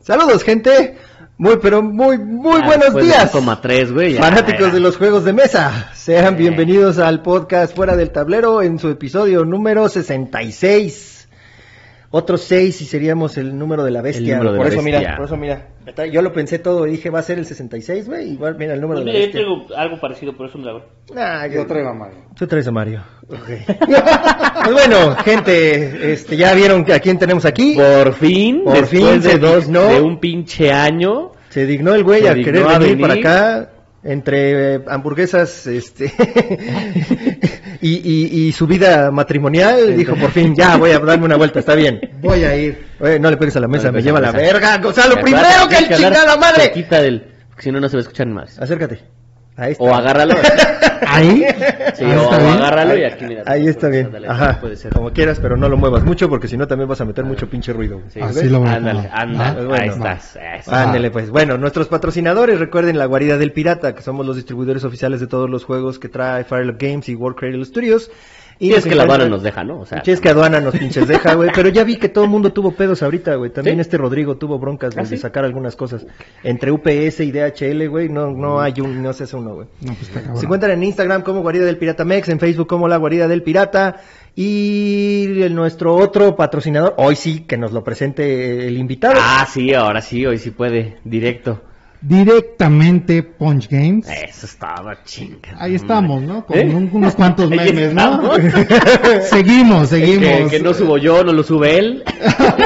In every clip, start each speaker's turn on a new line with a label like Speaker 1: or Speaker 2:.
Speaker 1: Saludos, gente. Muy, pero muy, muy
Speaker 2: Ah,
Speaker 1: buenos
Speaker 2: después de
Speaker 1: días.
Speaker 2: 1,3, güey. ya,
Speaker 1: Fanáticos
Speaker 2: ya.
Speaker 1: de los juegos de mesa, sean
Speaker 2: Eh.
Speaker 1: bienvenidos al podcast Fuera del Tablero en su episodio número 66. Otro 6 y seríamos el número de la bestia.
Speaker 2: número de
Speaker 1: por
Speaker 2: la
Speaker 1: eso mira,
Speaker 2: bestia.
Speaker 1: por eso mira. Yo lo pensé todo y dije, va a ser el 66, güey. Igual mira el número
Speaker 3: Pues
Speaker 1: de
Speaker 3: mira, yo
Speaker 1: la bestia.
Speaker 3: traigo algo parecido, por eso me la voy.
Speaker 1: Nah,
Speaker 4: Yo traigo a Mario.
Speaker 1: Tú traes a Mario. pues bueno, gente, este, ya vieron que a quién tenemos aquí.
Speaker 2: Por fin,
Speaker 1: Por
Speaker 2: después
Speaker 1: fin se
Speaker 2: de dos,
Speaker 1: dignó.
Speaker 2: de un pinche año.
Speaker 1: Se dignó el güey
Speaker 2: Se
Speaker 1: a
Speaker 2: dignó
Speaker 1: querer
Speaker 2: a
Speaker 1: venir, para
Speaker 2: venir.
Speaker 1: acá entre eh, hamburguesas este y, y- y su vida matrimonial. Dijo, por fin, ya voy a darme una vuelta, está bien.
Speaker 4: Voy a ir.
Speaker 1: Oye, no le pegues a la mesa, me
Speaker 2: le pegues
Speaker 1: lleva
Speaker 2: a la
Speaker 1: la
Speaker 2: mesa.
Speaker 1: verga. Gonzalo,
Speaker 2: Acuérdate,
Speaker 1: primero que
Speaker 2: tienes
Speaker 1: el
Speaker 2: hablar
Speaker 1: chingada madre.
Speaker 2: cerquita del, porque si no, no se va a escuchar más.
Speaker 1: Acércate. Ahí está.
Speaker 2: O agárralo.
Speaker 4: ¿Ahí?
Speaker 2: Sí,
Speaker 4: Ahí
Speaker 2: o
Speaker 4: está bien.
Speaker 2: agárralo
Speaker 1: Ahí-
Speaker 2: y aquí, mira. pues,
Speaker 1: Ahí está bien.
Speaker 2: Ándale,
Speaker 1: Ajá.
Speaker 2: Puede ser.
Speaker 1: Como quieras, pero no lo muevas mucho porque si no también vas a meter mucho pinche ruido.
Speaker 2: Sí,
Speaker 4: Así
Speaker 2: ¿ves?
Speaker 4: lo voy a pues
Speaker 2: Ándale,
Speaker 4: tomar.
Speaker 2: ándale.
Speaker 1: Ah, bueno.
Speaker 2: Ahí estás. ahí estás.
Speaker 1: Ándele pues. Bueno, nuestros patrocinadores, recuerden la Guarida del Pirata, que somos los distribuidores oficiales de todos los juegos que trae Firelock Games y World Cradle Studios.
Speaker 2: Y es
Speaker 1: nos
Speaker 2: que la aduana
Speaker 1: encuentran-
Speaker 2: nos deja, ¿no? O sea,
Speaker 1: Sí, es que aduana nos pinches deja, güey. Pero ya vi que todo el mundo tuvo pedos ahorita, güey. También
Speaker 2: ¿Sí?
Speaker 1: este Rodrigo tuvo broncas güey,
Speaker 2: ¿Ah,
Speaker 1: de
Speaker 2: sí?
Speaker 1: sacar algunas cosas. Entre UPS y DHL, güey, no,
Speaker 2: Mm.
Speaker 1: no hay un, no se hace uno, güey.
Speaker 4: No, pues está
Speaker 1: Se
Speaker 4: cabrón.
Speaker 1: encuentran en Instagram como Guarida del Pirata Mex, en Facebook como La Guarida del Pirata y el- nuestro otro patrocinador, hoy sí que nos lo presente el invitado.
Speaker 2: Ah, sí, ahora sí, hoy sí puede, directo.
Speaker 4: Directamente Punch Games.
Speaker 2: Eso estaba chinga.
Speaker 4: Ahí estamos, ¿no? Con
Speaker 2: ¿Eh?
Speaker 4: un- unos cuantos
Speaker 2: Ahí
Speaker 4: memes,
Speaker 2: estamos.
Speaker 4: ¿no? seguimos,
Speaker 2: Que,
Speaker 4: seguimos.
Speaker 2: que no subo yo, no lo sube él.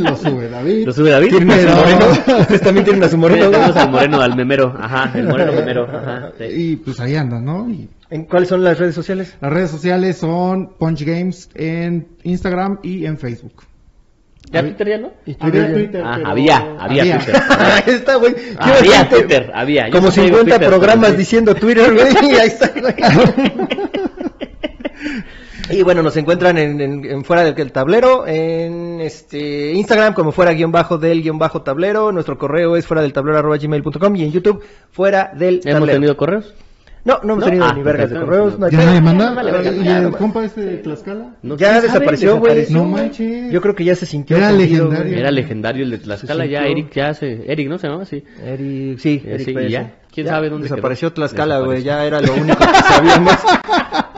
Speaker 4: lo sube David.
Speaker 2: Lo sube David.
Speaker 1: ¿Tienen a su
Speaker 4: Pero-
Speaker 1: moreno? Ustedes también tienen a su moreno. güey?
Speaker 2: Tenemos al moreno, al memero. Ajá, el moreno memero. Ajá. sí.
Speaker 4: Y pues ahí anda, ¿no? Y
Speaker 1: ¿En cuáles son las redes sociales?
Speaker 4: las redes sociales son Punch Games en Instagram y en Facebook.
Speaker 2: ¿Ya Twitter ya no?
Speaker 1: ¿Y
Speaker 4: Había
Speaker 1: Twitter?
Speaker 4: Twitter.
Speaker 2: Ah,
Speaker 4: pero-
Speaker 2: había, había,
Speaker 4: Había.
Speaker 2: Twitter.
Speaker 1: Ah, ahí está, güey. Yo
Speaker 2: Había
Speaker 1: decía,
Speaker 2: Twitter, había. Yo
Speaker 1: Como
Speaker 2: sí traigo
Speaker 1: 50
Speaker 2: Twitter,
Speaker 1: programas
Speaker 2: pero sí.
Speaker 1: diciendo Twitter, güey, y ahí está, güey. Y bueno, nos encuentran en, en- en fuera del del tablero, en este Instagram como fuera guión bajo del guión bajo tablero, nuestro correo es fuera del tablero arroba gmail.com y en YouTube fuera del tablero.
Speaker 2: ¿Hemos tenido correos?
Speaker 1: No, no hemos
Speaker 2: ¿No?
Speaker 1: tenido
Speaker 2: Ah,
Speaker 1: ni vergas de
Speaker 2: perfecto.
Speaker 1: correos. no hay
Speaker 4: ¿Ya
Speaker 1: pedo.
Speaker 4: nadie manda?
Speaker 2: Vale, vale,
Speaker 4: ¿Y
Speaker 1: ya,
Speaker 4: el
Speaker 1: nomás.
Speaker 4: compa este de Tlaxcala?
Speaker 2: No,
Speaker 1: ya
Speaker 2: ¿quién sabe?
Speaker 1: desapareció, güey.
Speaker 4: No manches.
Speaker 1: Yo creo que ya se sintió.
Speaker 4: Era
Speaker 1: ofendido, güey.
Speaker 4: legendario.
Speaker 2: Era legendario el de Tlaxcala,
Speaker 1: Se
Speaker 2: ya
Speaker 1: sintió.
Speaker 2: Eric ya se... Eric, ¿no se llamaba? Sí.
Speaker 1: Eric, sí,
Speaker 2: Eh,
Speaker 1: Eric
Speaker 2: sí,
Speaker 1: Pérez,
Speaker 2: ¿y ya?
Speaker 1: sí.
Speaker 2: ¿Quién sabe dónde
Speaker 1: Desapareció
Speaker 2: quedó?
Speaker 1: Tlaxcala, güey,
Speaker 2: Desapareció.
Speaker 1: ya era lo único que sabíamos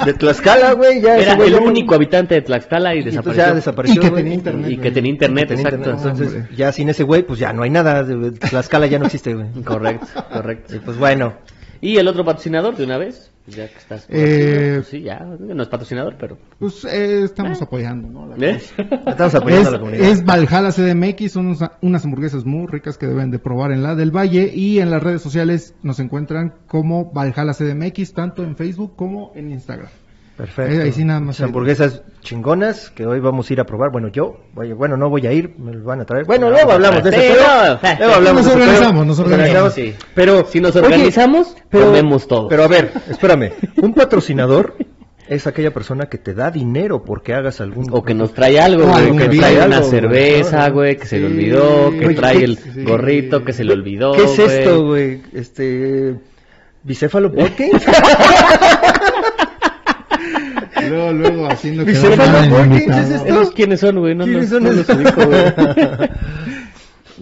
Speaker 1: de Tlaxcala, güey, ya
Speaker 2: Era
Speaker 1: ese güey
Speaker 2: el
Speaker 1: ya no-
Speaker 2: único habitante de Tlaxcala y
Speaker 1: y entonces ya
Speaker 2: desapareció.
Speaker 1: desapareció,
Speaker 4: Y que
Speaker 1: güey.
Speaker 4: tenía internet.
Speaker 2: Y que tenía internet,
Speaker 1: Tenía
Speaker 2: exacto.
Speaker 1: internet, entonces
Speaker 4: Hombre.
Speaker 1: ya sin ese güey, pues ya no hay nada, de- de Tlaxcala ya no existe, güey.
Speaker 2: Correcto, correcto.
Speaker 1: Y pues bueno,
Speaker 2: ¿Y el otro patrocinador de una vez? Pues Ya que estás... por
Speaker 4: Eh,
Speaker 2: aquí, Sí, ya, no es patrocinador, pero...
Speaker 4: Pues eh,
Speaker 2: Ah.
Speaker 4: estamos apoyando, ¿no? La
Speaker 2: ¿Eh?
Speaker 1: estamos apoyando
Speaker 4: Es,
Speaker 1: a la comunidad.
Speaker 4: es Valhalla CDMX, son unas, unas hamburguesas muy ricas que deben de probar en la del Valle y en las redes sociales nos encuentran como Valhalla CDMX, tanto en Facebook como en Instagram.
Speaker 1: Perfecto.
Speaker 4: Eh, ahí sí nada más
Speaker 1: Muchas
Speaker 4: hay-
Speaker 1: hamburguesas chingonas que hoy vamos a ir a probar. Bueno, yo, voy- bueno, no voy a ir, me los van a traer. Bueno,
Speaker 2: No,
Speaker 1: luego
Speaker 2: no,
Speaker 1: hablamos de
Speaker 2: sí,
Speaker 1: eso.
Speaker 2: no.
Speaker 1: Luego hablamos
Speaker 4: pues, Nos
Speaker 1: de ese pedo.
Speaker 4: organizamos, nos organizamos.
Speaker 2: Sí.
Speaker 1: Pero
Speaker 2: Si nos
Speaker 1: oye,
Speaker 2: organizamos, comemos todo.
Speaker 1: Pero a ver, espérame. Un patrocinador es aquella persona que te da dinero porque hagas algún
Speaker 2: O que nos trae algo,
Speaker 4: O
Speaker 1: Ah,
Speaker 2: güey,
Speaker 4: algún
Speaker 2: que nos
Speaker 4: vino,
Speaker 2: trae una
Speaker 1: algo, güey,
Speaker 2: cerveza,
Speaker 1: ¿no?
Speaker 2: güey, que se le
Speaker 4: Sí.
Speaker 2: olvidó, que
Speaker 4: Oye,
Speaker 2: trae
Speaker 4: ¿qué-
Speaker 2: el
Speaker 4: sí.
Speaker 2: gorrito, que se le olvidó.
Speaker 1: ¿Qué es
Speaker 2: Oh, güey.
Speaker 1: esto, güey? Este bicéfalo podcast.
Speaker 4: Luego, luego, haciendo
Speaker 1: Y
Speaker 4: que
Speaker 1: se
Speaker 4: no
Speaker 1: van a
Speaker 4: vayan
Speaker 1: morir,
Speaker 4: invitados.
Speaker 1: entonces-
Speaker 2: ¿Esos quiénes son, güey? No, no,
Speaker 1: ¿Quiénes son
Speaker 2: no
Speaker 1: esos?
Speaker 2: los ubico, güey.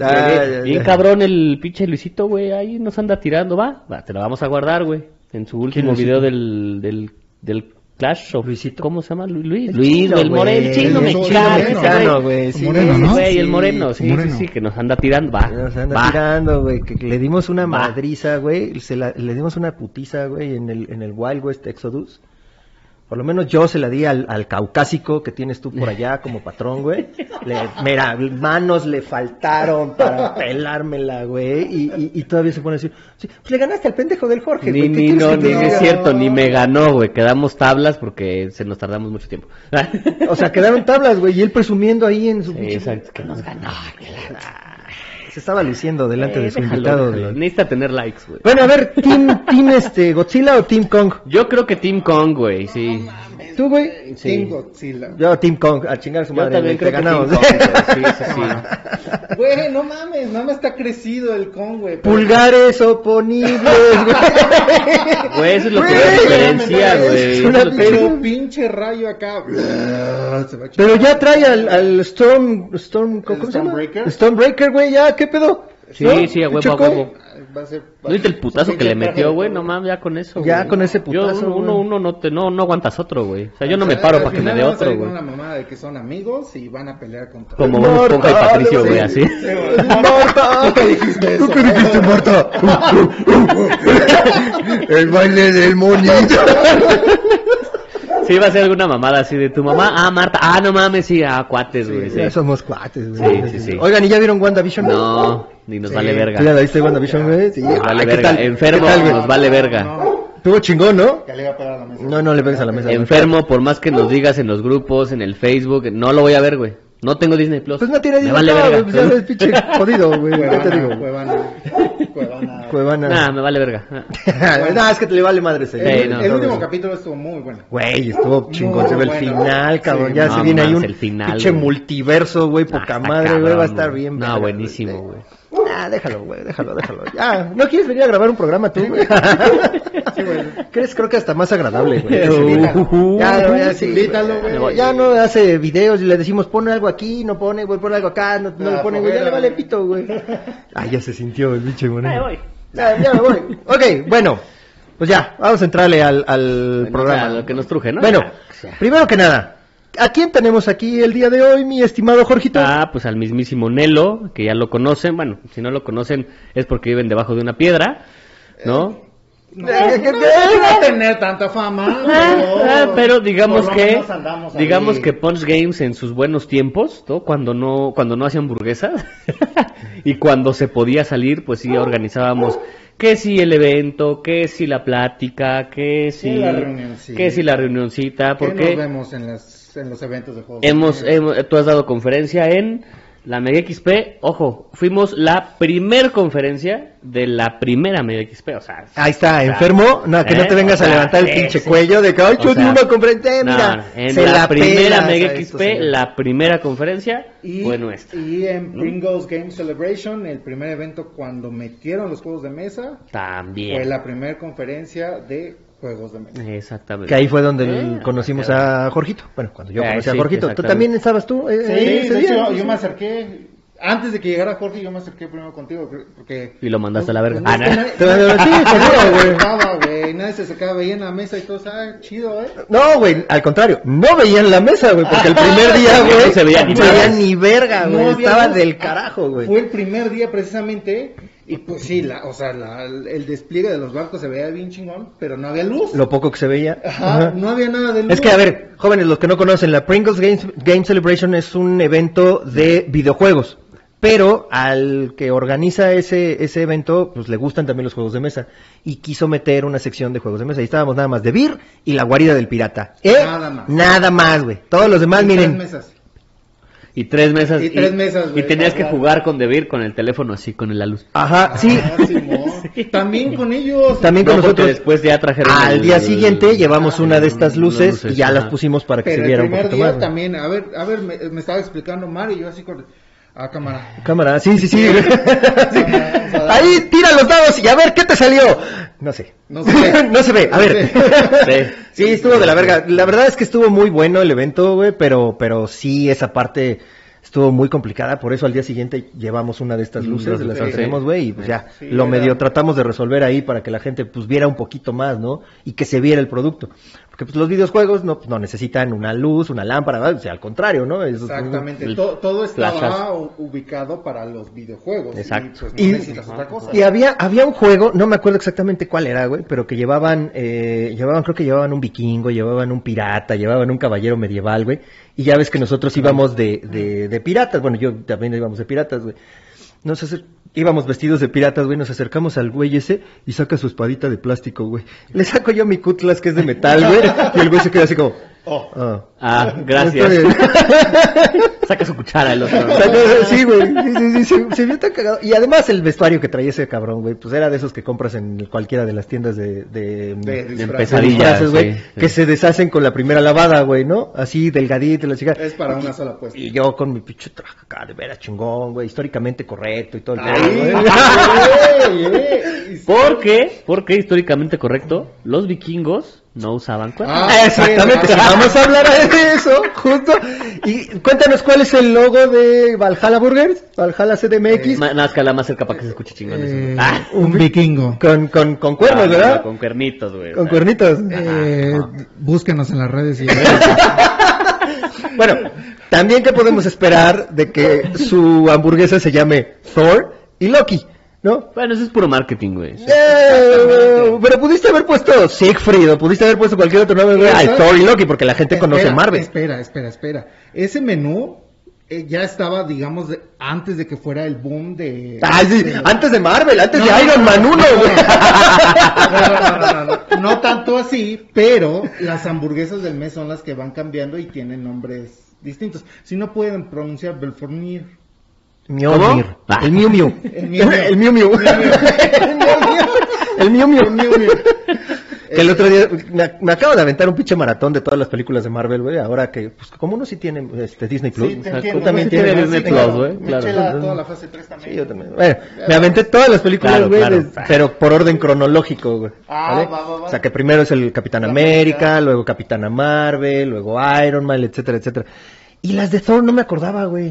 Speaker 1: Ah,
Speaker 2: Bien, bien
Speaker 1: ya.
Speaker 2: cabrón el pinche Luisito, güey, ahí nos anda tirando, va, va, te lo vamos a guardar, güey, en su último
Speaker 1: Luisito?
Speaker 2: video del, del, del Clash of...
Speaker 1: ¿Luisito?
Speaker 2: ¿Cómo se llama? Lu-
Speaker 1: El
Speaker 2: Luis,
Speaker 1: chino,
Speaker 2: el moreno, el
Speaker 1: güey,
Speaker 2: chino
Speaker 4: el
Speaker 2: mexicano,
Speaker 4: moreno,
Speaker 2: ese
Speaker 1: ¿no?
Speaker 2: güey.
Speaker 1: güey, sí,
Speaker 4: Moreno, ¿no?
Speaker 2: Güey, el moreno, sí,
Speaker 4: Moreno.
Speaker 2: sí, sí, que nos anda tirando, va,
Speaker 1: Nos anda
Speaker 2: va.
Speaker 1: tirando, güey, que le dimos una
Speaker 2: Va.
Speaker 1: madriza, güey, se la- le dimos una putiza, güey, en el, en el Wild West Exodus. Por lo menos yo se la di al, al caucásico que tienes tú por allá como patrón, güey. Le- Mira, manos le faltaron para pelármela, güey. Y, y- y todavía se pone así. "Sí, pues le ganaste al pendejo del Jorge,
Speaker 2: Ni,
Speaker 1: güey. ¿qué
Speaker 2: ni,
Speaker 1: quieres
Speaker 2: no,
Speaker 1: que te
Speaker 2: ni, ni
Speaker 1: diga?"
Speaker 2: es cierto, ni me ganó, güey. Quedamos tablas porque se nos tardamos mucho tiempo.
Speaker 1: O sea, quedaron tablas, güey. Y él presumiendo ahí en su
Speaker 2: Sí,
Speaker 1: pinche-
Speaker 2: exacto, que nos ganó. que la-
Speaker 1: Se estaba luciendo delante
Speaker 2: Eh,
Speaker 1: de su
Speaker 2: déjalo,
Speaker 1: invitado.
Speaker 2: déjalo.
Speaker 1: de-
Speaker 2: Necesita tener likes, güey.
Speaker 1: Bueno, a ver, ¿team, team este, Godzilla o Team Kong?
Speaker 2: Yo creo que Team Kong, güey, sí.
Speaker 1: ¿Tú, güey?
Speaker 2: Sí.
Speaker 4: Team Godzilla.
Speaker 1: Yo, Team Kong, a chingar a su
Speaker 2: Yo
Speaker 1: madre.
Speaker 2: también
Speaker 1: güey, te
Speaker 2: creo que Team
Speaker 1: ganamos.
Speaker 2: Kong, güey, sí, sí, sí.
Speaker 4: Güey, no mames, nada más está crecido el con, güey. pero-
Speaker 1: Pulgares oponibles, güey.
Speaker 2: Güey, eso es lo que
Speaker 1: Güey,
Speaker 2: diferencia,
Speaker 1: es
Speaker 2: güey. Eso
Speaker 1: una
Speaker 2: es lo que-
Speaker 1: pero-
Speaker 4: Pero pinche rayo acá. se va a
Speaker 1: Pero ya trae al, al Storm, Storm, ¿cómo se llama?
Speaker 4: Stormbreaker?
Speaker 1: Stormbreaker, güey, ya, ¿qué pedo?
Speaker 2: Sí, sí, a huevo, a
Speaker 1: Chocó.
Speaker 2: huevo.
Speaker 4: ch- va a ser-
Speaker 2: ¿No viste el putazo que le
Speaker 4: Pinche traje
Speaker 2: metió,
Speaker 4: de
Speaker 2: güey?
Speaker 4: todo.
Speaker 2: No mames, ya con eso,
Speaker 1: Ya
Speaker 2: güey.
Speaker 1: con ese
Speaker 2: Yo,
Speaker 1: putazo,
Speaker 2: uno, uno,
Speaker 1: güey.
Speaker 2: uno no, te, no, no aguantas otro, güey. O sea, yo no me
Speaker 4: Al
Speaker 2: paro para que me
Speaker 4: final
Speaker 2: dé
Speaker 4: van a
Speaker 2: otro,
Speaker 4: salir con
Speaker 2: güey.
Speaker 4: la mamada de que son amigos y van a pelear contra.
Speaker 2: Como un esponja y Patricio, güey, así.
Speaker 1: ¡Marta! ¿Tú qué dijiste eso? Marta? El baile del monito.
Speaker 2: Sí, iba a ser alguna mamada así de tu mamá. Ah, Marta. Ah, no mames, sí, ah, cuates, güey. sí.
Speaker 1: Ya somos cuates, güey.
Speaker 2: Sí, sí, sí.
Speaker 1: Oigan, ¿y ya vieron WandaVision?
Speaker 2: No, ni nos vale
Speaker 1: ¿Tú ya
Speaker 2: verga.
Speaker 1: la viste WandaVision, güey? Sí.
Speaker 2: Nos vale
Speaker 1: Ay, Ah, ¿qué
Speaker 2: verga.
Speaker 1: tal?
Speaker 2: Enfermo,
Speaker 1: ¿Qué tal, güey?
Speaker 2: nos vale verga.
Speaker 1: Tuvo chingón, ¿no?
Speaker 4: Ya le iba a pegar a la mesa.
Speaker 1: No, no le pegues a la mesa. güey.
Speaker 2: Enfermo, por más que nos digas en los grupos, en el Facebook, no lo voy a ver, güey. No tengo Disney Plus.
Speaker 1: Pues no tiene
Speaker 2: Me
Speaker 1: dinero,
Speaker 2: vale verga.
Speaker 1: pues ya ves, pinche jodido, güey. ¿Qué te digo?
Speaker 4: Cuevana,
Speaker 1: güey?
Speaker 4: Cuevana. Cuevana.
Speaker 1: Cuevana.
Speaker 2: Nah, me vale verga. Ah.
Speaker 1: no, es que te le vale madre ese.
Speaker 2: Sí,
Speaker 1: güey.
Speaker 2: no.
Speaker 4: El
Speaker 1: Todo
Speaker 4: último
Speaker 1: eso.
Speaker 4: capítulo estuvo muy bueno.
Speaker 1: Güey, estuvo chingón.
Speaker 4: Muy
Speaker 1: se ve el
Speaker 4: bueno.
Speaker 1: final, cabrón.
Speaker 4: Sí,
Speaker 1: ya
Speaker 2: no
Speaker 1: se viene ahí
Speaker 2: mames,
Speaker 1: un
Speaker 2: el final,
Speaker 1: pinche
Speaker 2: güey.
Speaker 1: multiverso, güey.
Speaker 2: Ah,
Speaker 1: Poca
Speaker 2: está
Speaker 1: madre, güey.
Speaker 2: cabrón,
Speaker 1: Va a estar bien. verga,
Speaker 2: No,
Speaker 1: güey.
Speaker 2: buenísimo, güey.
Speaker 1: Ah, déjalo, güey. Déjalo, déjalo. Ya, ¿no quieres venir a grabar un programa tú, güey? ¿Crees? Creo que hasta más agradable, güey.
Speaker 2: Eh,
Speaker 1: Uh,
Speaker 2: ujú.
Speaker 1: Ya, no, ya, sí,
Speaker 4: Invítalo,
Speaker 1: güey.
Speaker 4: güey.
Speaker 1: Ya no hace videos y le decimos, pon algo aquí, no pone, güey, pon algo acá, no, no
Speaker 4: Ah,
Speaker 1: le pone, güey. Ya
Speaker 4: joder,
Speaker 1: le vale
Speaker 4: güey.
Speaker 1: pito, güey. Ah, ya se sintió el pinche moreno.
Speaker 5: Ahí voy.
Speaker 1: Ya, ya me voy. Ok, bueno. Pues ya, vamos a entrarle al, al
Speaker 2: Bueno,
Speaker 1: programa.
Speaker 2: o sea, lo que nos truje, ¿no?
Speaker 1: Bueno,
Speaker 2: O sea.
Speaker 1: primero que nada, ¿a quién tenemos aquí el día de hoy, mi estimado Jorgito?
Speaker 2: Ah, pues al mismísimo Nelo, que ya lo conocen. Bueno, si no lo conocen es porque viven debajo de una piedra, ¿no?
Speaker 1: Eh, eh, eh,
Speaker 4: No va a
Speaker 1: eh,
Speaker 4: tener tanta fama.
Speaker 2: Ah, pero digamos
Speaker 4: por lo
Speaker 2: que
Speaker 4: menos andamos ahí.
Speaker 2: digamos que Punch Games en sus buenos tiempos, ¿no? cuando no cuando no hacía hamburguesas y cuando se podía salir, pues sí organizábamos que si el evento, que si la plática, que si
Speaker 4: la reunioncita.
Speaker 2: que si la reunioncita,
Speaker 4: ¿Qué
Speaker 2: porque
Speaker 4: nos vemos en, las, en los eventos de juegos.
Speaker 2: hemos, hemos- tú has dado conferencia en la Mega XP, ojo, fuimos la primer conferencia de la primera Mega XP, o sea,
Speaker 1: Ahí está, enfermo. No, que no te
Speaker 2: ah, ¿Eh?
Speaker 1: vengas
Speaker 2: O
Speaker 1: a
Speaker 2: sea,
Speaker 1: levantar el
Speaker 2: sí,
Speaker 1: pinche
Speaker 2: sí.
Speaker 1: cuello de que, ay, yo
Speaker 2: O
Speaker 1: di
Speaker 2: sea,
Speaker 1: una conferencia, eh,
Speaker 2: no,
Speaker 1: mira.
Speaker 2: en
Speaker 1: se
Speaker 2: la, primera
Speaker 1: pelas a
Speaker 2: Mega
Speaker 1: estos
Speaker 2: XP,
Speaker 1: señores.
Speaker 2: la primera conferencia
Speaker 4: Y,
Speaker 2: fue nuestra.
Speaker 4: y en Pringles Game Celebration, el primer evento cuando metieron los juegos de mesa, fue
Speaker 2: También.
Speaker 4: la primera conferencia de juegos de mesa.
Speaker 2: Exactamente.
Speaker 1: Que ahí fue donde
Speaker 2: Eh,
Speaker 1: conocimos
Speaker 2: claro.
Speaker 1: a Jorgito. Bueno, cuando yo
Speaker 2: Eh,
Speaker 1: conocí a
Speaker 2: sí,
Speaker 1: Jorgito. ¿Tú
Speaker 2: exactamente.
Speaker 1: también estabas tú? eh,
Speaker 4: Sí,
Speaker 1: eh, ese
Speaker 4: de
Speaker 1: día?
Speaker 4: hecho, yo me acerqué, antes de que llegara Jorge, yo me acerqué primero contigo, porque...
Speaker 2: Y lo mandaste a la verga.
Speaker 4: Pues,
Speaker 2: Ah,
Speaker 4: es
Speaker 2: no.
Speaker 4: que nadie-
Speaker 1: Te voy a decir,
Speaker 4: nadie
Speaker 1: seguro,
Speaker 4: se
Speaker 1: güey.
Speaker 4: acercaba, güey, Nadie se acercaba, veía en la mesa y todo, ah, chido, eh.
Speaker 1: No, güey, al contrario, no veían la mesa, güey, porque el primer día, güey,
Speaker 2: No se veía ni
Speaker 1: no veía
Speaker 2: madres.
Speaker 1: ni verga, Ah, güey,
Speaker 4: No había
Speaker 1: estaba
Speaker 4: luz.
Speaker 1: del carajo,
Speaker 4: Fue
Speaker 1: güey.
Speaker 4: el primer día precisamente y pues sí, la, o sea, la- el despliegue de los barcos se veía bien chingón, pero no había luz.
Speaker 1: Lo poco que se veía.
Speaker 4: Ajá,
Speaker 1: Ajá.
Speaker 4: no había nada de luz.
Speaker 1: Es que, a ver, jóvenes, los que no conocen, la Pringles Games- Game Celebration es un evento de videojuegos. Pero al que organiza ese, ese evento, pues le gustan también los juegos de mesa. Y quiso meter una sección de juegos de mesa. Ahí estábamos nada más de Beer y la guarida del pirata. ¿Eh?
Speaker 4: Nada más.
Speaker 1: Nada más, güey. Todos los demás,
Speaker 4: Y tres
Speaker 1: miren.
Speaker 4: mesas.
Speaker 2: Y tres mesas.
Speaker 4: Y tres mesas,
Speaker 2: Y
Speaker 4: güey,
Speaker 2: tenías que
Speaker 4: para
Speaker 2: jugar con Debir con el teléfono así, con la luz.
Speaker 1: Ajá, sí.
Speaker 4: Ah, Simón. También con ellos.
Speaker 1: También con
Speaker 2: No, porque
Speaker 1: nosotros.
Speaker 2: después ya trajeron.
Speaker 1: Al
Speaker 2: el-
Speaker 1: día siguiente llevamos
Speaker 2: Ah,
Speaker 1: una de estas
Speaker 2: unas
Speaker 1: luces, y ya
Speaker 2: ajá.
Speaker 1: las pusimos para que
Speaker 4: pero
Speaker 1: se
Speaker 4: el
Speaker 1: viera un
Speaker 4: primer
Speaker 1: poquito
Speaker 4: día
Speaker 1: más. güey.
Speaker 4: también, a ver, a ver, me, me estaba explicando Mario y yo así con a cámara.
Speaker 1: Cámara, sí, sí, sí. Sí.
Speaker 4: vamos a dar-
Speaker 1: Ahí tira los dados y a ver qué te salió. No sé.
Speaker 4: No se ve.
Speaker 1: No se ve, a
Speaker 4: No
Speaker 1: ver. Sí,
Speaker 2: Sí.
Speaker 1: estuvo de la verga. La verdad es que estuvo muy bueno el evento, güey, pero, pero sí, esa parte estuvo muy complicada. Por eso al día siguiente llevamos una de estas
Speaker 2: Mm,
Speaker 1: luces, de las
Speaker 2: sí.
Speaker 1: que tenemos, güey, y pues ya
Speaker 4: Sí,
Speaker 1: lo
Speaker 4: era-
Speaker 1: medio tratamos de resolver ahí para que la gente pues viera un poquito más, ¿no? Y que se viera el producto. Porque pues los videojuegos no, pues, no necesitan una luz, una lámpara, ¿verdad? o sea, al contrario, ¿no? Eso es-
Speaker 4: Exactamente,
Speaker 2: El-
Speaker 4: to- todo estaba
Speaker 2: flashas.
Speaker 4: u- ubicado para los videojuegos.
Speaker 2: Exacto.
Speaker 4: Y, pues, no
Speaker 1: Y,
Speaker 4: necesitas otra cosa.
Speaker 1: y había, había un juego, no me acuerdo exactamente cuál era, güey, pero que llevaban, eh, llevaban, creo que llevaban un vikingo, llevaban un pirata, llevaban un caballero medieval, güey. Y ya ves que nosotros íbamos de, de, de piratas, bueno, yo también íbamos de piratas, güey. Nos acer- íbamos vestidos de piratas, güey, nos acercamos al güey ese y saca su espadita de plástico, güey. Le saco yo mi cutlas que es de metal, güey, y el güey se queda así como, Ah.
Speaker 2: Ah, gracias. Saca su cuchara el otro.
Speaker 1: Sí, güey. sí, sí, sí, se, se vio tan cagado. Y además el vestuario que traía ese cabrón, güey, pues era de esos que compras en cualquiera de las tiendas de, de,
Speaker 6: De- de
Speaker 1: de
Speaker 2: pesadillas,
Speaker 1: disfraces, güey,
Speaker 2: sí, sí.
Speaker 1: que se deshacen con la primera lavada, güey, ¿no? Así delgadito, la chica.
Speaker 6: Es para una sola apuesta.
Speaker 1: Y yo con mi pinche traje acá de vera chingón, güey, históricamente correcto y todo
Speaker 4: Ah,
Speaker 1: el pedo,
Speaker 6: Ahí, güey,
Speaker 1: güey.
Speaker 6: güey.
Speaker 2: Porque, porque históricamente correcto, los vikingos no usaban cuernos.
Speaker 6: Ah,
Speaker 1: Ah, exactamente,
Speaker 6: sí, ah,
Speaker 1: vamos a hablar de eso, justo. Y cuéntanos cuál es el logo de Valhalla Burgers, Valhalla CDMX,
Speaker 2: Eh, Ma- Nazcala más cerca para que se escuche chingón. eso.
Speaker 4: Eh,
Speaker 2: Ah,
Speaker 4: un vikingo.
Speaker 1: con, con, con cuernos,
Speaker 2: ah,
Speaker 1: ¿verdad?
Speaker 2: Con cuernitos, güey.
Speaker 1: Con
Speaker 2: Ah.
Speaker 1: cuernitos.
Speaker 4: Eh,
Speaker 1: Ah,
Speaker 4: búsquenos en las redes y
Speaker 1: Bueno, también que podemos esperar de que su hamburguesa se llame Thor y Loki, ¿no?
Speaker 2: Bueno, eso es puro marketing, güey.
Speaker 1: Eh, pero pudiste haber puesto Siegfried o pudiste haber puesto cualquier otro nombre Eh, güey, al
Speaker 6: Eso-
Speaker 1: Thor y Loki porque la gente conoce
Speaker 6: Espera,
Speaker 1: Marvel.
Speaker 6: Espera, espera, espera. Ese menú eh, ya estaba, digamos, de- antes de que fuera el boom de.
Speaker 1: Ah, sí,
Speaker 6: de-
Speaker 1: antes de Marvel, antes
Speaker 6: No,
Speaker 1: de
Speaker 6: no,
Speaker 1: Iron
Speaker 6: no,
Speaker 1: Man 1, güey.
Speaker 6: No, no, no, no, no. No tanto así, pero las hamburguesas del mes son las que van cambiando y tienen nombres distintos. Si no pueden pronunciar Belfornir.
Speaker 1: Mjolnir.
Speaker 2: Ah.
Speaker 1: El Miu Miu.
Speaker 6: El Miu Miu.
Speaker 1: El Miu Miu. El Miu Miu. Que el otro día me, me acabo de aventar un pinche maratón de todas las películas de Marvel, güey. Ahora que, pues, como uno sí tiene este, Disney Plus.
Speaker 6: Sí, te
Speaker 2: o sea,
Speaker 6: entiendo,
Speaker 2: también
Speaker 6: sí,
Speaker 2: tiene
Speaker 6: sí,
Speaker 2: Disney
Speaker 6: sí,
Speaker 2: Plus,
Speaker 6: claro.
Speaker 2: güey,
Speaker 6: Me
Speaker 2: claro.
Speaker 6: eché la- toda la fase 3 también.
Speaker 1: Sí, yo también. Bueno, me aventé todas las películas,
Speaker 2: Claro,
Speaker 1: güey,
Speaker 2: claro.
Speaker 1: des- pero por orden cronológico, güey.
Speaker 6: Ah,
Speaker 1: ¿vale?
Speaker 6: va, va, va.
Speaker 1: O sea, que primero es el Capitán América, luego Capitana Marvel, luego Iron Man, etcétera, etcétera. Y las de Thor no me acordaba, güey.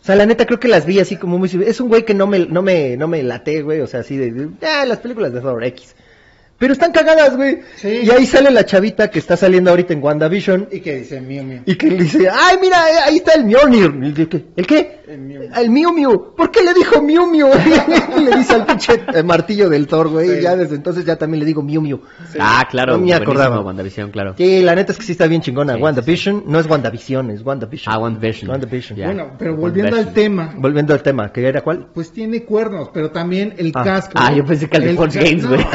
Speaker 1: O sea, la neta creo que las vi así como muy... Es un güey que no me, no me, no me late, güey. O sea, así de... de, Ah, las películas de Thor X. Pero están cagadas, güey.
Speaker 6: Sí.
Speaker 1: Y ahí sale la chavita que está saliendo ahorita en WandaVision.
Speaker 6: Y que dice mío, mío.
Speaker 1: Y que le dice, ay, mira, eh, ahí está el Mjolnir. ¿El qué? ¿El qué?
Speaker 6: El Miu Miu.
Speaker 1: El Miu Miu. ¿Por qué le dijo Miu Miu? Y le dice al pinche eh, martillo del Thor, güey.
Speaker 6: Sí.
Speaker 1: Y ya desde entonces ya también le digo Miu Miu.
Speaker 2: Ah, claro.
Speaker 1: No me
Speaker 2: buenísimo,
Speaker 1: acordaba.
Speaker 2: WandaVision, claro.
Speaker 1: Sí, la neta es que sí está bien chingona.
Speaker 2: Sí,
Speaker 1: WandaVision, no es WandaVision, es WandaVision.
Speaker 2: Ah, WandaVision.
Speaker 1: WandaVision.
Speaker 2: Ya.
Speaker 6: Bueno, pero volviendo al tema.
Speaker 1: Volviendo al tema, ¿que era cuál?
Speaker 6: Pues tiene cuernos, pero también el
Speaker 1: Ah.
Speaker 6: casco.
Speaker 2: Ah, yo pensé que al de
Speaker 6: El
Speaker 2: Fox
Speaker 6: ca-
Speaker 2: Games,
Speaker 6: no.
Speaker 2: güey.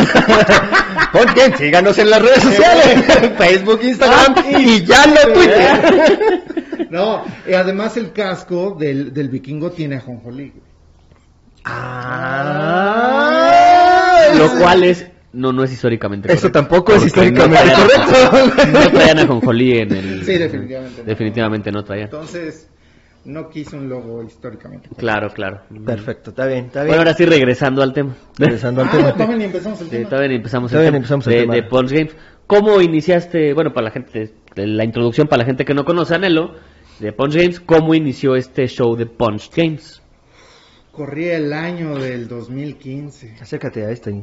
Speaker 1: Porque síganos en las redes sociales, Facebook, Instagram y ya lo Twitter.
Speaker 6: No, y además el casco del, del vikingo tiene ajonjolí. güey.
Speaker 1: Ah,
Speaker 2: Lo cual es. No, no es históricamente correcto.
Speaker 1: Eso tampoco es
Speaker 2: Porque
Speaker 1: históricamente
Speaker 2: no traían-
Speaker 1: correcto.
Speaker 2: No traían a Jonjolí en el.
Speaker 6: Sí, definitivamente no.
Speaker 2: Definitivamente no traían.
Speaker 6: Entonces, no quiso un logo históricamente.
Speaker 4: Ah,
Speaker 2: Claro, claro.
Speaker 1: Perfecto, está bien, está bien.
Speaker 2: Bueno, ahora sí, regresando al tema.
Speaker 1: Regresando al
Speaker 6: Ah,
Speaker 1: tema.
Speaker 6: todavía ni empezamos el
Speaker 2: Sí,
Speaker 6: tema.
Speaker 2: todavía ni empezamos,
Speaker 1: Todavía
Speaker 2: el,
Speaker 1: ni
Speaker 2: tema
Speaker 1: empezamos el
Speaker 2: de,
Speaker 1: tema.
Speaker 2: de Pulse Games. ¿Cómo iniciaste, bueno, para la gente, la introducción para la gente que no conoce a Nelo, de Punch Games, cómo inició este show de Punch Games?
Speaker 6: Corría el año del 2015.
Speaker 1: Acércate a este.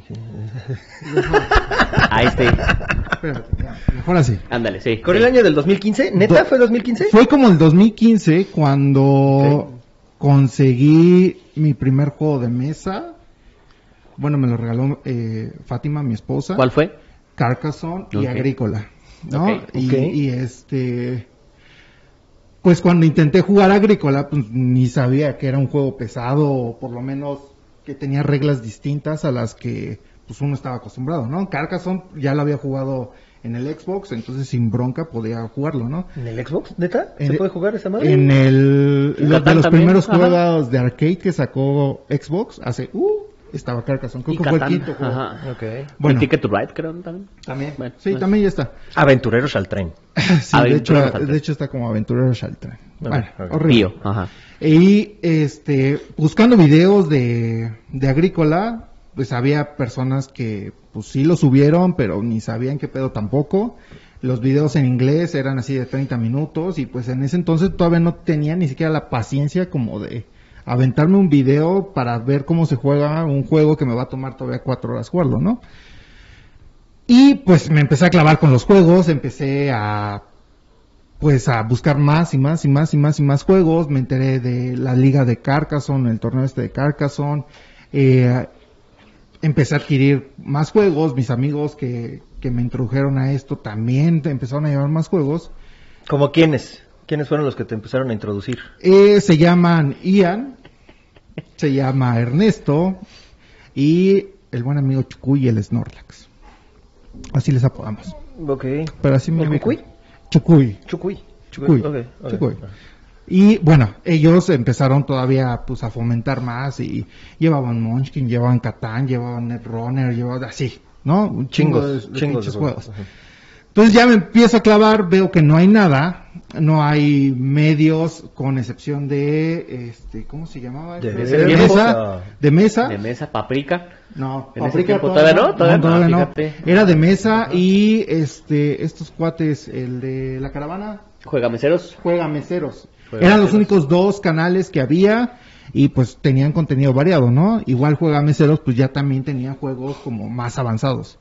Speaker 2: Ahí está.
Speaker 6: Espérate, no.
Speaker 4: Ah, mejor así.
Speaker 2: Ándale, sí.
Speaker 1: ¿Con el año del 2015? ¿Neta fue 2015?
Speaker 4: Fue como el 2015 cuando conseguí mi primer juego de mesa. Bueno, me lo regaló eh, Fátima, mi esposa.
Speaker 2: ¿Cuál fue?
Speaker 4: Carcassonne y
Speaker 2: Ok.
Speaker 4: Agrícola. ¿no?
Speaker 2: Ok,
Speaker 4: Y,
Speaker 1: ok.
Speaker 4: y, este. Pues cuando intenté jugar Agrícola, pues ni sabía que era un juego pesado o por lo menos que tenía reglas distintas a las que pues uno estaba acostumbrado, ¿no? Carcassonne ya lo había jugado en el Xbox, entonces sin bronca podía jugarlo, ¿no?
Speaker 1: ¿En el Xbox? ¿Neta? ¿Se
Speaker 4: En-
Speaker 1: puede jugar esa madre?
Speaker 4: En el
Speaker 2: ¿En
Speaker 4: lo- de
Speaker 2: Catán
Speaker 4: los
Speaker 2: también?
Speaker 4: primeros
Speaker 2: Ajá.
Speaker 4: juegos de arcade que sacó Xbox hace uh, estaba Carcassonne, creo
Speaker 2: Y
Speaker 4: que fue el
Speaker 2: Catán.
Speaker 4: quinto juego.
Speaker 2: Ajá.
Speaker 1: Ok.
Speaker 2: Bueno.
Speaker 4: Bueno.
Speaker 2: Ticket to Ride, creo, también.
Speaker 6: También.
Speaker 2: Bueno,
Speaker 4: Sí,
Speaker 2: bueno.
Speaker 4: también ya está.
Speaker 1: Aventureros al tren.
Speaker 4: Sí, de hecho,
Speaker 2: Aventureros al tren.
Speaker 4: de hecho está como Aventureros al tren.
Speaker 1: Ok,
Speaker 4: Bueno,
Speaker 1: ok.
Speaker 4: horrible.
Speaker 2: Río. Ajá.
Speaker 4: Y este, buscando videos de, de agrícola, pues había personas que pues sí lo subieron, pero ni sabían qué pedo tampoco. Los videos en inglés eran así de 30 minutos y pues en ese entonces todavía no tenía ni siquiera la paciencia como de aventarme un video para ver cómo se juega un juego que me va a tomar todavía cuatro horas jugarlo, ¿no? Y pues me empecé a clavar con los juegos, empecé a pues a buscar más y más y más y más y más juegos. Me enteré de la liga de Carcassonne, el torneo este de Carcassonne. Eh, empecé a adquirir más juegos. Mis amigos que, que me introdujeron a esto también te- empezaron a llevar más juegos.
Speaker 1: ¿Como quiénes? ¿Quiénes fueron los que te empezaron a introducir?
Speaker 4: Eh, se llaman Ian, se llama Ernesto y el buen amigo Chucuy y el Snorlax. Así les apodamos.
Speaker 1: Ok.
Speaker 4: Pero así me
Speaker 1: ¿El
Speaker 4: ubican.
Speaker 1: Cucuy?
Speaker 4: Chucuy.
Speaker 1: Chucuy.
Speaker 4: Chucuy.
Speaker 1: ok, ok.
Speaker 4: Chucuy. Y bueno, ellos empezaron todavía pues a fomentar más y llevaban Munchkin, llevaban Catán, llevaban Netrunner, llevaban así, ¿no? Un chingo de,
Speaker 1: Chingos,
Speaker 4: de
Speaker 1: chingos de
Speaker 4: pinches
Speaker 1: juegos.
Speaker 4: juegos. Entonces ya me empiezo a clavar, veo que no hay nada, no hay medios con excepción de este, ¿cómo se llamaba?
Speaker 1: De-
Speaker 4: Este,
Speaker 1: de
Speaker 4: mesa,
Speaker 1: mesa.
Speaker 4: de
Speaker 1: ¿Ah?
Speaker 4: mesa.
Speaker 2: De mesa, paprika.
Speaker 4: No,
Speaker 2: En ese
Speaker 4: Paprika
Speaker 2: tiempo todavía no, todavía no, fíjate.
Speaker 4: Era de mesa y este estos cuates, el de la caravana,
Speaker 2: Juega meseros.
Speaker 4: Juega Meseros.
Speaker 2: Juega
Speaker 4: Eran los
Speaker 2: Meseros.
Speaker 4: únicos dos canales que había y pues tenían contenido variado, ¿no? Igual Juega Meseros pues ya también tenía juegos como más avanzados.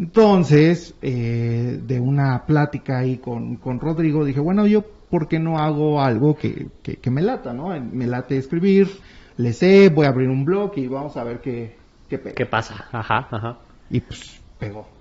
Speaker 4: Entonces, eh, de una plática ahí con, con Rodrigo, dije, bueno, yo, ¿por qué no hago algo que, que, que me lata, ¿no? Me late escribir, le sé, voy a abrir un blog y vamos a ver qué, qué pega.
Speaker 2: ¿Qué pasa? Ajá, ajá.
Speaker 4: Y pues pegó.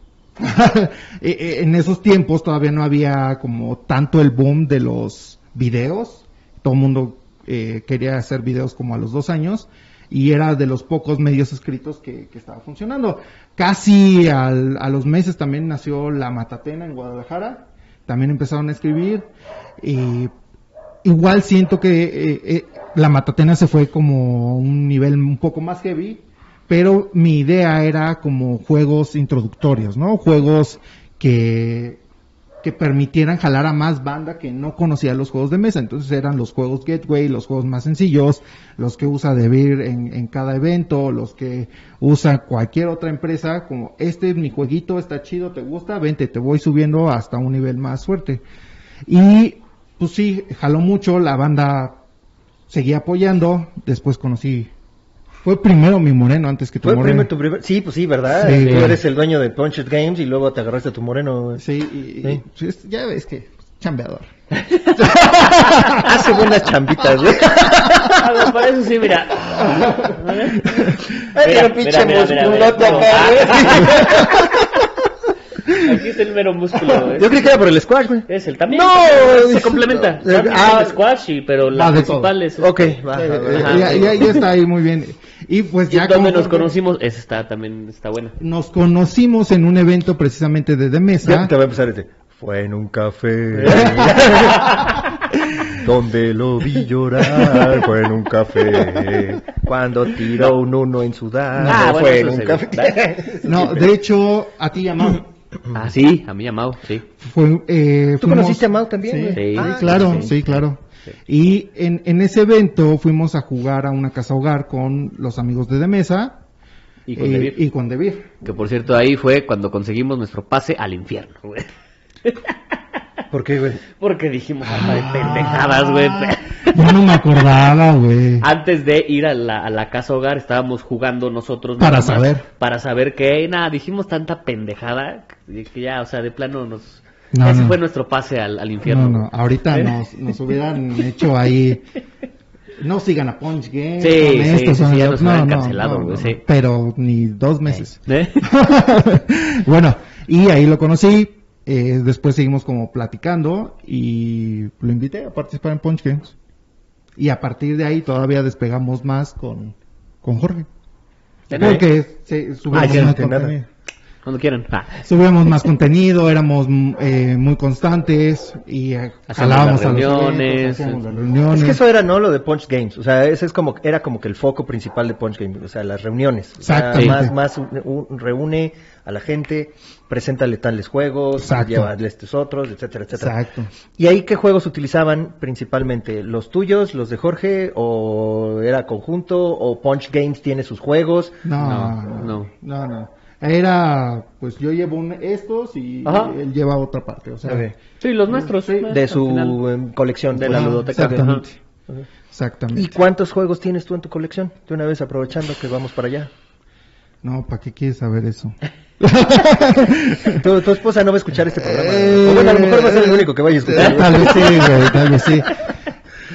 Speaker 4: E- e- en esos tiempos todavía no había como tanto el boom de los videos. Todo el mundo eh, quería hacer videos como a los dos años. Y era de los pocos medios escritos que, que estaba funcionando. Casi al- a los meses también nació La Matatena en Guadalajara. También empezaron a escribir. Y igual siento que eh, eh, la Matatena se fue como un nivel un poco más heavy, pero mi idea era como juegos introductorios, ¿no? Juegos que, que permitieran jalar a más banda que no conocía los juegos de mesa. Entonces eran los juegos Gateway, los juegos más sencillos, los que usa DeVir en, en cada evento, los que usa cualquier otra empresa, como este es mi jueguito, está chido, te gusta, vente, te voy subiendo hasta un nivel más fuerte. Y pues sí, jaló mucho, la banda seguía apoyando, después conocí, fue primero mi moreno antes que tu
Speaker 1: Fue el
Speaker 4: moreno.
Speaker 1: primer- tu primer- Sí, pues sí, ¿verdad?
Speaker 4: Sí,
Speaker 1: Tú
Speaker 4: güey.
Speaker 1: eres el dueño de Punched Games y luego te agarraste a tu moreno. güey.
Speaker 4: Sí, y- y- sí, es- ya ves que pues, chambeador.
Speaker 1: Hace buenas chambitas, güey.
Speaker 2: Ah, bueno, para eso sí, mira.
Speaker 1: Ay,
Speaker 2: Mira,
Speaker 1: pero pinche
Speaker 2: mira, mira,
Speaker 1: musculote
Speaker 2: mira, mira.
Speaker 1: acá, güey.
Speaker 2: Aquí está el mero músculo. ¿eh?
Speaker 1: Yo creí que era por el squash, güey.
Speaker 2: Es el también.
Speaker 1: No,
Speaker 2: también, se
Speaker 1: es-
Speaker 2: complementa.
Speaker 1: eh,
Speaker 2: ah,
Speaker 1: ah,
Speaker 2: squash, y- pero
Speaker 4: va
Speaker 2: la
Speaker 4: de todo.
Speaker 2: principal es. este.
Speaker 1: Ok, va. va,
Speaker 4: Eh, eh,
Speaker 1: va.
Speaker 2: Ajá.
Speaker 4: ya, ya- ya está ahí muy bien. Y pues ya
Speaker 2: donde
Speaker 4: como-
Speaker 2: nos conocimos, esa está también está buena.
Speaker 4: nos conocimos en un evento precisamente de, de mesa.
Speaker 1: Ya Te va a empezar este. Fue en un café donde lo vi llorar. Fue en un café cuando tiró un uno en su dado.
Speaker 2: Ah, bueno,
Speaker 1: fue en
Speaker 2: eso
Speaker 1: un
Speaker 2: es
Speaker 1: café.
Speaker 4: No, de hecho, a ti llamamos.
Speaker 2: Ah, sí, a mí llamado, sí.
Speaker 4: Fue, eh,
Speaker 1: ¿Tú
Speaker 4: fuimos-
Speaker 1: conociste a Mau también?
Speaker 4: Sí,
Speaker 1: güey?
Speaker 2: Sí.
Speaker 4: sí,
Speaker 1: Ah,
Speaker 4: claro,
Speaker 2: sí,
Speaker 4: sí,
Speaker 2: sí.
Speaker 4: claro. Y en, en ese evento fuimos a jugar a una casa hogar con los amigos de De Mesa
Speaker 2: Y con
Speaker 4: eh,
Speaker 2: David.
Speaker 4: y con Debir.
Speaker 2: Que por cierto, ahí fue cuando conseguimos nuestro pase al infierno, güey.
Speaker 1: ¿Por qué, güey?
Speaker 2: Porque dijimos, "Ah, de pendejadas, güey.
Speaker 4: Yo no me acordaba, güey.
Speaker 2: Antes de ir a la, a la casa hogar, estábamos jugando nosotros. nada
Speaker 4: Para
Speaker 2: más,
Speaker 4: saber.
Speaker 2: Para saber que, nada, dijimos tanta pendejada que que ya, o sea, de plano nos.
Speaker 4: No,
Speaker 2: ese
Speaker 4: no.
Speaker 2: fue nuestro pase al, al infierno.
Speaker 4: No, no, ahorita
Speaker 2: ¿Eh?
Speaker 4: nos, nos hubieran hecho ahí. No sigan a Punch Game.
Speaker 2: Sí,
Speaker 4: con
Speaker 2: sí,
Speaker 4: esto,
Speaker 2: sí,
Speaker 4: son
Speaker 2: sí, ya
Speaker 4: el-
Speaker 2: nos hubieran cancelado, güey, sí.
Speaker 4: Pero ni dos meses.
Speaker 2: ¿Eh?
Speaker 4: bueno, y ahí lo conocí. eh, después seguimos como platicando y lo invité a participar en Punch Games. Y a partir de ahí todavía despegamos más con, con Jorge. Porque se-
Speaker 1: Ah,
Speaker 4: subimos
Speaker 1: ya no
Speaker 4: más
Speaker 1: tiene nada.
Speaker 4: contenido.
Speaker 2: Cuando quieran. Ah.
Speaker 4: Subíamos más contenido, éramos mm, eh, muy constantes y eh,
Speaker 2: Hacíamos
Speaker 4: jalábamos
Speaker 2: las
Speaker 4: a los
Speaker 2: reuniones,
Speaker 4: eventos, hacíamos las
Speaker 2: es-
Speaker 4: reuniones.
Speaker 1: Es que eso era, ¿no? Lo de Punch Games. O sea, ese es como, era como que el foco principal de Punch Games. O sea, las reuniones. O sea,
Speaker 4: Exactamente.
Speaker 1: más, más un- un- reúne a la gente, preséntale tales juegos,
Speaker 4: Exacto.
Speaker 1: llévale estos otros, etcétera, etcétera.
Speaker 4: Exacto.
Speaker 1: ¿Y ahí qué juegos utilizaban principalmente? ¿Los tuyos, los de Jorge, o era conjunto, o Punch Games tiene sus juegos?
Speaker 4: No,
Speaker 2: No,
Speaker 4: no,
Speaker 2: no.
Speaker 4: no. Era, pues yo llevo un- estos y
Speaker 2: Ajá.
Speaker 4: él lleva otra parte. O sea, pues,
Speaker 1: Ok.
Speaker 2: Sí, los nuestros. eh,
Speaker 1: De
Speaker 2: al final.
Speaker 1: su em, colección.
Speaker 2: De
Speaker 1: pues.
Speaker 2: la
Speaker 4: Ajá,
Speaker 2: ludoteca.
Speaker 4: Exactamente.
Speaker 1: Ajá.
Speaker 4: Exactamente.
Speaker 1: ¿Y cuántos juegos tienes tú en tu colección? De una vez aprovechando que vamos para allá.
Speaker 4: No, ¿para qué quieres saber eso?
Speaker 1: Tu, tu esposa no va a escuchar este programa. ¿no? O bueno, a lo mejor va a ser el único que vaya a escuchar.
Speaker 4: Eh, Tal vez sí, güey, tal vez sí.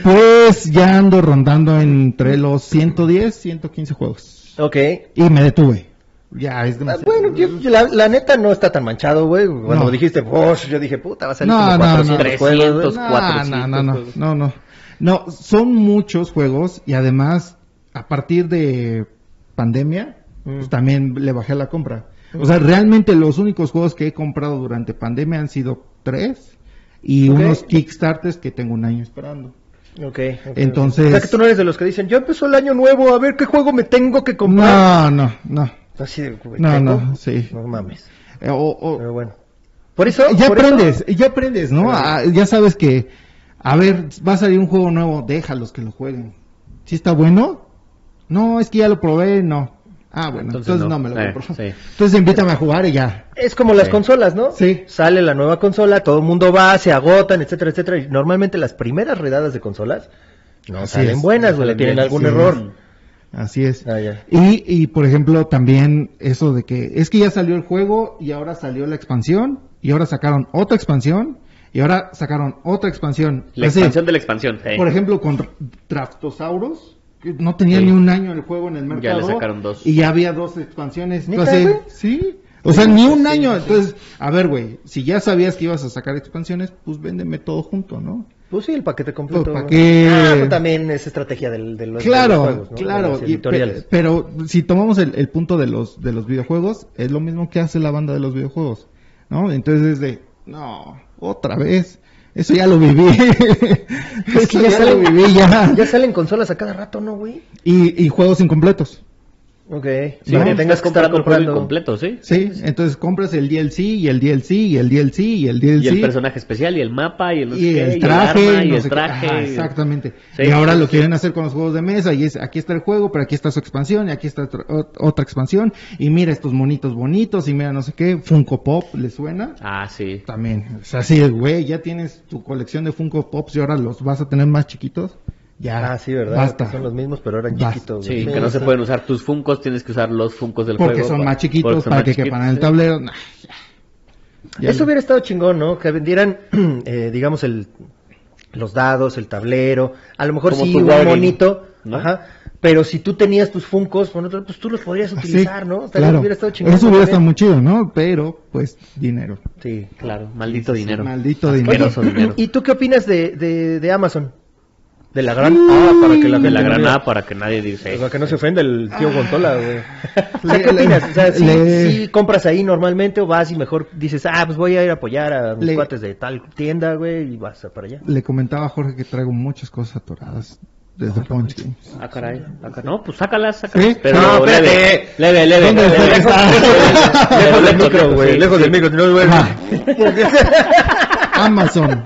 Speaker 4: Pues ya ando rondando entre los 110, 115 juegos.
Speaker 1: Ok.
Speaker 4: Y me detuve. Ya, es
Speaker 1: Ah,
Speaker 4: demasiado.
Speaker 1: Bueno, yo- yo la, la neta no está tan manchado, güey. Cuando
Speaker 4: No.
Speaker 1: dijiste, "Bosh", yo dije, puta, va a salir
Speaker 4: No,
Speaker 1: como
Speaker 4: no,
Speaker 1: 400
Speaker 2: no.
Speaker 1: juegos. güey.
Speaker 2: los 400
Speaker 4: no, no, no,
Speaker 2: juegos.
Speaker 4: no, no. No, son muchos juegos y además, a partir de pandemia, pues,
Speaker 1: Mm.
Speaker 4: también le bajé la compra. O sea, realmente los únicos juegos que he comprado durante pandemia han sido tres y
Speaker 1: Ok.
Speaker 4: unos Kickstarters que tengo un año esperando.
Speaker 1: Ok. ok.
Speaker 4: Entonces-
Speaker 1: O sea que tú no eres de los que dicen, ya empezó el año nuevo, a ver qué juego me tengo que comprar.
Speaker 4: No, no, no.
Speaker 1: Así de, güey,
Speaker 4: No,
Speaker 1: ¿tengo?
Speaker 4: no, sí.
Speaker 1: No mames.
Speaker 4: Eh, o- o-
Speaker 1: Pero bueno. Por eso.
Speaker 4: ya
Speaker 1: por eso-
Speaker 4: aprendes, ya aprendes, ¿no? Ah, ya sabes que, a ver, va a salir un juego nuevo, déjalos que lo jueguen. ¿Si está bueno? No, es que ya lo probé, no. Ah, bueno,
Speaker 2: Entonces
Speaker 4: entonces,
Speaker 2: no.
Speaker 4: no. me lo
Speaker 2: Eh,
Speaker 4: compro.
Speaker 2: sí.
Speaker 4: Entonces invítame a jugar y ya.
Speaker 1: Es como las
Speaker 2: Sí.
Speaker 1: consolas, ¿no?
Speaker 4: Sí.
Speaker 1: Sale la nueva consola, todo el mundo va, se agotan, etcétera, etcétera. Y normalmente las primeras redadas de consolas no
Speaker 4: Así
Speaker 1: salen
Speaker 4: es.
Speaker 1: buenas,
Speaker 4: No
Speaker 1: güey, le
Speaker 4: salen
Speaker 1: tienen
Speaker 4: bien,
Speaker 1: algún
Speaker 4: sí.
Speaker 1: error.
Speaker 4: Así es.
Speaker 1: Ah, ya.
Speaker 4: Y, y, por ejemplo, también eso de que es que ya salió el juego y ahora salió la expansión y ahora sacaron otra expansión y ahora sacaron otra expansión.
Speaker 2: La
Speaker 4: Así.
Speaker 2: expansión de la expansión. sí.
Speaker 4: Por ejemplo, con Traptosaurus, que no tenía
Speaker 2: Sí.
Speaker 4: ni un año el juego en el
Speaker 2: Ya
Speaker 4: mercado.
Speaker 2: le sacaron dos.
Speaker 4: Y ya había dos expansiones.
Speaker 1: ¿Neta, güey?
Speaker 4: Entonces, sí. O sea, ni un año. Entonces, a ver, güey, si ya sabías que ibas a sacar expansiones, pues véndeme todo junto, ¿no?
Speaker 1: Pues sí, el paquete completo.
Speaker 4: Pues,
Speaker 1: güey.
Speaker 4: paquete.
Speaker 1: Ah, pues también es estrategia del, de los, de
Speaker 4: claro,
Speaker 1: los juegos, ¿no? De
Speaker 4: claro.
Speaker 1: las
Speaker 4: y pe-
Speaker 1: editoriales.
Speaker 4: pero si tomamos el, el punto de los, de los videojuegos, es lo mismo que hace la banda de los videojuegos, ¿no? Entonces es de, no, otra vez. Eso ya lo viví.
Speaker 1: Es que
Speaker 4: Eso
Speaker 1: ya
Speaker 4: ya, lo
Speaker 1: salen-
Speaker 4: viví, ya.
Speaker 1: Ya salen consolas a cada rato, ¿no, güey?
Speaker 4: Y, y juegos incompletos.
Speaker 1: Ok.
Speaker 2: Sí,
Speaker 1: No,
Speaker 2: que
Speaker 1: tengas
Speaker 2: estás
Speaker 1: que estar
Speaker 2: comprando el juego
Speaker 1: comprando.
Speaker 2: completo, sí. pues.
Speaker 4: Sí, entonces compras el DLC y el DLC y el DLC y el DLC.
Speaker 2: Y el personaje especial, y el mapa, y el, no sé
Speaker 4: y
Speaker 2: qué,
Speaker 4: el traje,
Speaker 2: arma, y
Speaker 4: no
Speaker 2: el
Speaker 4: sé qué.
Speaker 2: traje.
Speaker 4: Ajá,
Speaker 2: y-
Speaker 4: exactamente.
Speaker 2: Sí,
Speaker 4: y ahora
Speaker 2: sí,
Speaker 4: lo
Speaker 2: sí.
Speaker 4: quieren hacer con los juegos de mesa y es aquí está el juego, pero aquí está su expansión y aquí está otra- ot- otra expansión y mira estos monitos bonitos y mira no sé qué, Funko Pop, ¿le suena?
Speaker 2: Ah, sí.
Speaker 4: También, o sea, sí, güey, ya tienes tu colección de Funko Pops y ahora los vas a tener más chiquitos. Ya.
Speaker 1: Ah, sí, ¿verdad?
Speaker 4: Basta.
Speaker 1: Que Son los mismos, pero eran
Speaker 4: Basta.
Speaker 1: chiquitos.
Speaker 2: Sí,
Speaker 1: güey.
Speaker 2: que no se
Speaker 1: Sí.
Speaker 2: pueden usar tus funcos, tienes que usar los funcos del
Speaker 4: porque
Speaker 2: juego.
Speaker 4: son
Speaker 2: pa-
Speaker 4: más
Speaker 2: porque
Speaker 4: chiquitos
Speaker 2: son
Speaker 4: para
Speaker 2: más
Speaker 4: que
Speaker 2: chiquitos,
Speaker 4: quepan en el
Speaker 2: sí.
Speaker 4: tablero. Nah, ya. Ya
Speaker 1: Eso
Speaker 4: no.
Speaker 1: hubiera estado chingón, ¿no? Que vendieran, eh, digamos, el, los dados, el tablero, a lo mejor
Speaker 2: Como
Speaker 1: sí
Speaker 2: tu
Speaker 1: un
Speaker 2: Wargame,
Speaker 1: monito,
Speaker 2: ¿no?
Speaker 1: ajá, pero si tú tenías tus funcos, bueno, tú- pues tú los podrías
Speaker 4: Así,
Speaker 1: utilizar, ¿no? Tal vez
Speaker 4: Ah, claro.
Speaker 1: hubiera estado chingón.
Speaker 4: Eso hubiera estado
Speaker 1: también.
Speaker 4: muy chido, ¿no? Pero, pues, dinero.
Speaker 1: Sí.
Speaker 2: Claro, maldito dinero.
Speaker 4: Maldito
Speaker 1: Oye,
Speaker 4: dinero.
Speaker 2: Asqueroso dinero.
Speaker 1: ¿Y tú qué opinas de, de, de Amazon? De la gran A, para que la,
Speaker 2: De la
Speaker 1: gente no
Speaker 2: gran
Speaker 1: diga-
Speaker 2: A para que nadie "Eh, dice.
Speaker 1: O sea, que no se ofenda el tío Gontola, güey. O sea,
Speaker 4: Le-
Speaker 1: ¿qué opinas? O sea, si,
Speaker 4: le-
Speaker 1: compras ahí normalmente o vas y mejor dices, ah, pues voy a ir a apoyar a mis
Speaker 4: Le-
Speaker 1: cuates de tal tienda, güey, y vas para allá.
Speaker 4: Le comentaba a Jorge que traigo muchas cosas atoradas desde Punch Games.
Speaker 2: Ah, caray. acá- No, pues sácalas, sácalas.
Speaker 4: ¿Sí?
Speaker 2: Pero
Speaker 1: No, espérate.
Speaker 2: leve, leve, leve.
Speaker 4: ¿Dónde
Speaker 2: leve,
Speaker 4: está?
Speaker 1: Lejos del
Speaker 2: lejos,
Speaker 1: micro, güey.
Speaker 2: sí,
Speaker 1: Lejos
Speaker 2: sí.
Speaker 1: del micro, si no lo ves.
Speaker 4: Ah, Amazon.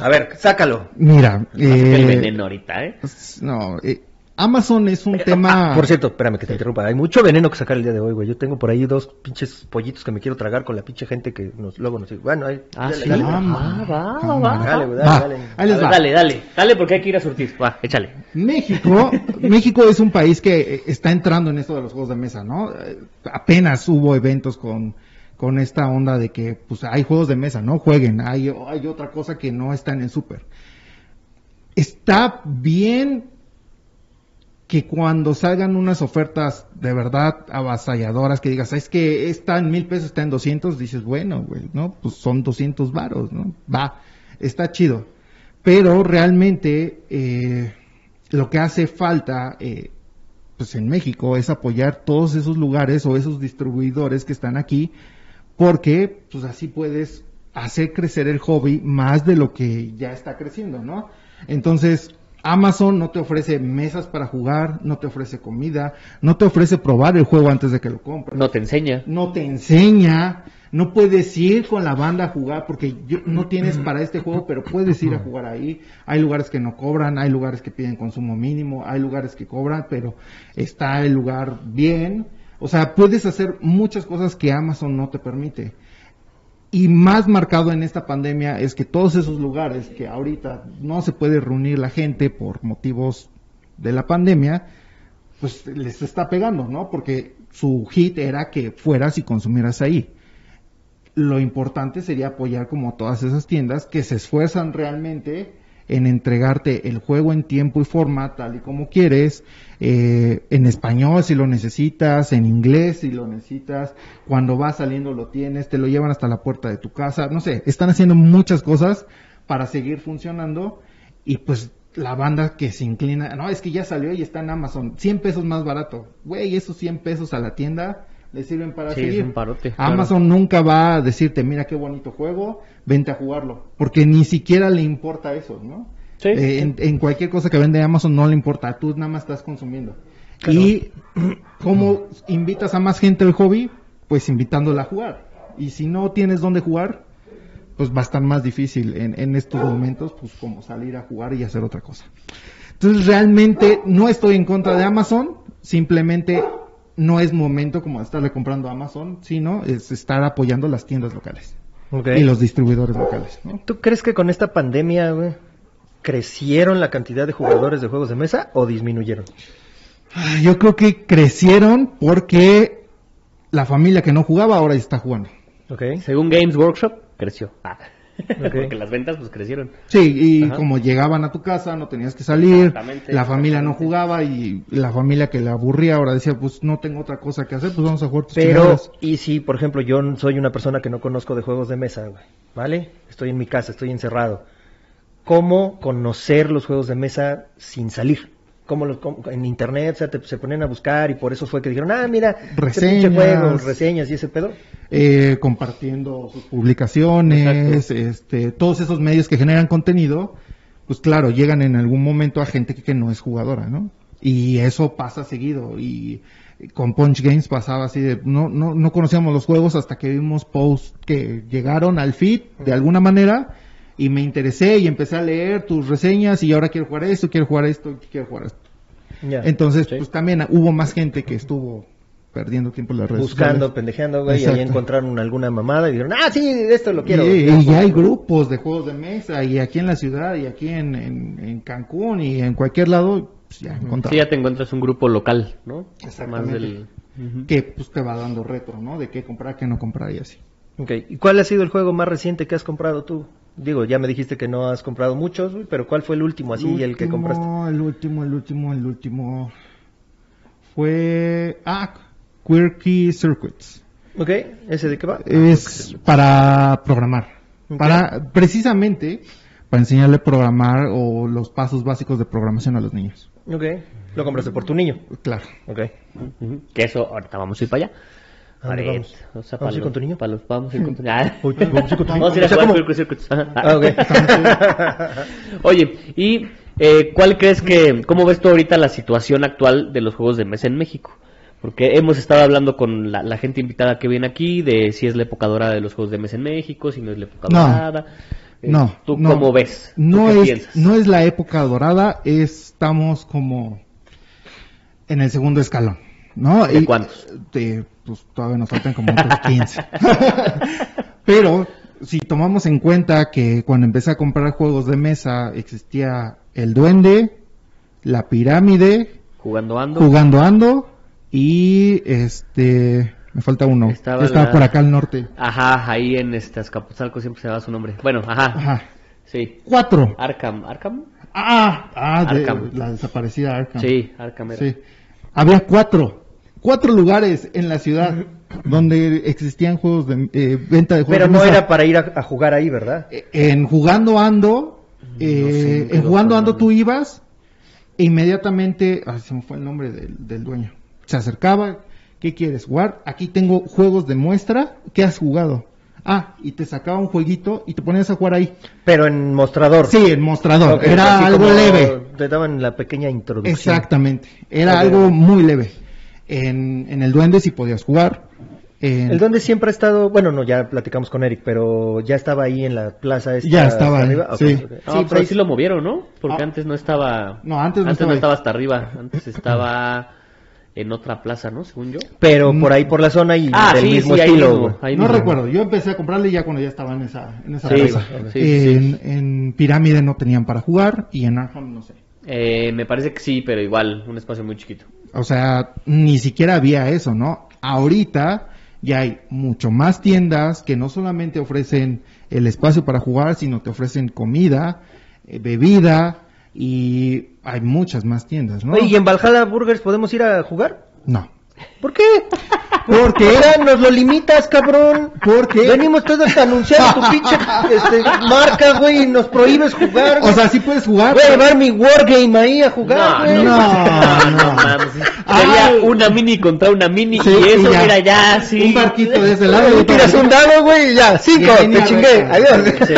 Speaker 1: A ver, sácalo.
Speaker 4: Mira,
Speaker 2: El
Speaker 4: eh,
Speaker 2: veneno ahorita, ¿eh?
Speaker 4: no, eh, Amazon es un tema.
Speaker 1: Ah, Por cierto, espérame que te interrumpa. Hay mucho veneno que sacar el día de hoy, güey. Yo tengo por ahí dos pinches pollitos que me quiero tragar con la pinche gente que nos, luego nos dice, bueno, ahí.
Speaker 2: Ah,
Speaker 1: dale,
Speaker 2: sí.
Speaker 1: dale.
Speaker 2: Ah,
Speaker 4: Cama,
Speaker 2: va,
Speaker 4: cama.
Speaker 2: va, va.
Speaker 1: Dale, güey,
Speaker 4: Va,
Speaker 1: dale, dale.
Speaker 4: ahí les va.
Speaker 2: Dale, dale, dale, porque hay que ir a surtir. Va, échale.
Speaker 4: México, México es un país que eh, está entrando en esto de los juegos de mesa, ¿no? Eh, Apenas hubo eventos con, con esta onda de que, pues, hay juegos de mesa, ¿no? Jueguen, hay, hay otra cosa que no está en el súper. Está bien que cuando salgan unas ofertas de verdad avasalladoras que digas, es que está en mil pesos, está en 200, dices, bueno, güey, ¿no? Pues son 200 varos, ¿no? Va, está chido. Pero realmente eh, lo que hace falta eh, pues en México es apoyar todos esos lugares o esos distribuidores que están aquí porque pues así puedes hacer crecer el hobby más de lo que ya está creciendo, ¿no? Entonces, Amazon no te ofrece mesas para jugar, no te ofrece comida, no te ofrece probar el juego antes de que lo compres
Speaker 2: No te enseña.
Speaker 4: no te enseña, no puedes ir con la banda a jugar porque yo- no tienes para este juego, pero puedes ir a jugar ahí. Hay lugares que no cobran, hay lugares que piden consumo mínimo, hay lugares que cobran, pero está el lugar bien. O sea, puedes hacer muchas cosas que Amazon no te permite. Y más marcado en esta pandemia es que todos esos lugares que ahorita no se puede reunir la gente por motivos de la pandemia, pues les está pegando, ¿no? Porque su hit era que fueras y consumieras ahí. Lo importante sería apoyar como a todas esas tiendas que se esfuerzan realmente en entregarte el juego en tiempo y forma tal y como quieres, eh, en español si lo necesitas, en inglés si lo necesitas, cuando vas saliendo lo tienes, te lo llevan hasta la puerta de tu casa, no sé, están haciendo muchas cosas para seguir funcionando y pues la banda que se inclina, no, es que ya salió y está en Amazon, 100 pesos más barato. Güey, esos 100 pesos a la tienda
Speaker 6: le sirven para
Speaker 2: Sí,
Speaker 6: seguir.
Speaker 2: es un parote. claro.
Speaker 4: Amazon nunca va a decirte, mira qué bonito juego, vente a jugarlo, porque ni siquiera le importa eso, ¿no?
Speaker 3: Sí.
Speaker 4: Eh, en, en cualquier cosa que vende Amazon no le importa, tú nada más estás consumiendo. Y cómo invitas a más gente al hobby, pues invitándola a jugar. Y si no tienes dónde jugar, pues va a estar más difícil en, en estos momentos, pues como salir a jugar y hacer otra cosa. Entonces realmente no estoy en contra de Amazon, simplemente no es momento como de estarle comprando a Amazon, sino es estar apoyando las tiendas locales
Speaker 1: Ok.
Speaker 4: y los distribuidores locales, ¿no?
Speaker 1: ¿Tú crees que con esta pandemia, güey, crecieron la cantidad de jugadores de juegos de mesa o disminuyeron?
Speaker 4: Ah, Yo creo que crecieron porque la familia que no jugaba ahora está jugando.
Speaker 1: Ok.
Speaker 2: Según Games Workshop, creció. Ah. Porque
Speaker 1: Ok.
Speaker 2: las ventas pues crecieron.
Speaker 4: Sí, y
Speaker 1: Ajá.
Speaker 4: como llegaban a tu casa, no tenías que salir,
Speaker 3: Exactamente,
Speaker 4: la familia no jugaba y la familia que le aburría ahora decía, pues no tengo otra cosa que hacer, pues vamos a jugar tus
Speaker 1: Pero,
Speaker 4: chingaderas.
Speaker 1: y si, por ejemplo, yo n- soy una persona que no conozco de juegos de mesa, güey, ¿vale? Estoy en mi casa, estoy encerrado. ¿Cómo conocer los juegos de mesa sin salir? ¿Cómo los, cómo- en internet o sea, te- se ponen a buscar y por eso fue que dijeron, ah, mira, este pinche
Speaker 4: Reseñas.
Speaker 1: juego, reseñas y ese pedo?
Speaker 4: Eh, compartiendo sus publicaciones, este, todos esos medios que generan contenido, pues claro, llegan en algún momento a gente que, que no es jugadora, ¿no? Y eso pasa seguido. Y con Punch Games pasaba así de, no, no, no conocíamos los juegos hasta que vimos posts que llegaron al feed de alguna manera y me interesé y empecé a leer tus reseñas y ahora quiero jugar esto, quiero jugar esto, quiero jugar esto.
Speaker 1: Ya.
Speaker 4: Entonces,
Speaker 2: Sí.
Speaker 4: pues también hubo más gente que estuvo perdiendo tiempo en las redes
Speaker 1: Buscando,
Speaker 4: sociales.
Speaker 1: pendejeando, güey, y ahí
Speaker 4: pues, Exacto.
Speaker 1: encontraron alguna mamada y dijeron, ah, sí, esto lo quiero.
Speaker 4: Y, y ya hay grupos de juegos de mesa, y aquí en la ciudad, y aquí en, en- en Cancún, y en cualquier lado, pues ya encontramos.
Speaker 2: Sí, ya te encuentras un grupo local, ¿no? Más
Speaker 4: Exactamente.
Speaker 2: del...
Speaker 4: Que pues te va dando retro, ¿no? De qué comprar, qué no comprar y así.
Speaker 1: Ok, ¿y cuál ha sido el juego más reciente que has comprado tú? Digo, ya me dijiste que no has comprado muchos, güey, pero ¿cuál fue el último así, el, que
Speaker 4: último,
Speaker 1: compraste?
Speaker 4: El último, el último, el último. Fue. Ah, Quirky Circuits.
Speaker 1: Ok, ¿ese de qué va?
Speaker 4: Es para programar.
Speaker 1: Ah, Ok.
Speaker 4: Para, precisamente, para enseñarle a programar o los pasos básicos de programación a los niños.
Speaker 1: Ok, lo compraste por tu niño.
Speaker 4: Claro.
Speaker 1: Ok,
Speaker 2: Ujú. Que eso, ahorita vamos a ir para allá.
Speaker 1: ¿A dónde
Speaker 2: Ahorita,
Speaker 1: vamos?
Speaker 2: O sea,
Speaker 1: ¿Vamos a
Speaker 2: para
Speaker 1: ir con tu
Speaker 2: los-
Speaker 1: niño?
Speaker 2: para los- vamos a ir con tu niño. Ah.
Speaker 1: Uy, vamos a ir con tu niño.
Speaker 2: Vamos a ir
Speaker 1: O
Speaker 2: a
Speaker 1: sea,
Speaker 2: jugar
Speaker 1: ¿cómo?
Speaker 2: Circuit Circuits. Ajá.
Speaker 1: ah, ok.
Speaker 2: Oye, ¿y eh, cuál crees que, cómo ves tú ahorita la situación actual de los juegos de mesa en México? Porque hemos estado hablando con la, la gente invitada que viene aquí de si es la época dorada de los juegos de mesa en México, si no es la época
Speaker 4: No.
Speaker 2: dorada. Eh,
Speaker 4: No.
Speaker 2: ¿Tú
Speaker 4: no.
Speaker 2: cómo ves? ¿Tú
Speaker 4: No
Speaker 2: qué
Speaker 4: es,
Speaker 2: piensas?
Speaker 4: no es la época dorada, es- estamos como en el segundo escalón, ¿no?
Speaker 2: ¿De
Speaker 4: Y-
Speaker 2: cuántos?
Speaker 4: de- pues todavía nos faltan como otros 15. Pero si tomamos en cuenta que cuando empecé a comprar juegos de mesa existía el duende, la pirámide,
Speaker 2: Jugando ando.
Speaker 4: jugando ando y este me falta uno.
Speaker 2: Estaba
Speaker 4: que estaba
Speaker 2: la-
Speaker 4: por acá al norte.
Speaker 2: Ajá, ahí en este Azcapotzalco siempre se daba su nombre. Bueno, ajá,
Speaker 4: Ajá.
Speaker 2: sí.
Speaker 4: Cuatro.
Speaker 2: Arkham, Arkham.
Speaker 4: Ah, ah, de-
Speaker 2: Arkham.
Speaker 4: la desaparecida Arkham.
Speaker 2: Sí, Arkham era.
Speaker 4: Sí. Había cuatro, cuatro lugares en la ciudad donde existían juegos de eh, venta de juegos.
Speaker 1: Pero
Speaker 4: de
Speaker 1: no
Speaker 4: mesa.
Speaker 1: era para ir a, a jugar ahí, ¿verdad?
Speaker 4: Eh, En jugando ando, eh,
Speaker 2: nunca
Speaker 4: en
Speaker 2: lo
Speaker 4: jugando ando
Speaker 2: probaron.
Speaker 4: tú ibas e inmediatamente, ay, se me fue el nombre del, del dueño. Se acercaba, ¿qué quieres jugar? Aquí tengo juegos de muestra, ¿qué has jugado? Ah, y te sacaba un jueguito y te ponías a jugar ahí.
Speaker 1: Pero en mostrador.
Speaker 4: Sí, el mostrador.
Speaker 1: Ok,
Speaker 4: Era
Speaker 1: así
Speaker 4: algo
Speaker 1: como
Speaker 4: leve.
Speaker 1: Te daban la pequeña introducción.
Speaker 4: Exactamente. Era
Speaker 1: Ok.
Speaker 4: algo muy leve. En, en el Duende sí podías jugar. En-
Speaker 1: El donde siempre ha estado, bueno, no, ya platicamos con Eric, pero ya estaba ahí en la plaza esta
Speaker 4: Ya estaba
Speaker 1: de
Speaker 4: ahí,
Speaker 1: Ok,
Speaker 4: sí.
Speaker 1: ok. Sí,
Speaker 2: No, pero
Speaker 1: por ahí
Speaker 2: Ah, pues sí lo movieron, ¿no? Porque
Speaker 4: Ah.
Speaker 2: antes no estaba.
Speaker 4: No, antes no
Speaker 2: no
Speaker 4: estaba ahí.
Speaker 2: estaba hasta arriba. Antes estaba en otra plaza, ¿no? Según yo.
Speaker 1: Pero
Speaker 4: Mm.
Speaker 1: por ahí por la zona y
Speaker 2: Ah,
Speaker 1: del
Speaker 2: sí,
Speaker 1: mismo
Speaker 2: sí, ahí
Speaker 1: estilo.
Speaker 2: mismo,
Speaker 1: güey.
Speaker 2: ahí
Speaker 4: no
Speaker 2: mismo.
Speaker 4: recuerdo. Yo empecé a comprarle ya cuando ya estaba en esa, en esa
Speaker 2: Sí,
Speaker 4: plaza.
Speaker 2: sí, sí,
Speaker 4: en, en Pirámide no tenían para jugar y en Arkham no sé.
Speaker 2: Eh, me parece que sí, pero igual, un espacio muy chiquito.
Speaker 4: O sea, ni siquiera había eso, ¿no? Ahorita ya hay mucho más tiendas que no solamente ofrecen el espacio para jugar, sino que ofrecen comida, eh, bebida y hay muchas más tiendas, ¿no?
Speaker 1: Oye, ¿y en Valhalla Burgers podemos ir a jugar?
Speaker 4: No.
Speaker 1: ¿Por qué? Porque nos lo limitas, cabrón.
Speaker 4: Porque-
Speaker 1: Venimos todos a anunciar tu pinche este, marca, güey, y nos prohíbes jugar.
Speaker 4: O
Speaker 1: güey.
Speaker 4: sea, sí puedes jugar.
Speaker 1: Voy a llevar mi wargame ahí a jugar,
Speaker 2: No,
Speaker 1: güey.
Speaker 4: No, no.
Speaker 2: Sería una mini contra una mini
Speaker 4: Sí,
Speaker 2: y eso
Speaker 4: y ya.
Speaker 2: mira ya sí.
Speaker 4: Un barquito de ese lado. y
Speaker 1: Tú
Speaker 4: otro
Speaker 1: tiras un dado, güey, y ya, cinco,
Speaker 4: Y ahí ni
Speaker 1: te
Speaker 4: a
Speaker 1: chingué,
Speaker 4: ver.
Speaker 1: adiós.
Speaker 2: Sí.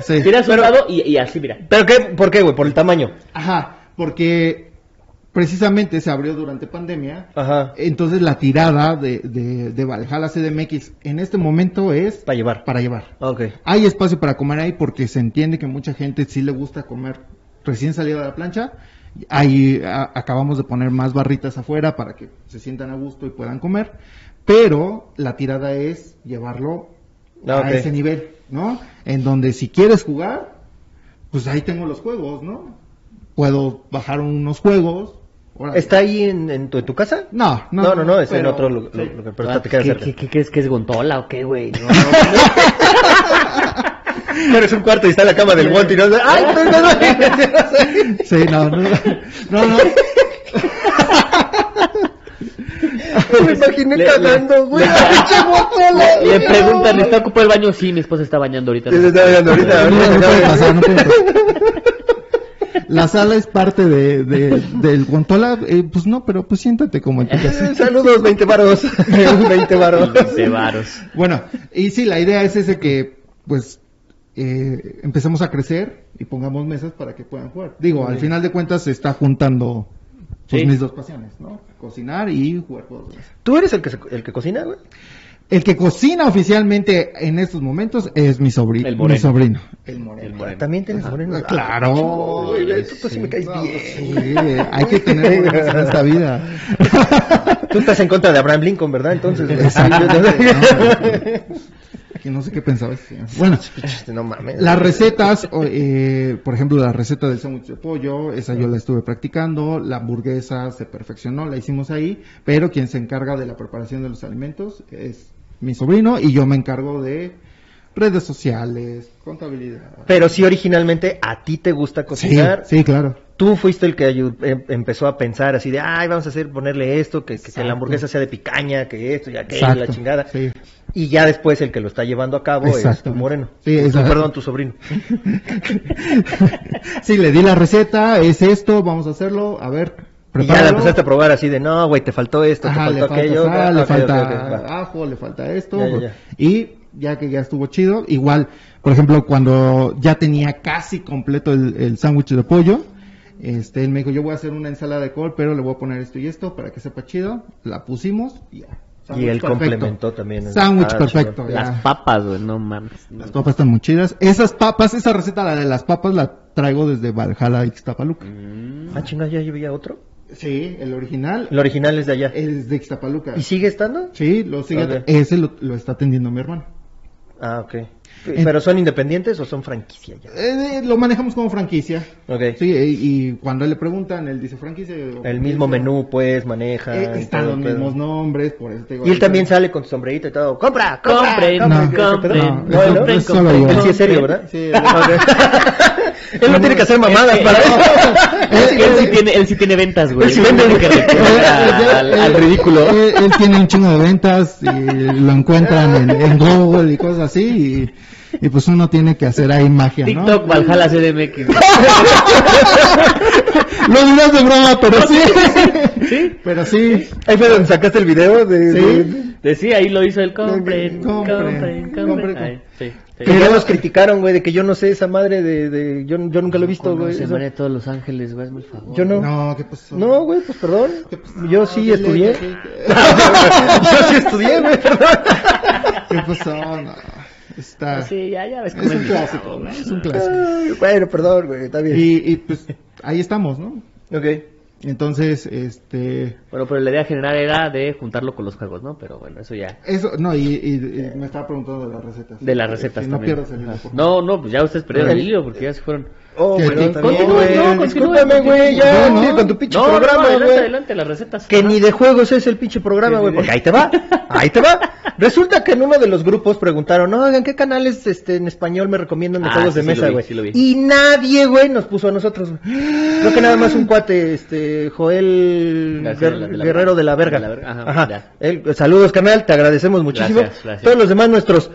Speaker 4: Sí.
Speaker 2: Tiras un dado y, y así mira.
Speaker 1: ¿Pero qué? ¿Por qué, güey? ¿Por el tamaño?
Speaker 4: Ajá.
Speaker 6: Porque precisamente se abrió durante pandemia.
Speaker 1: Ajá.
Speaker 4: Entonces la tirada de, de, de Valhalla CDMX en este momento es
Speaker 1: Para llevar.
Speaker 4: para llevar.
Speaker 1: Ok.
Speaker 4: Hay espacio para comer ahí porque se entiende que mucha gente sí le gusta comer recién salido de la plancha. Ahí a- acabamos de poner más barritas afuera para que se sientan a gusto y puedan comer. Pero la tirada es llevarlo
Speaker 1: Ah, ok.
Speaker 4: a ese nivel, ¿no? En donde si quieres jugar, pues ahí tengo los juegos, ¿no? Puedo bajar unos juegos. órale.
Speaker 1: ¿Está ahí en, en tu, en tu casa?
Speaker 4: No, no,
Speaker 1: No, no, no, es en
Speaker 4: pero-
Speaker 1: otro lugar.
Speaker 4: sí.
Speaker 1: Pero está, te
Speaker 2: Ah, ¿Qué,
Speaker 1: queda
Speaker 2: qué,
Speaker 1: cerca.
Speaker 2: qué- qué es que es gontola o qué, güey? No.
Speaker 1: Pero es un cuarto y está la cama del guante y no ¡Ay, no, no, no!
Speaker 4: Sí, no, no, no, no.
Speaker 1: Me imaginé
Speaker 2: Le- le-
Speaker 1: cagando, güey. ¡Pinche guapola!
Speaker 2: Le preguntan, ¿está ocupado el baño? Sí, mi esposa está bañando ahorita.
Speaker 1: Se está bañando ahorita,
Speaker 4: No,
Speaker 1: ahorita.
Speaker 4: no
Speaker 1: se
Speaker 4: puede
Speaker 1: acaba de-
Speaker 4: pasar, no puede pasar. La sala es parte de, de- del Guantola, eh, pues no, pero pues siéntate como en tu casa.
Speaker 1: Eh, Saludos, 20 varos. 20 varos.
Speaker 2: De varos.
Speaker 4: Bueno, y sí, la idea es ese que, pues, eh, empecemos a crecer y pongamos mesas para que puedan jugar. Digo, al final de cuentas se está juntando pues,
Speaker 2: Sí.
Speaker 4: mis dos pasiones, ¿no? Cocinar y jugar juegos de mesa.
Speaker 1: ¿Tú eres el que, se- el que cocina, güey?
Speaker 4: El que cocina oficialmente en estos momentos es mi sobrino.
Speaker 2: El
Speaker 4: mi
Speaker 2: moreno.
Speaker 4: sobrino.
Speaker 6: El moreno.
Speaker 1: También tienes moreno.
Speaker 4: Ah, Claro.
Speaker 1: Ay, güey, tú, tú sí me caes
Speaker 4: Sí,
Speaker 1: bien.
Speaker 4: hay que tener buenas en esta vida.
Speaker 1: Tú estás en contra de Abraham Lincoln, ¿verdad? Entonces, güey.
Speaker 4: Exactamente, Que no sé qué pensaba este señor. Bueno,
Speaker 1: no mames.
Speaker 4: las recetas, o, eh, por ejemplo, la receta del sándwich de pollo, esa yo la estuve practicando, la hamburguesa se perfeccionó, la hicimos ahí, pero quien se encarga de la preparación de los alimentos es mi sobrino y yo me encargo de redes sociales, contabilidad.
Speaker 1: Pero sí, originalmente a ti te gusta
Speaker 4: Sí,
Speaker 1: cocinar.
Speaker 4: sí, claro.
Speaker 1: Tú fuiste el que ayu- em- empezó a pensar así de, ay, vamos a hacer, ponerle esto, que, que- que la
Speaker 4: Exacto.
Speaker 1: hamburguesa sea de picaña, que esto y aquello, y Eh, la
Speaker 4: Exacto,
Speaker 1: chingada.
Speaker 4: sí.
Speaker 1: Y ya después el que lo está llevando a cabo es tu
Speaker 4: Exactamente.
Speaker 1: moreno.
Speaker 4: Sí,
Speaker 1: Tu-
Speaker 4: exacto.
Speaker 1: perdón, tu sobrino.
Speaker 4: Sí, le di la receta, es esto, vamos a hacerlo, a ver,
Speaker 1: Y ya
Speaker 4: prepáralo.
Speaker 1: la empezaste a probar así de, no, güey, te faltó esto,
Speaker 4: Ajá,
Speaker 1: te
Speaker 4: le
Speaker 1: faltó
Speaker 4: falta
Speaker 1: aquello.
Speaker 4: sal,
Speaker 1: Ah,
Speaker 4: le
Speaker 1: ok,
Speaker 4: falta
Speaker 1: ok, ok, va.
Speaker 4: ajo, le falta esto.
Speaker 1: Ya, ya, ya.
Speaker 4: Y ya que ya estuvo chido, igual, por ejemplo, cuando ya tenía casi completo el, el sándwich de pollo, este, él me dijo, yo voy a hacer una ensalada de col, pero le voy a poner esto y esto para que sepa chido. La pusimos y ya.
Speaker 1: Y
Speaker 4: Sándwich
Speaker 1: él
Speaker 4: perfecto.
Speaker 1: complementó también. ¿no?
Speaker 4: Sándwich
Speaker 1: Ah,
Speaker 4: perfecto.
Speaker 1: chingón.
Speaker 4: ya.
Speaker 2: Las papas, güey, no mames.
Speaker 4: Las papas están muy chidas. Esas papas, esa receta, la de las papas, la traigo desde Valhalla, Ixtapaluca.
Speaker 1: Ah, chinga, ya yo veía otro.
Speaker 4: Sí, el original
Speaker 1: El original es de allá.
Speaker 4: es de Ixtapaluca.
Speaker 1: ¿Y sigue estando?
Speaker 4: Sí, lo sigue.
Speaker 1: Ok.
Speaker 4: Ese lo, lo está atendiendo mi hermano.
Speaker 1: Ah, ok. ¿Pero son independientes o son franquicia ya?
Speaker 4: Eh, eh, lo manejamos como franquicia.
Speaker 1: Ok.
Speaker 4: Sí, eh, y cuando le preguntan, él dice franquicia. yo digo,
Speaker 1: El mismo
Speaker 4: franquicia.
Speaker 1: menú, pues, maneja.
Speaker 4: Eh,
Speaker 1: y
Speaker 4: están
Speaker 1: todo
Speaker 4: los
Speaker 1: el pedo.
Speaker 4: mismos nombres, por eso te digo.
Speaker 1: Y él
Speaker 4: ahorita-
Speaker 1: también sale con su sombrerito y todo. ¡Compra! ¡Compra!
Speaker 2: Compren,
Speaker 1: compra!
Speaker 4: no,
Speaker 1: ¿Qué pedo?
Speaker 4: compren,
Speaker 1: No, él
Speaker 4: no,
Speaker 1: no.
Speaker 4: es solo yo.
Speaker 1: Él sí es serio, ¿verdad?
Speaker 4: Sí, él-
Speaker 1: Ok. Él no tiene que hacer mamadas para eso.
Speaker 2: Él, sí tiene, él sí tiene ventas, güey.
Speaker 1: Él sí vende.
Speaker 2: Tiene que recurrir a- al, al ridículo.
Speaker 4: eh, Él, él tiene un chingo de ventas y lo encuentran en, en Google y cosas así. Y, y pues uno tiene que hacer ahí magia, ¿no?
Speaker 2: TikTok Valhalla CDMX.
Speaker 4: Lo dirás de broma, pero sí. Pero sí.
Speaker 1: Ahí fue donde sacaste el video de...
Speaker 4: Sí.
Speaker 2: Decía, ahí lo hizo el compren,
Speaker 4: Compren,
Speaker 2: compren,
Speaker 4: compren.
Speaker 2: compren. Ay, sí, sí.
Speaker 1: Que ya nos criticaron, güey, de que yo no sé esa madre de... de- Yo, yo nunca lo he visto,
Speaker 2: Con
Speaker 1: güey.
Speaker 2: la
Speaker 1: eso.
Speaker 2: Semana de todos los ángeles, güey, hazme el favor.
Speaker 1: Yo no.
Speaker 4: No, ¿qué pasó?
Speaker 1: No, güey, pues perdón. Yo sí
Speaker 4: dile
Speaker 1: estudié.
Speaker 4: que sí, que-
Speaker 1: Yo sí estudié, güey, perdón.
Speaker 4: ¿Qué pasó? No.
Speaker 1: Ah,
Speaker 4: Está.
Speaker 2: Sí, ya, ya ves
Speaker 4: Es
Speaker 2: cómo
Speaker 4: un
Speaker 2: es.
Speaker 4: clásico, ¿no? Es un clásico.
Speaker 1: Ay, Bueno, perdón, güey, está bien.
Speaker 4: Y, y pues ahí estamos, ¿no?
Speaker 1: Ok.
Speaker 4: Entonces, este.
Speaker 2: Bueno, pero la idea general era de juntarlo con los juegos, ¿no? Pero bueno, eso ya.
Speaker 4: Eso, no, y, y- y me estaba preguntando de las recetas.
Speaker 2: De las recetas
Speaker 4: Sí, no
Speaker 2: también.
Speaker 4: pierdas el hilo, por favor.
Speaker 2: No, no, pues ya ustedes perdieron el
Speaker 1: Ok.
Speaker 2: hilo porque ya se fueron.
Speaker 1: Oh,
Speaker 4: Que
Speaker 1: pero
Speaker 4: te-
Speaker 1: también,
Speaker 4: continúa,
Speaker 1: güey,
Speaker 2: no, continúa,
Speaker 1: discúlpame, güey, ya,
Speaker 4: No, no.
Speaker 1: sigue con tu pinche
Speaker 2: No, no, no,
Speaker 1: programa,
Speaker 2: adelante,
Speaker 1: güey.
Speaker 2: adelante, las recetas.
Speaker 1: Que
Speaker 2: Ajá.
Speaker 1: ni de juegos es el pinche programa, güey, porque ahí te va, ahí te va. Resulta que en uno de los grupos preguntaron, no, oigan, ¿qué canales este, en español me recomiendan de
Speaker 2: Ah,
Speaker 1: juegos
Speaker 2: sí,
Speaker 1: de
Speaker 2: sí lo
Speaker 1: mesa,
Speaker 2: vi,
Speaker 1: güey?
Speaker 2: sí lo vi.
Speaker 1: y nadie, güey, nos puso a nosotros. güey. Creo que nada más un cuate, este, Joel
Speaker 2: García de la-
Speaker 1: Guer-
Speaker 2: de la-
Speaker 1: Guerrero de la Verga.
Speaker 2: de la Verga, ajá,
Speaker 1: Ajá.
Speaker 2: ya.
Speaker 1: Él- saludos, canal, te agradecemos muchísimo.
Speaker 2: Gracias, gracias.
Speaker 1: Todos los demás, nuestros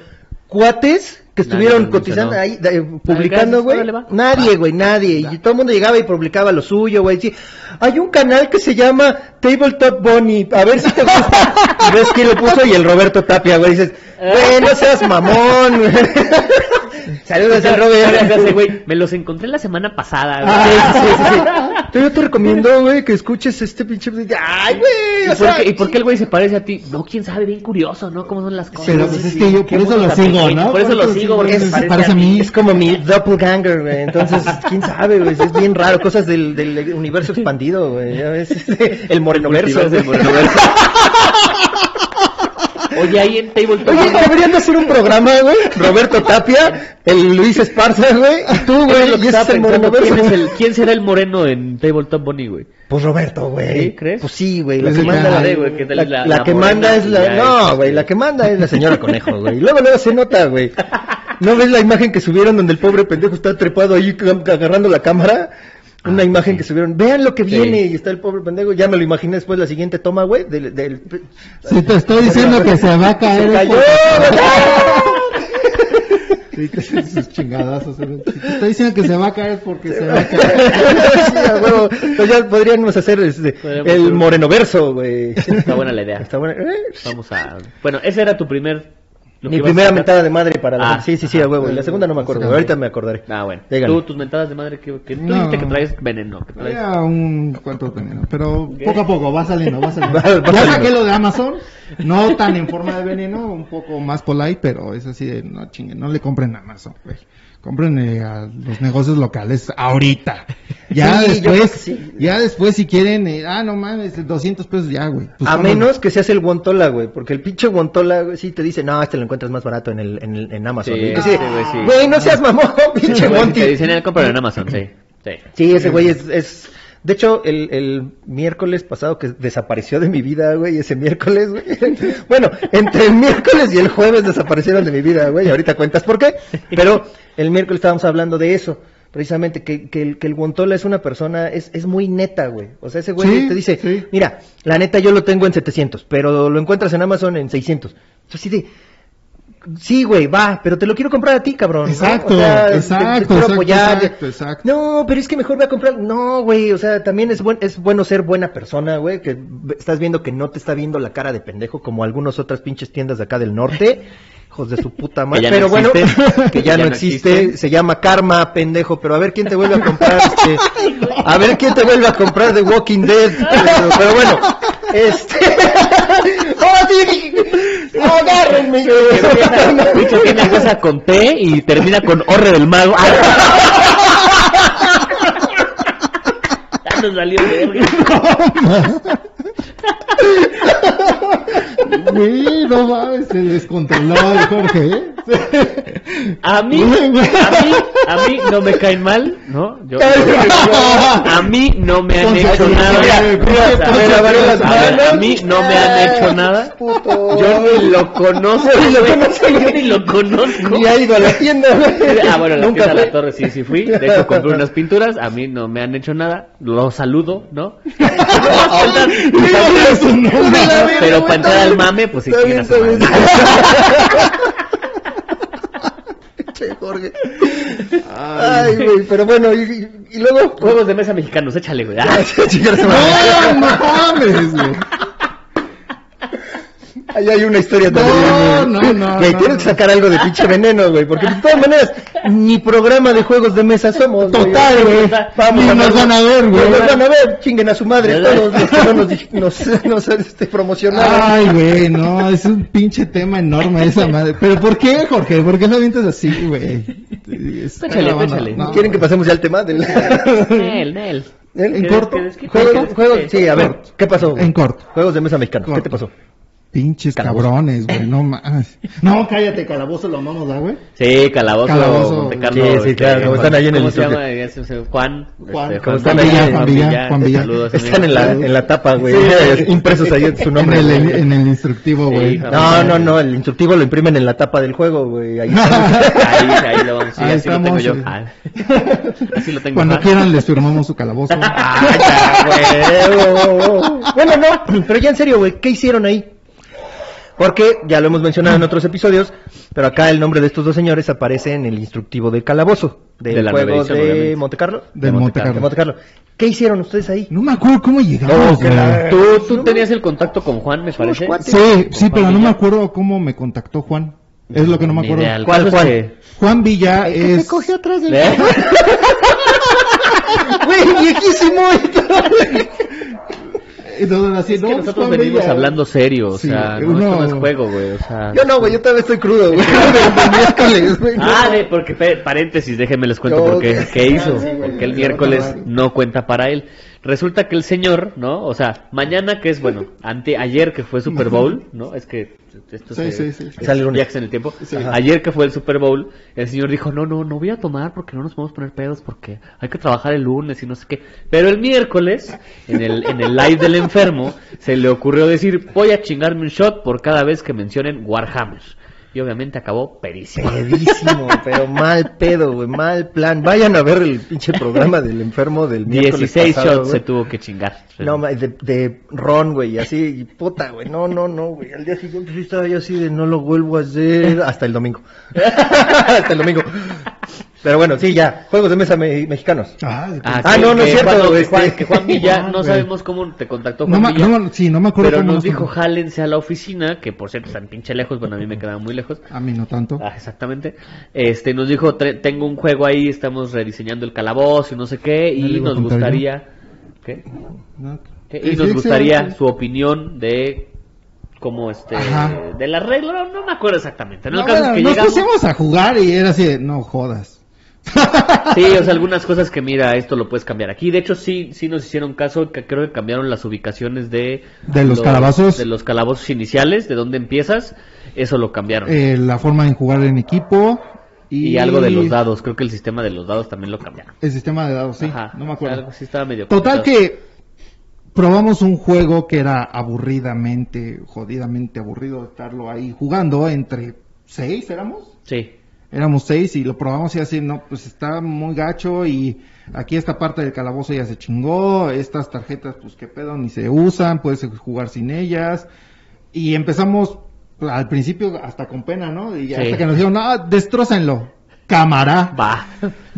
Speaker 1: cuates que
Speaker 2: Nadie
Speaker 1: estuvieron
Speaker 2: nos
Speaker 1: cotizando
Speaker 2: mencionó.
Speaker 1: ahí, eh, publicando,
Speaker 2: gracias,
Speaker 1: güey.
Speaker 2: órale, va. Ah,
Speaker 1: Nadie, güey, nadie. Y todo el mundo llegaba y publicaba lo suyo, güey. Sí, hay un canal que se llama Tabletop Bunny. A ver si te gusta. Y ves quién lo puso y el Roberto Tapia, güey. Dices, güey, no seas mamón, güey. Saludos al
Speaker 2: Gracias, gracias,
Speaker 1: Roberto.
Speaker 2: güey. Me los encontré la semana pasada, güey.
Speaker 1: Sí, Ah, sí, sí, sí, sí. Entonces Yo te recomiendo, güey, que escuches este pinche. Ay, güey.
Speaker 2: ¿Y
Speaker 1: o
Speaker 2: por,
Speaker 1: sea,
Speaker 2: qué, y por qué el güey se parece a ti? No, quién sabe, bien curioso, ¿no? ¿Cómo son las cosas?
Speaker 4: Pero pues es que yo por eso lo
Speaker 2: bonita
Speaker 4: sigo,
Speaker 2: película,
Speaker 4: ¿no?
Speaker 2: por eso lo sigo, porque
Speaker 4: se
Speaker 2: se parece
Speaker 4: parece a
Speaker 2: a
Speaker 4: mí.
Speaker 1: Es como mi doppelganger, güey. Entonces, quién sabe, güey. Es bien raro. Cosas del, del universo expandido, güey. Ya ves. El morenoverso.
Speaker 2: Multiverso, el morenoverso. Oye, ahí en Tabletop.
Speaker 1: Oye, deberían de hacer un programa, güey. Roberto Tapia, el Luis Esparza, güey. Y tú, güey.
Speaker 2: lo
Speaker 1: Y ese
Speaker 2: que estaba
Speaker 1: es el
Speaker 2: pensando,
Speaker 1: morenoverso.
Speaker 2: ¿quién, es el- quién será el moreno en Tabletop Bunny, güey?
Speaker 1: Pues Roberto, güey.
Speaker 2: ¿Sí? ¿Crees?
Speaker 1: Pues sí, güey. La
Speaker 4: Pues
Speaker 1: que
Speaker 4: sí,
Speaker 1: manda
Speaker 4: claro,
Speaker 1: la de,
Speaker 2: güey, que tal
Speaker 1: La,
Speaker 2: es la-
Speaker 1: la
Speaker 2: la
Speaker 1: que
Speaker 2: morena,
Speaker 1: manda es la.
Speaker 2: ya es,
Speaker 1: No,
Speaker 2: este.
Speaker 1: güey. La que manda es la señora conejo, güey. Luego, luego se nota, güey. ¿No ves la imagen que subieron donde el pobre pendejo está trepado ahí cam- agarrando la cámara? Una imagen que subieron. Vean lo que
Speaker 2: Ah, Sí.
Speaker 1: viene. Y está el pobre pendejo. Ya me lo imaginé después la siguiente toma, güey. Del, del...
Speaker 4: Si te estoy diciendo que se va a caer.
Speaker 1: Se
Speaker 4: el
Speaker 1: cayó,
Speaker 2: pues,
Speaker 4: Sí, te hacen sus chingadazos. ¿sabes? Si te estoy diciendo que se va a caer es porque se va a caer.
Speaker 1: Sí, a huevo. Entonces ya podríamos hacer este,
Speaker 2: Podríamos
Speaker 1: el
Speaker 2: hacer-
Speaker 1: morenoverso, güey.
Speaker 2: Está buena la idea.
Speaker 1: Está bueno. ¿eh?
Speaker 2: Vamos a. Bueno, ese era tu primer. lo
Speaker 1: Mi
Speaker 2: que ibas a
Speaker 1: primera
Speaker 2: sacar.
Speaker 1: mentada de madre para la...
Speaker 2: Ah.
Speaker 1: sí, sí, sí, a huevo. Y la segunda no me acuerdo.
Speaker 4: Sí,
Speaker 1: güey. Ahorita me acordaré.
Speaker 2: Ah, bueno.
Speaker 1: Dígale.
Speaker 2: Tú, tus mentadas de madre, que, que tú
Speaker 4: No.
Speaker 2: dijiste que traes veneno. Que traes...
Speaker 4: Había un cuento veneno, pero poco a poco va saliendo, va saliendo.
Speaker 1: Va- va
Speaker 4: ya
Speaker 1: saliendo.
Speaker 4: saqué lo de Amazon, no tan en forma de veneno, un poco más polite, pero es así de, no chinguen, no le compren a Amazon, güey. Compren eh, a los negocios locales ahorita. Ya
Speaker 1: Sí, yo creo
Speaker 4: después,
Speaker 1: que sí.
Speaker 4: ya después si quieren, eh, ah, no mames, 200 pesos ya, güey. Pues
Speaker 1: a
Speaker 4: vámonos.
Speaker 1: menos que seas el guantola, güey, porque el pinche guantola, güey, sí te dice, no, este lo encuentras más barato en el, en, el- en Amazon.
Speaker 2: Sí,
Speaker 1: Y yo
Speaker 2: sí,
Speaker 1: así,
Speaker 2: güey, sí.
Speaker 1: Güey, no seas mamón, pinche
Speaker 2: Ese güey, si
Speaker 1: guanti.
Speaker 2: Te dicen el comprar en Amazon, sí. Sí.
Speaker 1: Sí, ese güey es, es... De hecho, el, el miércoles pasado que desapareció de mi vida, güey, ese miércoles, güey. Bueno, entre el miércoles y el jueves desaparecieron de mi vida, güey, y ahorita cuentas por qué. Pero el miércoles estábamos hablando de eso, precisamente, que, que, el, que el guantola es una persona, es, es muy neta, güey. O sea, ese güey
Speaker 4: Sí,
Speaker 1: te dice,
Speaker 4: sí.
Speaker 1: mira, la neta yo lo tengo en 700, pero lo encuentras en Amazon en 600. Entonces, así de... Sí, güey, va, pero te lo quiero comprar a ti, cabrón. ¿no?
Speaker 4: Exacto,
Speaker 1: te-
Speaker 4: exacto,
Speaker 1: te quiero
Speaker 4: exacto,
Speaker 1: apoyar.
Speaker 4: exacto, exacto.
Speaker 1: No, pero es que mejor voy a comprar. No, güey, o sea, también es, buen, es bueno ser buena persona, güey, que ve- estás viendo que no te está viendo la cara de pendejo como algunas otras pinches tiendas de acá del norte. Hijos de su puta madre.
Speaker 2: ya no
Speaker 1: pero bueno,
Speaker 2: existen,
Speaker 1: que ya, no existe, se llama karma, pendejo, pero a ver quién te vuelve a comprar este, a ver quién te vuelve a comprar The Walking Dead. Pero, pero bueno, este ¡Oh, sí! ¡Agárrenme!
Speaker 2: Que empieza- Bicho tiene empieza con T y termina con Orre del Mago. Ah, Ya nos valió verga.
Speaker 4: Güey, no mames, se descontroló el Jorge, ¿eh?
Speaker 2: A mí, a mí, a mí no me caen mal, ¿no? Yo, a mí no me han hecho nada. O sea, a ver, a ver, a ver, a mí no me han hecho nada. Yo ni lo conozco, güey. Yo ni lo conozco.
Speaker 1: Ni ha ido a la tienda, güey.
Speaker 2: Ah, bueno, la
Speaker 1: Nunca
Speaker 2: tienda de
Speaker 1: fue.
Speaker 2: la torre sí, sí fui. De hecho, compré unas pinturas. A mí no me han hecho nada. Los saludo, ¿no? Pero para entrar al mame, pues sí,
Speaker 1: Está
Speaker 2: chingas a
Speaker 1: bien,
Speaker 2: madre.
Speaker 1: está Che, Jorge. Ay, güey, pero bueno, y, y- y luego. pues,
Speaker 2: Juegos de mesa mexicanos, échale, güey. Ah,
Speaker 1: Chingar a su madre.
Speaker 4: ¡No, no mames, güey!
Speaker 1: Ahí hay una historia
Speaker 4: No,
Speaker 1: también. güey.
Speaker 4: no, no,
Speaker 1: Güey,
Speaker 4: no,
Speaker 1: tienes
Speaker 4: no.
Speaker 1: que sacar algo de pinche veneno, güey, porque de todas maneras, ni programa de juegos de mesa somos. güey.
Speaker 4: Total, güey.
Speaker 1: Vamos
Speaker 4: Ni
Speaker 1: a
Speaker 4: nos
Speaker 1: hablar-
Speaker 4: van a ver, güey.
Speaker 1: Ni Nos van a ver, chinguen a su madre
Speaker 2: ¿Verdad?
Speaker 1: todos los que no nos, di- nos, nos, este, promocionaron.
Speaker 4: Ay, güey, no, es un pinche tema enorme esa madre. ¿Pero por qué, Jorge? ¿Por qué lo avientas así, güey? Es-
Speaker 2: Péchale,
Speaker 4: no, no,
Speaker 2: péchale.
Speaker 4: no.
Speaker 1: ¿Quieren que pasemos ya al tema del...
Speaker 2: Nel, Nel.
Speaker 1: ¿El-
Speaker 4: En corto,
Speaker 1: Juegos, juegos- sí, a ver,
Speaker 4: corto.
Speaker 1: ¿qué pasó? güey?
Speaker 4: En corto.
Speaker 1: Juegos de mesa mexicanos, ¿qué
Speaker 4: Corto.
Speaker 1: te pasó?
Speaker 4: Pinches cabrones, güey, no más.
Speaker 6: No, cállate, calabozo lo amamos, ¿verdad, güey?
Speaker 2: Sí, Calabozo,
Speaker 4: Calabozo.
Speaker 2: Montecarlo.
Speaker 1: Sí, sí, claro, como están ahí en el
Speaker 2: ¿Cómo se
Speaker 1: instante.
Speaker 2: llama? Eh, se- se- Juan.
Speaker 6: Juan.
Speaker 2: este,
Speaker 1: Como están
Speaker 2: Juan
Speaker 1: ahí,
Speaker 2: Villa,
Speaker 4: Juan Villa, Juan
Speaker 2: te
Speaker 4: Villa.
Speaker 2: saludos,
Speaker 1: Están
Speaker 2: amigo.
Speaker 1: en la, en la tapa, güey. Impresos ahí su
Speaker 4: En
Speaker 1: nombre.
Speaker 4: el,
Speaker 1: güey.
Speaker 4: en el instructivo, güey.
Speaker 2: Sí, no.
Speaker 1: No, no, no, el instructivo lo imprimen en la tapa del juego, güey. Ahí
Speaker 2: Ahí, ahí lo vamos. Sí,
Speaker 4: Ahí
Speaker 2: así lo
Speaker 4: estamos,
Speaker 2: tengo yo.
Speaker 4: sí.
Speaker 2: Ah, así lo tengo. Ah,
Speaker 4: Cuando
Speaker 2: Juan.
Speaker 4: quieran les firmamos su calabozo.
Speaker 1: ¡Ay, ya, huevo! Bueno, no, pero ya en serio, güey, ¿qué hicieron ahí? Porque, ya lo hemos mencionado en otros episodios, pero acá el nombre de estos dos señores aparece en el instructivo del calabozo, del
Speaker 2: De la nueva
Speaker 1: juego
Speaker 2: edición,
Speaker 1: de
Speaker 2: obviamente.
Speaker 1: Monte Carlo.
Speaker 4: Del Monte Carlo.
Speaker 1: De Monte Carlo. ¿Qué hicieron ustedes ahí?
Speaker 4: No me acuerdo cómo llegamos, güey.
Speaker 2: ¿Tú, tú tenías el contacto con Juan, me parece.
Speaker 1: cuates.
Speaker 4: Sí, sí,
Speaker 2: Juan
Speaker 4: pero no me
Speaker 2: Villa.
Speaker 4: acuerdo cómo me contactó Juan. Es lo que no me
Speaker 2: Ni
Speaker 4: acuerdo.
Speaker 2: idea, el
Speaker 1: ¿Cuál,
Speaker 2: caso
Speaker 1: Juan?
Speaker 2: es que-
Speaker 4: Juan Villa es...
Speaker 1: atrás
Speaker 2: ¿Eh?
Speaker 1: ¡Güey, viejísimo!
Speaker 4: Entonces, así,
Speaker 2: Es que
Speaker 4: no,
Speaker 2: nosotros
Speaker 4: Juan
Speaker 2: venimos
Speaker 4: Villa.
Speaker 2: hablando serio, o
Speaker 4: Sí,
Speaker 2: sea, no,
Speaker 4: uno-
Speaker 2: esto no es juego, güey, o sea...
Speaker 1: Yo no, güey, yo todavía estoy crudo, güey. De miércoles, güey.
Speaker 2: Ah, de, porque, pe- paréntesis, déjenme les cuento
Speaker 1: Yo-
Speaker 2: por qué, qué hizo,
Speaker 6: sí, güey,
Speaker 2: porque el
Speaker 6: yo-
Speaker 2: miércoles
Speaker 6: yo-
Speaker 2: no cuenta para él. Resulta que el señor, ¿no? O sea, mañana que es, bueno, ante, ayer que fue Super Bowl, ¿no? Es que esto
Speaker 4: Sí,
Speaker 2: se-
Speaker 4: sí, sí.
Speaker 2: es
Speaker 1: Sale lunes.
Speaker 2: viajes en el tiempo.
Speaker 1: Sí.
Speaker 2: Ajá. Ayer que fue el Super Bowl, el señor dijo, no, no, no voy a tomar porque no nos podemos poner pedos porque hay que trabajar el lunes y no sé qué. Pero el miércoles, en el, en el live del enfermo, se le ocurrió decir, voy a chingarme un shot por cada vez que mencionen Warhammer. Y obviamente acabó perísimo.
Speaker 1: Pedísimo, pero mal pedo, güey, mal plan. Vayan a ver el pinche programa del enfermo del miércoles
Speaker 2: 16
Speaker 1: pasado,
Speaker 2: shots
Speaker 1: güey.
Speaker 2: se tuvo que chingar.
Speaker 1: No, ma- de, de ron, güey, y así, y puta, güey, no, no, no, güey. Al día siguiente sí estaba yo así de no lo vuelvo a hacer hasta el domingo. hasta el domingo. Pero bueno, sí, ya, juegos de mesa me- mexicanos.
Speaker 4: Ah,
Speaker 2: Ah,
Speaker 1: Ah,
Speaker 2: sí,
Speaker 1: no, no
Speaker 2: que
Speaker 1: es cierto,
Speaker 2: Juan,
Speaker 1: güey,
Speaker 2: este,
Speaker 1: Juan.
Speaker 2: que Juan Villa,
Speaker 4: Ah,
Speaker 2: no
Speaker 4: güey.
Speaker 2: sabemos cómo te contactó
Speaker 4: no,
Speaker 2: Juan
Speaker 4: ma-
Speaker 2: Villa.
Speaker 4: no, sí, no me acuerdo
Speaker 2: pero
Speaker 4: cómo
Speaker 2: nos dijo,
Speaker 4: contactó.
Speaker 2: jálense a la oficina, que por cierto están pinche lejos, bueno, a mí me quedaban muy lejos.
Speaker 4: A mí no tanto.
Speaker 2: Ah, exactamente. Este, nos dijo, "Tre- tengo un juego ahí, estamos rediseñando el calabozo y no sé qué,
Speaker 4: Ya le
Speaker 2: y
Speaker 4: iba
Speaker 2: nos
Speaker 4: a contar yo.
Speaker 2: gustaría... ¿Qué?
Speaker 4: No.
Speaker 2: ¿Qué?
Speaker 4: Sí,
Speaker 2: Y nos
Speaker 4: sí,
Speaker 2: gustaría
Speaker 4: sí.
Speaker 2: su opinión de... Como este...
Speaker 4: Ajá.
Speaker 2: De la regla, no, no me acuerdo exactamente. ¿no?
Speaker 4: No,
Speaker 2: el caso es
Speaker 4: bueno,
Speaker 2: que
Speaker 4: nos
Speaker 2: llegamos...
Speaker 4: pusimos a jugar y era así de, no jodas.
Speaker 2: Sí, o sea, algunas cosas que mira, esto lo puedes cambiar aquí. De hecho, sí, sí nos hicieron caso, que creo que cambiaron las ubicaciones de...
Speaker 4: De los calabazos.
Speaker 2: De los calabozos iniciales, de dónde empiezas, eso lo cambiaron.
Speaker 4: Eh, la forma de jugar en equipo y...
Speaker 2: y... algo de los dados, creo que el sistema de los dados también lo cambiaron.
Speaker 4: El sistema de dados, sí,
Speaker 2: Ajá,
Speaker 4: no me acuerdo.
Speaker 2: Algo sí estaba medio
Speaker 4: Total
Speaker 2: complicado.
Speaker 4: que probamos un juego que era aburridamente, jodidamente aburrido de estarlo ahí jugando entre seis, éramos.
Speaker 2: Sí.
Speaker 4: Éramos seis y lo probamos y así, no, pues está muy gacho y aquí esta parte del calabozo ya se chingó, estas tarjetas pues qué pedo, ni se usan, puedes jugar sin ellas. Y empezamos pues, al principio hasta con pena, ¿no? Y
Speaker 2: Sí.
Speaker 4: hasta que nos dijeron, no, destrócenlo, cámara.
Speaker 2: Va.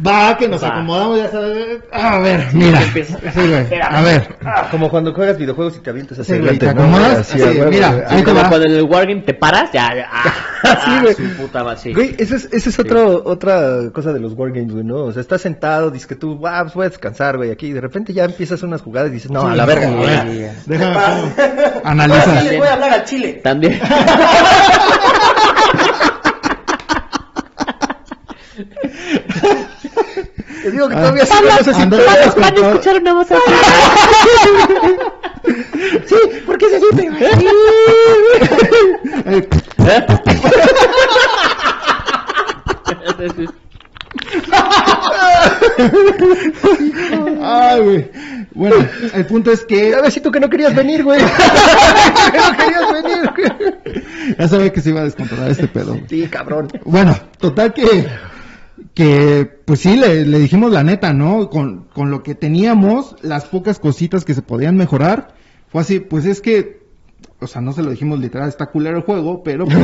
Speaker 4: Va, que nos
Speaker 2: Va.
Speaker 4: acomodamos, ya sabes. A ver, mira.
Speaker 2: empieza.
Speaker 4: Sí, güey, A ver.
Speaker 1: Como cuando juegas videojuegos y te avientas hacia
Speaker 4: Sí, güey,
Speaker 1: adelante,
Speaker 4: ¿te
Speaker 1: ¿no?
Speaker 4: acomodas?
Speaker 1: Así,
Speaker 4: Sí,
Speaker 1: a huevo,
Speaker 4: mira,
Speaker 1: güey.
Speaker 4: ahí
Speaker 2: Así
Speaker 4: te
Speaker 2: como
Speaker 4: va.
Speaker 2: cuando en el wargame te paras, ya. ya, ah,
Speaker 1: Sí, güey.
Speaker 2: su puta va, sí.
Speaker 1: Güey, esa es, esa es otro, otra cosa de los wargames, güey, ¿no? O sea, estás sentado, dices que tú, ah, pues voy a descansar, güey, aquí. Y de repente ya empiezas unas jugadas y dices, no, a la verga,
Speaker 4: A
Speaker 1: güey.
Speaker 4: ver, Déjame. pongo. Analiza.
Speaker 2: les voy a hablar al chile. También.
Speaker 1: Te
Speaker 4: Ah,
Speaker 1: digo que
Speaker 2: Ah.
Speaker 1: todavía sí, no sé si
Speaker 4: Ando-
Speaker 7: Van a escuchar una voz así.
Speaker 4: Eh, Ay, güey. Bueno, el punto es que
Speaker 1: A ver si tú que no querías venir, güey. Que no querías venir, güey.
Speaker 4: ya sabía que se iba a descontrolar este pedo. güey.
Speaker 1: Sí, cabrón.
Speaker 4: Bueno, total que que pues sí le, le dijimos la neta, ¿no? Con con lo que teníamos, las pocas cositas que se podían mejorar, fue así, pues es que o sea, no se lo dijimos literal, está culero el juego, pero pues,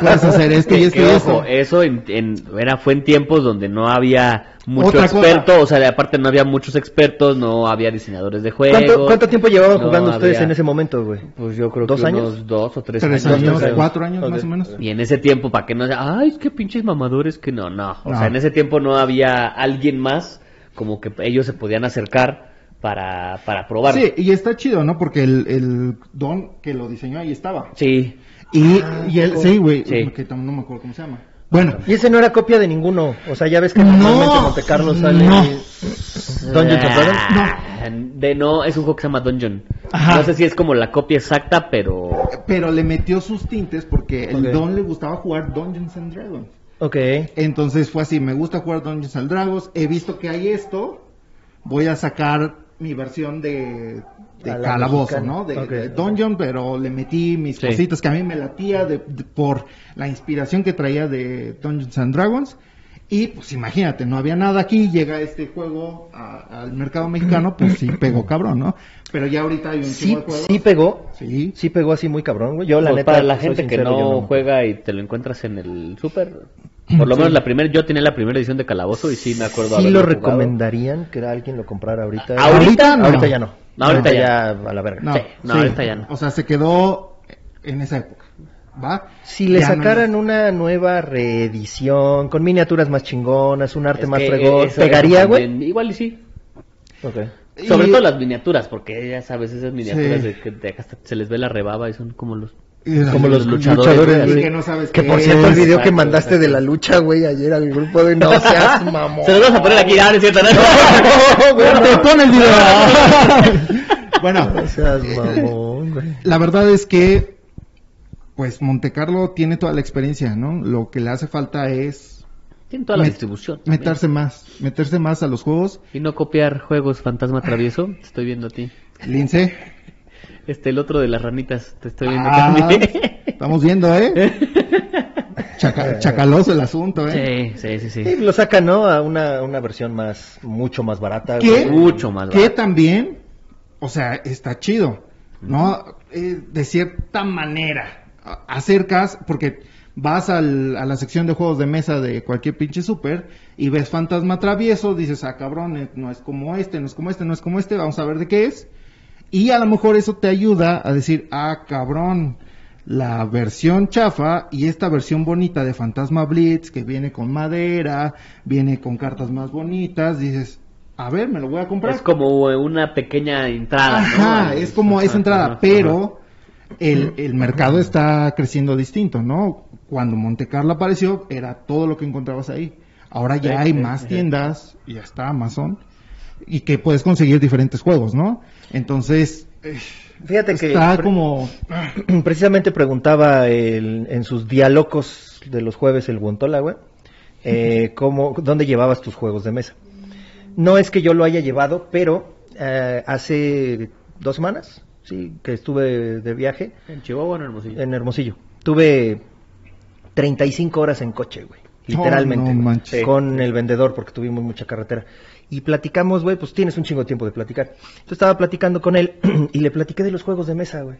Speaker 4: puedes hacer esto y
Speaker 2: Que-
Speaker 4: esto
Speaker 2: que,
Speaker 4: y
Speaker 2: ojo, eh, eso
Speaker 4: esto.
Speaker 2: en- en- era, fue en tiempos donde no había mucho
Speaker 4: Otra cosa.
Speaker 2: experto, o sea, aparte no había muchos expertos, no había diseñadores de juegos.
Speaker 1: ¿Cuánto, cuánto tiempo llevaban
Speaker 2: no
Speaker 1: jugando ustedes
Speaker 2: había-
Speaker 1: en ese momento, güey?
Speaker 2: Pues yo creo
Speaker 1: ¿Dos
Speaker 2: que
Speaker 1: años?
Speaker 2: unos dos o tres,
Speaker 4: Tres
Speaker 2: años.
Speaker 4: años,
Speaker 2: creo. Eh,
Speaker 4: cuatro años más
Speaker 1: Ok.
Speaker 4: o menos.
Speaker 2: Y en ese tiempo, para que no sea, ay, qué pinches mamadores que no, no. O
Speaker 4: No.
Speaker 2: sea, en ese tiempo no había alguien más, como que ellos se podían acercar para, para probar.
Speaker 4: Sí, y está chido, ¿no? Porque el, el don que lo diseñó ahí estaba.
Speaker 2: Sí.
Speaker 4: Y, y él, sí, güey,
Speaker 2: Ah, Sí.
Speaker 4: que tam- no me acuerdo cómo se llama. Bueno,
Speaker 1: Y ese no era copia de ninguno. O sea, ya ves que
Speaker 4: No,
Speaker 1: normalmente Monte Carlo sale.
Speaker 4: no.
Speaker 1: Dungeons and Dragons.
Speaker 2: Ah, De no, es un juego que se llama Dungeon.
Speaker 8: Ajá.
Speaker 2: No sé si es como la copia exacta, pero
Speaker 4: Pero le metió sus tintes porque el
Speaker 1: Ok.
Speaker 4: Don le gustaba jugar Dungeons and Dragons.
Speaker 1: Ok.
Speaker 4: Entonces fue así, me gusta jugar Dungeons and Dragons, he visto que hay esto, voy a sacar mi versión de, de
Speaker 1: A la
Speaker 4: calabozo,
Speaker 1: mexicana.
Speaker 4: ¿no? De,
Speaker 1: Ok.
Speaker 4: de Dungeon, pero le metí mis
Speaker 2: Sí.
Speaker 4: cositas que a mí me latía de- de- por la inspiración que traía de Dungeons and Dragons. Y pues imagínate, no había nada aquí, llega este juego a- al mercado mexicano, pues sí pegó cabrón, ¿no? Pero ya ahorita hay un
Speaker 1: Sí,
Speaker 4: chingo de juegos.
Speaker 1: sí pegó.
Speaker 4: Sí.
Speaker 1: Sí pegó así muy cabrón, güey. Yo, la
Speaker 2: pues,
Speaker 1: neta.
Speaker 2: para la
Speaker 1: te soy
Speaker 2: gente
Speaker 1: sincero,
Speaker 2: que
Speaker 1: yo
Speaker 2: no, juega y te lo encuentras en el súper, por lo menos la primera, yo tenía la primera edición de Calabozo y sí me acuerdo.
Speaker 1: ¿Sí
Speaker 2: haberlo
Speaker 1: lo
Speaker 2: jugado. Ah,
Speaker 1: recomendarían que alguien lo comprara ahorita?
Speaker 2: ¿Ahorita?
Speaker 1: no.
Speaker 2: No.
Speaker 1: Ahorita ya no.
Speaker 2: No, ahorita
Speaker 1: a la verga.
Speaker 4: No,
Speaker 2: Sí, no, ahorita ya no.
Speaker 4: O sea, se quedó en esa época. ¿Va?
Speaker 1: Si le
Speaker 4: Ya no-
Speaker 1: sacaran una nueva reedición con miniaturas más chingonas, un arte
Speaker 2: Es
Speaker 1: más
Speaker 2: que
Speaker 1: fregón,
Speaker 2: eso era
Speaker 1: ¿pegaría, güey?
Speaker 2: también- Igual y sí.
Speaker 1: Ok.
Speaker 2: Sobre
Speaker 4: Y-
Speaker 2: todo las miniaturas, porque ya sabes, esas miniaturas
Speaker 4: Sí.
Speaker 2: de que de- hasta se les ve la rebaba y son como los...
Speaker 4: Y-
Speaker 2: Como los luchadores,
Speaker 4: y
Speaker 1: güey.
Speaker 4: que no sabes
Speaker 1: Que
Speaker 4: qué
Speaker 1: por
Speaker 4: es.
Speaker 1: cierto, el video que
Speaker 2: Exacto,
Speaker 1: mandaste de la lucha, güey, ayer al grupo de no seas mamón.
Speaker 2: Se los vas a poner aquí, ah, no es cierto, ¿no?
Speaker 8: Pon el video.
Speaker 4: Bueno,
Speaker 1: No seas mamón, güey.
Speaker 4: la verdad es que, pues Montecarlo tiene toda la experiencia, ¿no? Lo que le hace falta es
Speaker 2: Tienen toda la
Speaker 4: Met-
Speaker 2: distribución. también.
Speaker 4: meterse más, meterse más a los juegos.
Speaker 2: Y no copiar juegos Fantasma Travieso, te estoy viendo a ti.
Speaker 4: Lince,
Speaker 2: Este, el otro de las ranitas, te estoy viendo
Speaker 4: Ah.
Speaker 2: también.
Speaker 4: estamos viendo, ¿eh? Chaca- chacaloso el asunto, ¿eh?
Speaker 2: sí, sí, sí, sí.
Speaker 1: Sí, lo sacan, ¿no? A una, una versión más, mucho más barata,
Speaker 4: ¿Qué?
Speaker 1: güey.
Speaker 2: Mucho más
Speaker 4: Que
Speaker 2: barato.
Speaker 4: también, o sea, está chido, ¿no? Eh, de cierta manera, a- acercas, porque vas al- a la sección de juegos de mesa de cualquier pinche super y ves fantasma travieso, dices, ah, cabrón, eh, no es como este, no es como este, no es como este, vamos a ver de qué es. Y a lo mejor eso te ayuda a decir, ah, cabrón, la versión chafa y esta versión bonita de Fantasma Blitz, que viene con madera, viene con cartas más bonitas, dices, a ver, me lo voy a comprar.
Speaker 2: Es como eh, una pequeña entrada, ¿no?
Speaker 4: Ajá,
Speaker 2: Al-
Speaker 4: es como
Speaker 2: ajá,
Speaker 4: esa entrada,
Speaker 2: ajá, ajá.
Speaker 4: pero el, el mercado está creciendo distinto, ¿no? Cuando Monte Carlo apareció, era todo lo que encontrabas ahí. Ahora ya hay más tiendas, ya está Amazon, y que puedes conseguir diferentes juegos, ¿no? Entonces, eh,
Speaker 1: Fíjate que
Speaker 4: está
Speaker 1: pre-
Speaker 4: como...
Speaker 1: precisamente preguntaba el- en sus diálogos de los jueves el Guantola, güey, eh, cómo, dónde llevabas tus juegos de mesa. No es que yo lo haya llevado, pero eh, hace dos semanas, sí, que estuve de viaje,
Speaker 2: ¿En Chihuahua o en Hermosillo?
Speaker 1: en Hermosillo. Tuve 35 horas en coche, güey. Literalmente.
Speaker 4: Oh, no
Speaker 1: güey,
Speaker 4: manches.
Speaker 1: Con el vendedor, porque tuvimos mucha carretera. Y platicamos, güey, pues tienes un chingo de tiempo de platicar. Entonces estaba platicando con él y le platiqué de los juegos de mesa, güey.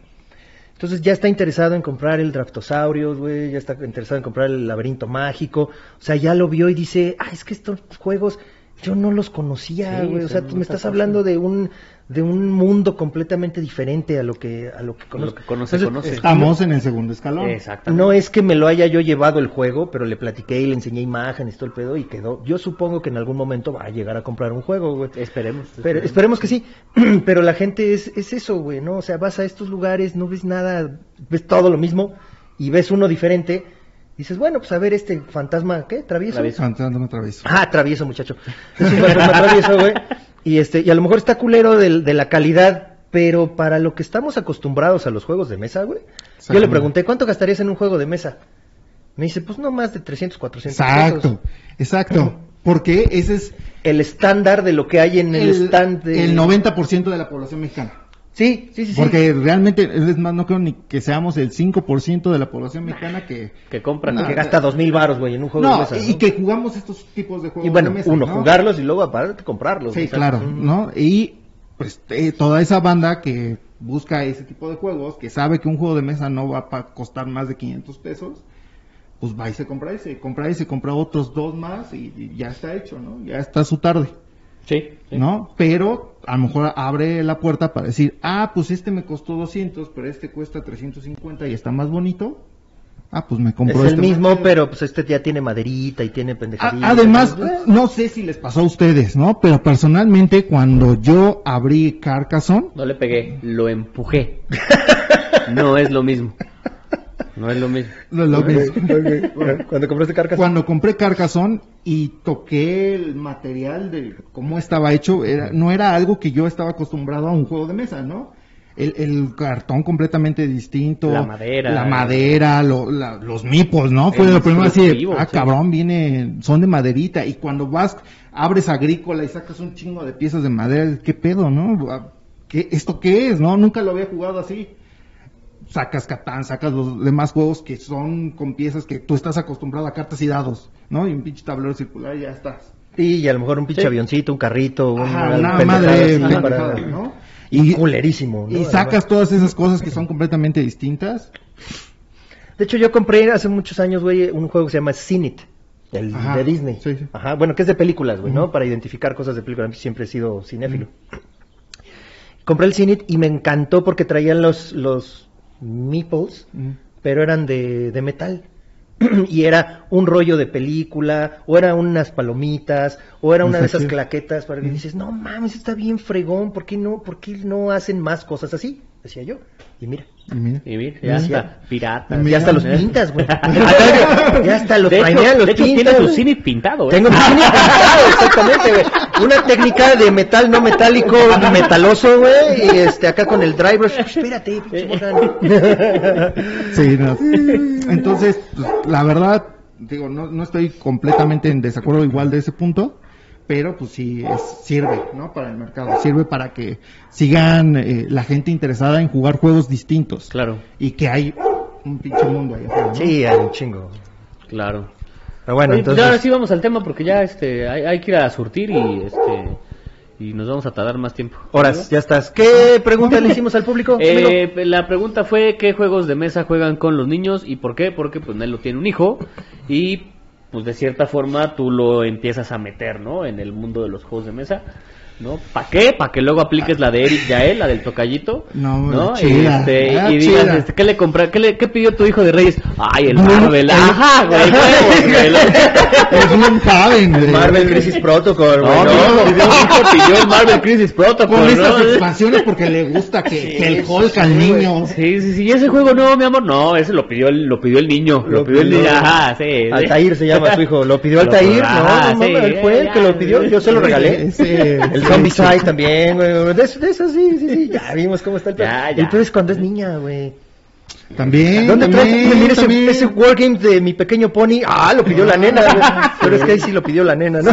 Speaker 1: Entonces ya está interesado en comprar el Draftosaurios, güey, ya está interesado en comprar el Laberinto Mágico. O sea, ya lo vio y dice, ah, es que estos juegos yo no los conocía,
Speaker 2: Sí,
Speaker 1: güey. O
Speaker 2: son
Speaker 1: sea, tú me
Speaker 2: muchas
Speaker 1: estás
Speaker 2: cosas.
Speaker 1: hablando de un de un mundo completamente diferente a lo que a lo que
Speaker 2: Con lo
Speaker 1: conozco.
Speaker 2: que conoce,
Speaker 1: Entonces,
Speaker 2: conoce.
Speaker 4: Estamos en el segundo escalón.
Speaker 2: Exactamente.
Speaker 1: No es que me lo haya yo llevado el juego, pero le platiqué y le enseñé imágenes, todo el pedo, y quedó. Yo supongo que en algún momento va a llegar a comprar un juego, güey.
Speaker 2: Esperemos.
Speaker 1: Pero esperemos que sí, pero la gente es, es eso, güey, ¿no? O sea, vas a estos lugares, no ves nada, ves todo lo mismo, y ves uno diferente, dices, bueno, pues a ver este fantasma, ¿qué? ¿Travieso?
Speaker 2: Travieso.
Speaker 4: Fantasma travieso.
Speaker 1: Ah, travieso, muchacho. Es un fantasma travieso, güey. Y, este, y a lo mejor está culero del- de, la calidad, pero para lo que estamos acostumbrados a los juegos de mesa, güey. Yo le
Speaker 4: Exactamente.
Speaker 1: pregunté, ¿cuánto gastarías en un juego de mesa? Me dice, pues no más de 300, 400 pesos.
Speaker 4: Exacto, exacto. Porque ese es
Speaker 1: El estándar de lo que hay en el, stand de...
Speaker 4: el 90% de la población mexicana.
Speaker 1: Sí, sí, sí. sí.
Speaker 4: Porque realmente, es más, no creo ni que seamos el 5% de la población mexicana que...
Speaker 2: Que compran.
Speaker 1: Que gasta dos mil baros, güey, en un juego de
Speaker 4: No,
Speaker 1: mesa.
Speaker 4: y
Speaker 1: ¿no?
Speaker 4: que jugamos estos tipos de juegos
Speaker 1: Y bueno,
Speaker 4: de mesa,
Speaker 1: uno,
Speaker 4: ¿no?
Speaker 1: jugarlos y luego aparte comprarlos.
Speaker 4: Sí,
Speaker 1: o sea,
Speaker 4: claro,
Speaker 1: mm.
Speaker 4: ¿no? Y pues eh, toda esa banda que busca ese tipo de juegos, que sabe que un juego de mesa no va a costar más de 500 pesos, pues va y se compra ese, compra ese, compra otros dos más y, y ya está hecho, ¿no? Ya está su tarde.
Speaker 9: Sí, sí.
Speaker 4: ¿no? Pero a lo mejor abre la puerta para decir, ah, pues este me costó 200, pero este cuesta 350 y está más bonito. Ah, pues me
Speaker 1: Es
Speaker 4: compro
Speaker 1: el
Speaker 4: este
Speaker 1: mismo,
Speaker 4: más-
Speaker 1: pero pues este ya tiene maderita y tiene
Speaker 4: A-
Speaker 1: pendejadita.
Speaker 4: Ah, Además,
Speaker 1: ¿no?
Speaker 4: no sé si les pasó a ustedes, ¿no? Pero personalmente cuando yo abrí Carcassonne,
Speaker 2: No le pegué, lo empujé. No es lo mismo. No es lo mismo.
Speaker 4: lo- lo-
Speaker 1: Cuando compraste carcas.
Speaker 4: cuando compré Carcassonne y toqué el material de cómo estaba hecho, era, no era algo que yo estaba acostumbrado a un juego de mesa, ¿no? el, el cartón completamente distinto.
Speaker 2: La madera.
Speaker 4: La madera, lo- la- los mipos, ¿no? Fue
Speaker 2: El
Speaker 4: lo primero así, de,
Speaker 2: instructivo,
Speaker 4: ah,
Speaker 2: sí.
Speaker 4: cabrón, viene, son de maderita. Y cuando vas, abres agrícola y sacas un chingo de piezas de madera, ¿qué pedo, no? Ah, ¿Qué, ¿Esto qué es, no? Nunca lo había jugado así sacas Catán, sacas los demás juegos que son con piezas que tú estás acostumbrado a cartas y dados, ¿no? Y un pinche tablero circular y ya estás. Ah,
Speaker 1: Sí, y a lo mejor un pinche
Speaker 4: Sí.
Speaker 1: avioncito, un carrito, un,
Speaker 4: Ajá,
Speaker 1: algo
Speaker 4: una
Speaker 1: pendejado
Speaker 4: madre,
Speaker 1: Ah, así
Speaker 4: pendejada,
Speaker 1: para-
Speaker 4: ¿no?
Speaker 1: Y,
Speaker 4: Y-
Speaker 1: culerísimo. ¿no?
Speaker 4: Y sacas todas esas cosas que son completamente distintas.
Speaker 1: De hecho, yo compré hace muchos años, güey, un juego que se llama Cinit, el
Speaker 4: Ajá,
Speaker 1: de Disney.
Speaker 4: sí, sí.
Speaker 1: Ajá, bueno, que es de películas, güey, ¿no? Para identificar cosas de películas. Siempre he sido cinéfilo. Compré el Cinit y me encantó porque traían los, los meeples, pero eran de, de metal. y era un rollo de película, o era unas palomitas, o era una de esas claquetas para que dices, no mames, está bien fregón, ¿por qué no, por qué no hacen más cosas así? Decía yo. Y mira.
Speaker 4: Y mira.
Speaker 2: Y mira, ya
Speaker 1: Mira.
Speaker 2: está, pirata.
Speaker 1: Ya hasta los
Speaker 2: ¿eh?
Speaker 1: pintas, güey. ya hasta los
Speaker 2: de hecho,
Speaker 1: pañales, los
Speaker 2: de hecho
Speaker 1: pintas,
Speaker 2: tiene tu
Speaker 1: güey.
Speaker 2: cine pintado, ¿eh?
Speaker 1: Tengo mi cine pintado, exactamente, güey. Una técnica de metal no metálico, metaloso, güey. Y este, acá con el driver. Espérate, pinche Morgan.
Speaker 4: Sí, no. Entonces, pues, la verdad, digo, no, no estoy completamente en desacuerdo igual de ese punto, pero pues sí es- sirve, ¿no? Para el mercado, sirve para que sigan eh, la gente interesada en jugar juegos distintos.
Speaker 2: Claro,
Speaker 4: Y que hay un pinche mundo ahí afuera, ¿no?
Speaker 1: Sí, hay un chingo.
Speaker 2: claro.
Speaker 1: Pero bueno,
Speaker 2: Oye, pues ahora
Speaker 1: entonces.
Speaker 2: sí vamos al tema porque ya este hay, hay que ir a surtir y este y nos vamos a tardar más tiempo.
Speaker 1: Horas, ya estás. ¿Qué pregunta le hicimos al público? amigo?
Speaker 2: Eh, la pregunta fue qué juegos de mesa juegan con los niños y por qué, porque pues Nelo tiene un hijo y pues de cierta forma tú lo empiezas a meter, ¿no? En el mundo de los juegos de mesa, ¿no? ¿Para qué? Para que luego apliques la de Eric Yael, la del tocallito,
Speaker 4: No,
Speaker 2: Y,
Speaker 4: chida,
Speaker 2: este,
Speaker 4: ah,
Speaker 2: y digas,
Speaker 4: chida.
Speaker 2: este, ¿qué le compra? ¿Qué, le, ¿Qué pidió tu hijo de Reyes? Ay, el
Speaker 4: No,
Speaker 2: Marvel.
Speaker 4: el-
Speaker 2: Ajá, güey, huevos, güey, la-
Speaker 4: Es un saben, güey.
Speaker 1: Marvel Crisis Protocol,
Speaker 2: No,
Speaker 1: güey.
Speaker 2: mi
Speaker 1: ¿no?
Speaker 2: hijo pidió, mi hijo pidió el Marvel Crisis Protocol,
Speaker 4: Con
Speaker 2: ¿no?
Speaker 4: esas expansiones porque le gusta que, que el Hulk al niño.
Speaker 2: Sí, sí, sí, ese juego no, mi amor, no, ese lo pidió el, lo pidió el niño, lo, pidió el niño, ajá, sí. sí.
Speaker 1: Altair se llama su hijo. Lo pidió
Speaker 2: Lo
Speaker 1: Altair, no,
Speaker 2: ah,
Speaker 1: no, mames,
Speaker 2: sí,
Speaker 1: él fue el que
Speaker 2: ya,
Speaker 1: lo pidió, yo se lo regalé.
Speaker 4: Ese-
Speaker 1: El Zombie Side también, güey. De eso, de eso sí, sí, sí. Ya vimos cómo está el pedo.
Speaker 2: Ya, ya.
Speaker 1: Y tú eres cuando es niña, güey.
Speaker 4: También.
Speaker 1: ¿Dónde traes?
Speaker 4: también,
Speaker 1: Mira ese-
Speaker 4: también.
Speaker 1: ese, Wargame de mi pequeño pony. Ah, lo pidió la nena, güey. Pero es que ahí sí lo pidió la nena, ¿no?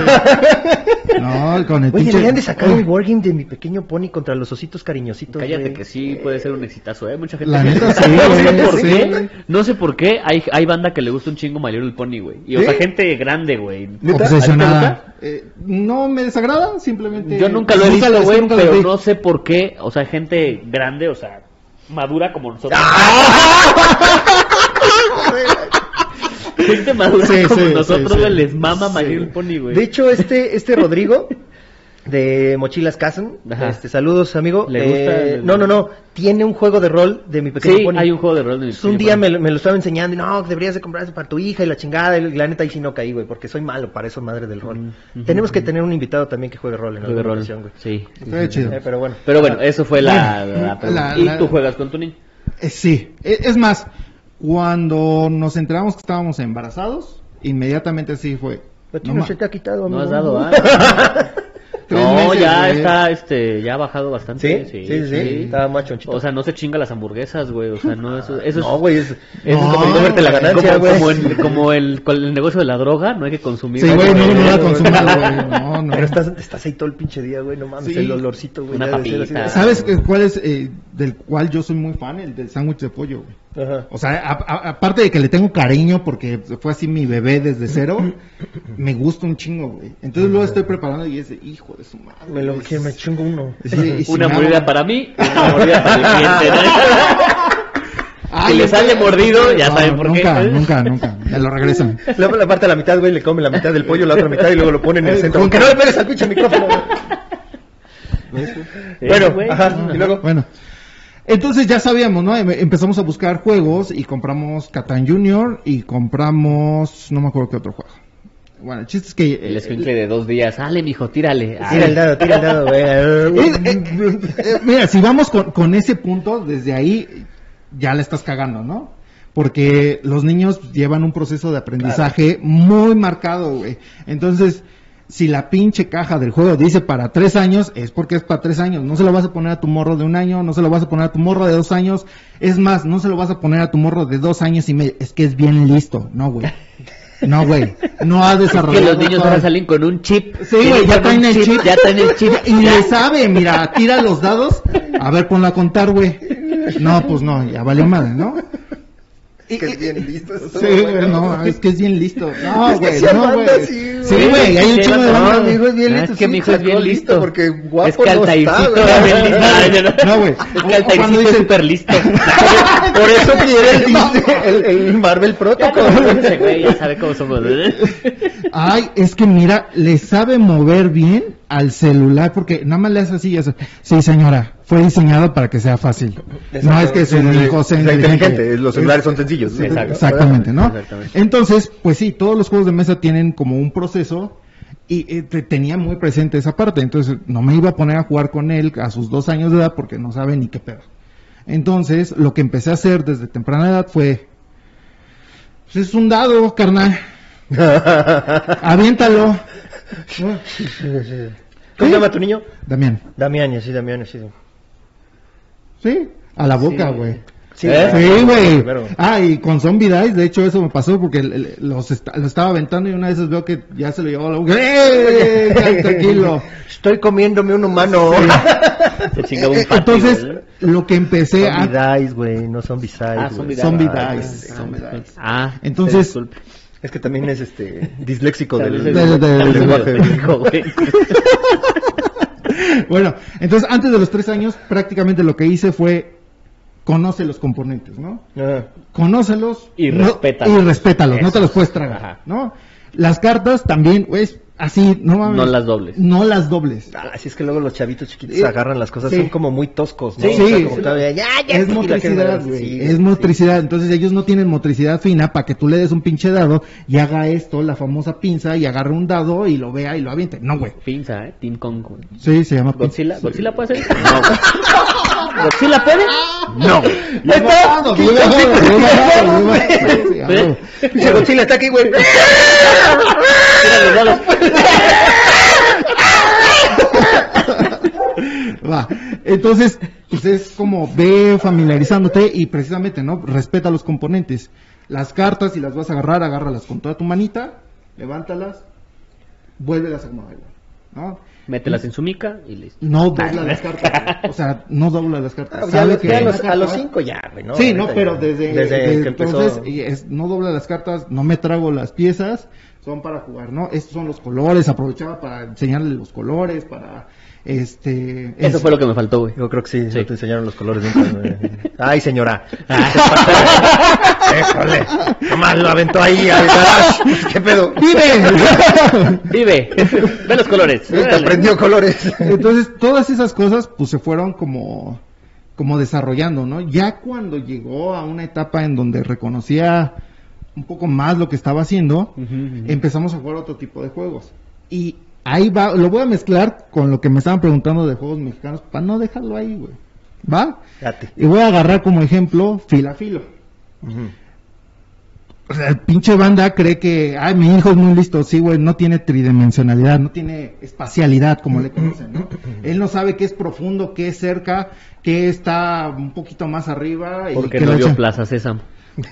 Speaker 4: No, con el
Speaker 1: Oye,
Speaker 4: pinche-
Speaker 1: deberían de sacar un Wargame de mi pequeño pony contra los ositos cariñositos.
Speaker 2: Cállate
Speaker 1: güey.
Speaker 2: que sí puede ser un exitazo, eh, mucha gente.
Speaker 4: La neta, sí,
Speaker 2: no sé
Speaker 4: güey,
Speaker 2: por
Speaker 4: sí.
Speaker 2: qué, no sé por qué hay, hay banda que le gusta un chingo My Little Pony, güey. Y o sea, gente grande, güey. ¿A ti te gusta?
Speaker 4: Obsesionada. Eh, no me desagrada, simplemente.
Speaker 2: Yo nunca lo he visto,
Speaker 4: lo-
Speaker 2: güey,
Speaker 4: Este, nunca lo
Speaker 2: pero
Speaker 4: vi.
Speaker 2: no sé por qué, o sea, gente grande, o sea, madura como nosotros. Gente madura
Speaker 4: Sí,
Speaker 2: como
Speaker 4: sí, sí,
Speaker 2: nosotros,
Speaker 4: sí.
Speaker 2: güey, les mama My Little Pony, güey.
Speaker 1: De hecho, este, este Rodrigo de Mochilas Casan,
Speaker 2: Ajá.
Speaker 1: este, saludos amigo.
Speaker 2: ¿Le gusta
Speaker 1: Eh,
Speaker 2: el-
Speaker 1: No, no, no. Tiene un juego de rol de mi pequeño
Speaker 2: Sí,
Speaker 1: pony.
Speaker 2: hay un juego de rol de mi
Speaker 1: Entonces, pues, un día
Speaker 2: Pony.
Speaker 1: me, lo- me lo estaba enseñando y no, deberías de comprar eso para tu hija y la chingada. Y la neta ahí sí no caí, güey, porque soy malo para eso, madre del rol. Tenemos que tener un invitado también que juegue rol en
Speaker 2: Juego de
Speaker 1: alguna
Speaker 2: rol,
Speaker 1: ocasión, güey.
Speaker 2: sí.
Speaker 4: Está chido.
Speaker 1: Eh, pero bueno.
Speaker 2: Pero bueno, eso fue la,
Speaker 4: Bueno,
Speaker 2: la pregunta.
Speaker 4: la-
Speaker 2: ¿Y
Speaker 4: la-
Speaker 2: tú juegas con tu niño?
Speaker 4: Eh, sí, E- es más, cuando nos enteramos que estábamos embarazados, inmediatamente así fue.
Speaker 1: Pero a ti
Speaker 4: No
Speaker 1: no,
Speaker 4: ma-
Speaker 1: se te ha quitado,
Speaker 2: No
Speaker 1: amigo.
Speaker 2: has dado, ¿ah?
Speaker 4: Tres
Speaker 2: No,
Speaker 4: meses,
Speaker 2: ya
Speaker 4: güey.
Speaker 2: está, este, ya ha bajado
Speaker 1: ¿Sí?
Speaker 2: bastante.
Speaker 1: Sí, sí, sí. Estaba más chonchito.
Speaker 2: O sea, no se chinga las hamburguesas, güey. O sea, no, eso, eso
Speaker 1: no,
Speaker 2: es.
Speaker 1: güey, es,
Speaker 2: Eso
Speaker 4: No,
Speaker 2: es como,
Speaker 1: comerte la ganancia,
Speaker 2: como,
Speaker 1: güey.
Speaker 2: como el, como el, con el negocio de la droga, no hay que consumir.
Speaker 4: Sí, güey, no, no la
Speaker 1: güey.
Speaker 4: consumado, güey. No, no.
Speaker 1: Pero estás, estás ahí todo el pinche día, güey, no mames,
Speaker 4: Sí.
Speaker 1: el olorcito, güey.
Speaker 2: Una
Speaker 1: ya de ser
Speaker 2: papita.
Speaker 1: así
Speaker 4: ¿Sabes eh, cuál es, eh, del cual yo soy muy fan? El del sándwich de pollo, güey.
Speaker 1: de- Ajá.
Speaker 4: O sea, a- a- aparte de que le tengo cariño porque fue así mi bebé desde cero, me gusta un chingo, güey. Entonces luego estoy preparando y es de hijo de su madre.
Speaker 1: Me lo que me chingo uno.
Speaker 4: Sí, y si
Speaker 2: Una
Speaker 4: me
Speaker 2: mordida
Speaker 4: hago-
Speaker 2: para mí, una mordida para el cliente. ¿no?
Speaker 4: Ay,
Speaker 2: Si le
Speaker 4: entonces-
Speaker 2: sale mordido, ya
Speaker 4: No,
Speaker 2: saben por
Speaker 4: nunca,
Speaker 2: qué.
Speaker 4: Nunca, nunca, Me lo regresan.
Speaker 1: Luego la parte a la mitad, güey, le come la mitad del pollo, la otra mitad y luego lo pone en el centro. Que no le pegues al pinche micrófono. güey.
Speaker 2: Eh,
Speaker 1: Bueno,
Speaker 2: güey,
Speaker 1: ajá, y luego.
Speaker 4: Bueno. Entonces ya sabíamos, ¿no? Em- Empezamos a buscar juegos y compramos Catán Junior y compramos, no me acuerdo qué otro juego. Bueno, el chiste es que...
Speaker 2: El
Speaker 4: eh,
Speaker 2: escuincle de dos días. Sale, mijo, tírale. Ay,
Speaker 1: Tira el dado, tira el dado,
Speaker 4: eh,
Speaker 1: güey.
Speaker 4: eh, eh, mira, si vamos con, con ese punto, desde ahí ya la estás cagando, ¿no? Porque los niños llevan un proceso de aprendizaje muy marcado, güey. Entonces, si la pinche caja del juego dice para tres años, es porque es para tres años. No se lo vas a poner a tu morro de un año, no se lo vas a poner a tu morro de dos años. Es más, no se lo vas a poner a tu morro de dos años y medio. Es que es bien listo, no, güey. No, güey. No ha
Speaker 10: Que
Speaker 4: desarrollado.
Speaker 10: los niños
Speaker 4: todo.
Speaker 10: ahora salen con un chip.
Speaker 4: Sí, güey, ya traen el chip.
Speaker 10: Ya traen el chip.
Speaker 4: Y le sabe, mira, tira los dados. A ver, ponlo a contar, güey. No, pues no, ya valió madre, ¿no?
Speaker 1: Que es bien listo. eso
Speaker 4: Sí,
Speaker 1: es
Speaker 4: güey,
Speaker 1: bueno.
Speaker 4: no, es que es bien listo. No,
Speaker 1: Es que
Speaker 4: güey,
Speaker 1: sí hay
Speaker 4: no,
Speaker 1: banda
Speaker 4: güey.
Speaker 1: así, güey.
Speaker 4: Sí, güey, hay un
Speaker 10: Sí,
Speaker 4: chingo
Speaker 10: no,
Speaker 4: de banda.
Speaker 1: No, mi hijo es bien
Speaker 10: Ah,
Speaker 1: listo.
Speaker 10: es que
Speaker 1: sí,
Speaker 10: mi hijo es
Speaker 1: sacó
Speaker 10: bien listo.
Speaker 1: Porque guapo
Speaker 10: Es que
Speaker 1: no está,
Speaker 10: Altaircito
Speaker 1: güey.
Speaker 10: era bien listo.
Speaker 4: No, güey.
Speaker 10: Es que Altaircito
Speaker 4: Cuando
Speaker 10: es
Speaker 4: dicen-
Speaker 10: súper listo.
Speaker 1: Por eso quiere el, el, el Marvel Protocol.
Speaker 10: Ese güey ya sabe cómo somos.
Speaker 2: ¿eh?
Speaker 4: Ay, es que mira, le sabe mover bien al celular porque nada más le hace así y hace, sí señora, fue diseñado para que sea fácil. No es que su hijo sea inteligente.
Speaker 1: Los celulares son sencillos.
Speaker 4: Exactamente, ¿no? Entonces, pues sí, todos los juegos de mesa tienen como un proceso y eh, te- tenía muy presente esa parte, entonces no me iba a poner a jugar con él a sus dos años de edad porque no sabe ni qué pedo. Entonces, lo que empecé a hacer desde temprana edad fue, "Pues, es un dado, carnal, aviéntalo,
Speaker 1: ¿Cómo se llama tu niño?
Speaker 4: Damián.
Speaker 1: Damián, sí, Damián, sí.
Speaker 4: Sí, a la boca, güey.
Speaker 1: Sí,
Speaker 4: Sí, güey.
Speaker 1: Primero.
Speaker 4: Ah, y con Zombie Dice, de hecho, eso me pasó porque el- el- los est- lo estaba aventando y una de esas veo que ya se lo llevó a la boca. ¡Eh! Ya, Tranquilo.
Speaker 1: Estoy comiéndome un humano.
Speaker 11: Se chingaba un patio,
Speaker 4: Entonces,
Speaker 11: ¿verdad?
Speaker 4: lo que empecé a.
Speaker 1: Zombie Dice, güey, no Zombie Dice.
Speaker 11: Ah, Zombie
Speaker 1: güey.
Speaker 11: Dice.
Speaker 4: Zombie
Speaker 1: Ah,
Speaker 4: Dice. Zombie Dice.
Speaker 10: Ah,
Speaker 4: Entonces,
Speaker 10: disculpe.
Speaker 1: Es que también es este disléxico del,
Speaker 4: Tal vez
Speaker 1: del
Speaker 4: el- tal vez el-
Speaker 1: lenguaje.
Speaker 10: Hijo, güey.
Speaker 4: bueno, entonces antes de los tres años, prácticamente lo que hice fue conoce los componentes, ¿no?
Speaker 1: Ajá.
Speaker 4: conócelos
Speaker 2: Y
Speaker 4: no-
Speaker 2: respétalos.
Speaker 4: y respétalos, no
Speaker 2: Eso.
Speaker 4: te los puedes tragar,
Speaker 2: Ajá.
Speaker 4: ¿no? Las cartas también, es así, no mames.
Speaker 2: No las dobles.
Speaker 4: No las dobles.
Speaker 1: Ah, sí, es que luego los chavitos chiquitos
Speaker 4: Sí.
Speaker 1: agarran las cosas,
Speaker 4: Sí.
Speaker 1: son como muy toscos, ¿no?
Speaker 4: Sí,
Speaker 1: O sea,
Speaker 4: sí,
Speaker 1: como
Speaker 4: sí.
Speaker 1: todavía, ya, ya,
Speaker 4: es
Speaker 1: sí, la quiero
Speaker 4: motricidad,
Speaker 1: ver.
Speaker 4: güey.
Speaker 1: Sí,
Speaker 4: es motricidad. Entonces ellos no tienen motricidad fina para que tú le des un pinche dado y haga esto, la famosa pinza, y agarre un dado y lo vea y lo aviente. No, güey.
Speaker 2: Pinza, ¿eh? Team Kong, güey.
Speaker 4: Sí, se llama pinza.
Speaker 2: ¿Godzilla? ¿Godzilla puede ser? No. güey. ¿Godzilla puede? No.
Speaker 4: Lo he bajado, lo he bajado, lo he bajado, lo he bajado. Sí, a huevo.
Speaker 1: sí. Pinche Godzilla está aquí, güey.
Speaker 4: Va. Entonces, pues es como ve familiarizándote y precisamente, ¿no? Respeta los componentes. Las cartas, si las vas a agarrar, agárralas con toda tu manita, levántalas, vuélvelas a acomodar, ¿no?
Speaker 2: Mételas en su mica y listo.
Speaker 4: No dobla las cartas. güey. O sea, no dobla las cartas.
Speaker 1: Ah, ya,
Speaker 4: Sabe
Speaker 1: lo-
Speaker 4: que-
Speaker 1: ya a los- a los cinco ya, güey, ¿no?
Speaker 4: Sí, no,
Speaker 1: Ahorita
Speaker 4: pero
Speaker 1: ya.
Speaker 4: desde,
Speaker 1: desde
Speaker 4: desde
Speaker 1: que empezó.
Speaker 4: entonces y es- no dobla las cartas, no me trago las piezas, son para jugar, ¿no? Estos son los colores, aprovechaba para enseñarle los colores, para este
Speaker 2: Eso
Speaker 4: es-
Speaker 2: fue lo que me faltó, güey.
Speaker 1: Yo creo que sí, no te enseñaron los colores nunca, güey. Ay, señora. Híjole. Nomás lo aventó ahí al garage. ¿Qué pedo?
Speaker 4: ¡Vive!
Speaker 2: ¡Vive! ¡Ve los colores!
Speaker 1: Te
Speaker 2: Órale.
Speaker 1: aprendió colores.
Speaker 4: Entonces, todas esas cosas, pues se fueron como, como desarrollando, ¿no? Ya cuando llegó a una etapa en donde reconocía un poco más lo que estaba haciendo, empezamos a jugar otro tipo de juegos. Y ahí va, lo voy a mezclar con lo que me estaban preguntando de juegos mexicanos, para no dejarlo ahí, güey. ¿Va?
Speaker 1: Fíjate.
Speaker 4: Y voy a agarrar como ejemplo fila a filo.
Speaker 1: Ujú.
Speaker 4: O sea, el pinche banda cree que, ay, mi hijo es muy listo, sí, güey, no tiene tridimensionalidad, no tiene espacialidad, como le conocen, ¿no? Él no sabe qué es profundo, qué es cerca, qué está un poquito más arriba. y
Speaker 2: Porque
Speaker 4: qué
Speaker 2: no
Speaker 4: la
Speaker 2: vio
Speaker 4: chan-
Speaker 2: Plaza Sésamo.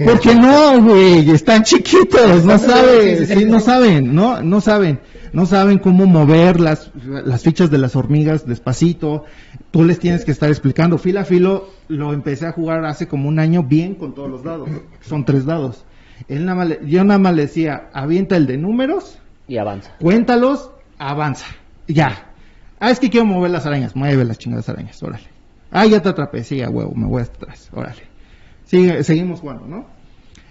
Speaker 4: Porque no, güey, están chiquitos, no saben, sí, no saben, no, no saben, no saben cómo mover las, las fichas de las hormigas despacito, tú les tienes que estar explicando, filo a filo, lo empecé a jugar hace como un año bien con todos los dados, son tres dados, Él nada más le- yo nada más le decía, avienta el de números,
Speaker 2: Y avanza.
Speaker 4: Cuéntalos, avanza. Ya. Ah, es que quiero mover las arañas. Mueve las chingadas arañas, órale. Ah, ya te atrapé, sí, a huevo, me voy atrás, órale. Sigue, seguimos jugando, ¿no?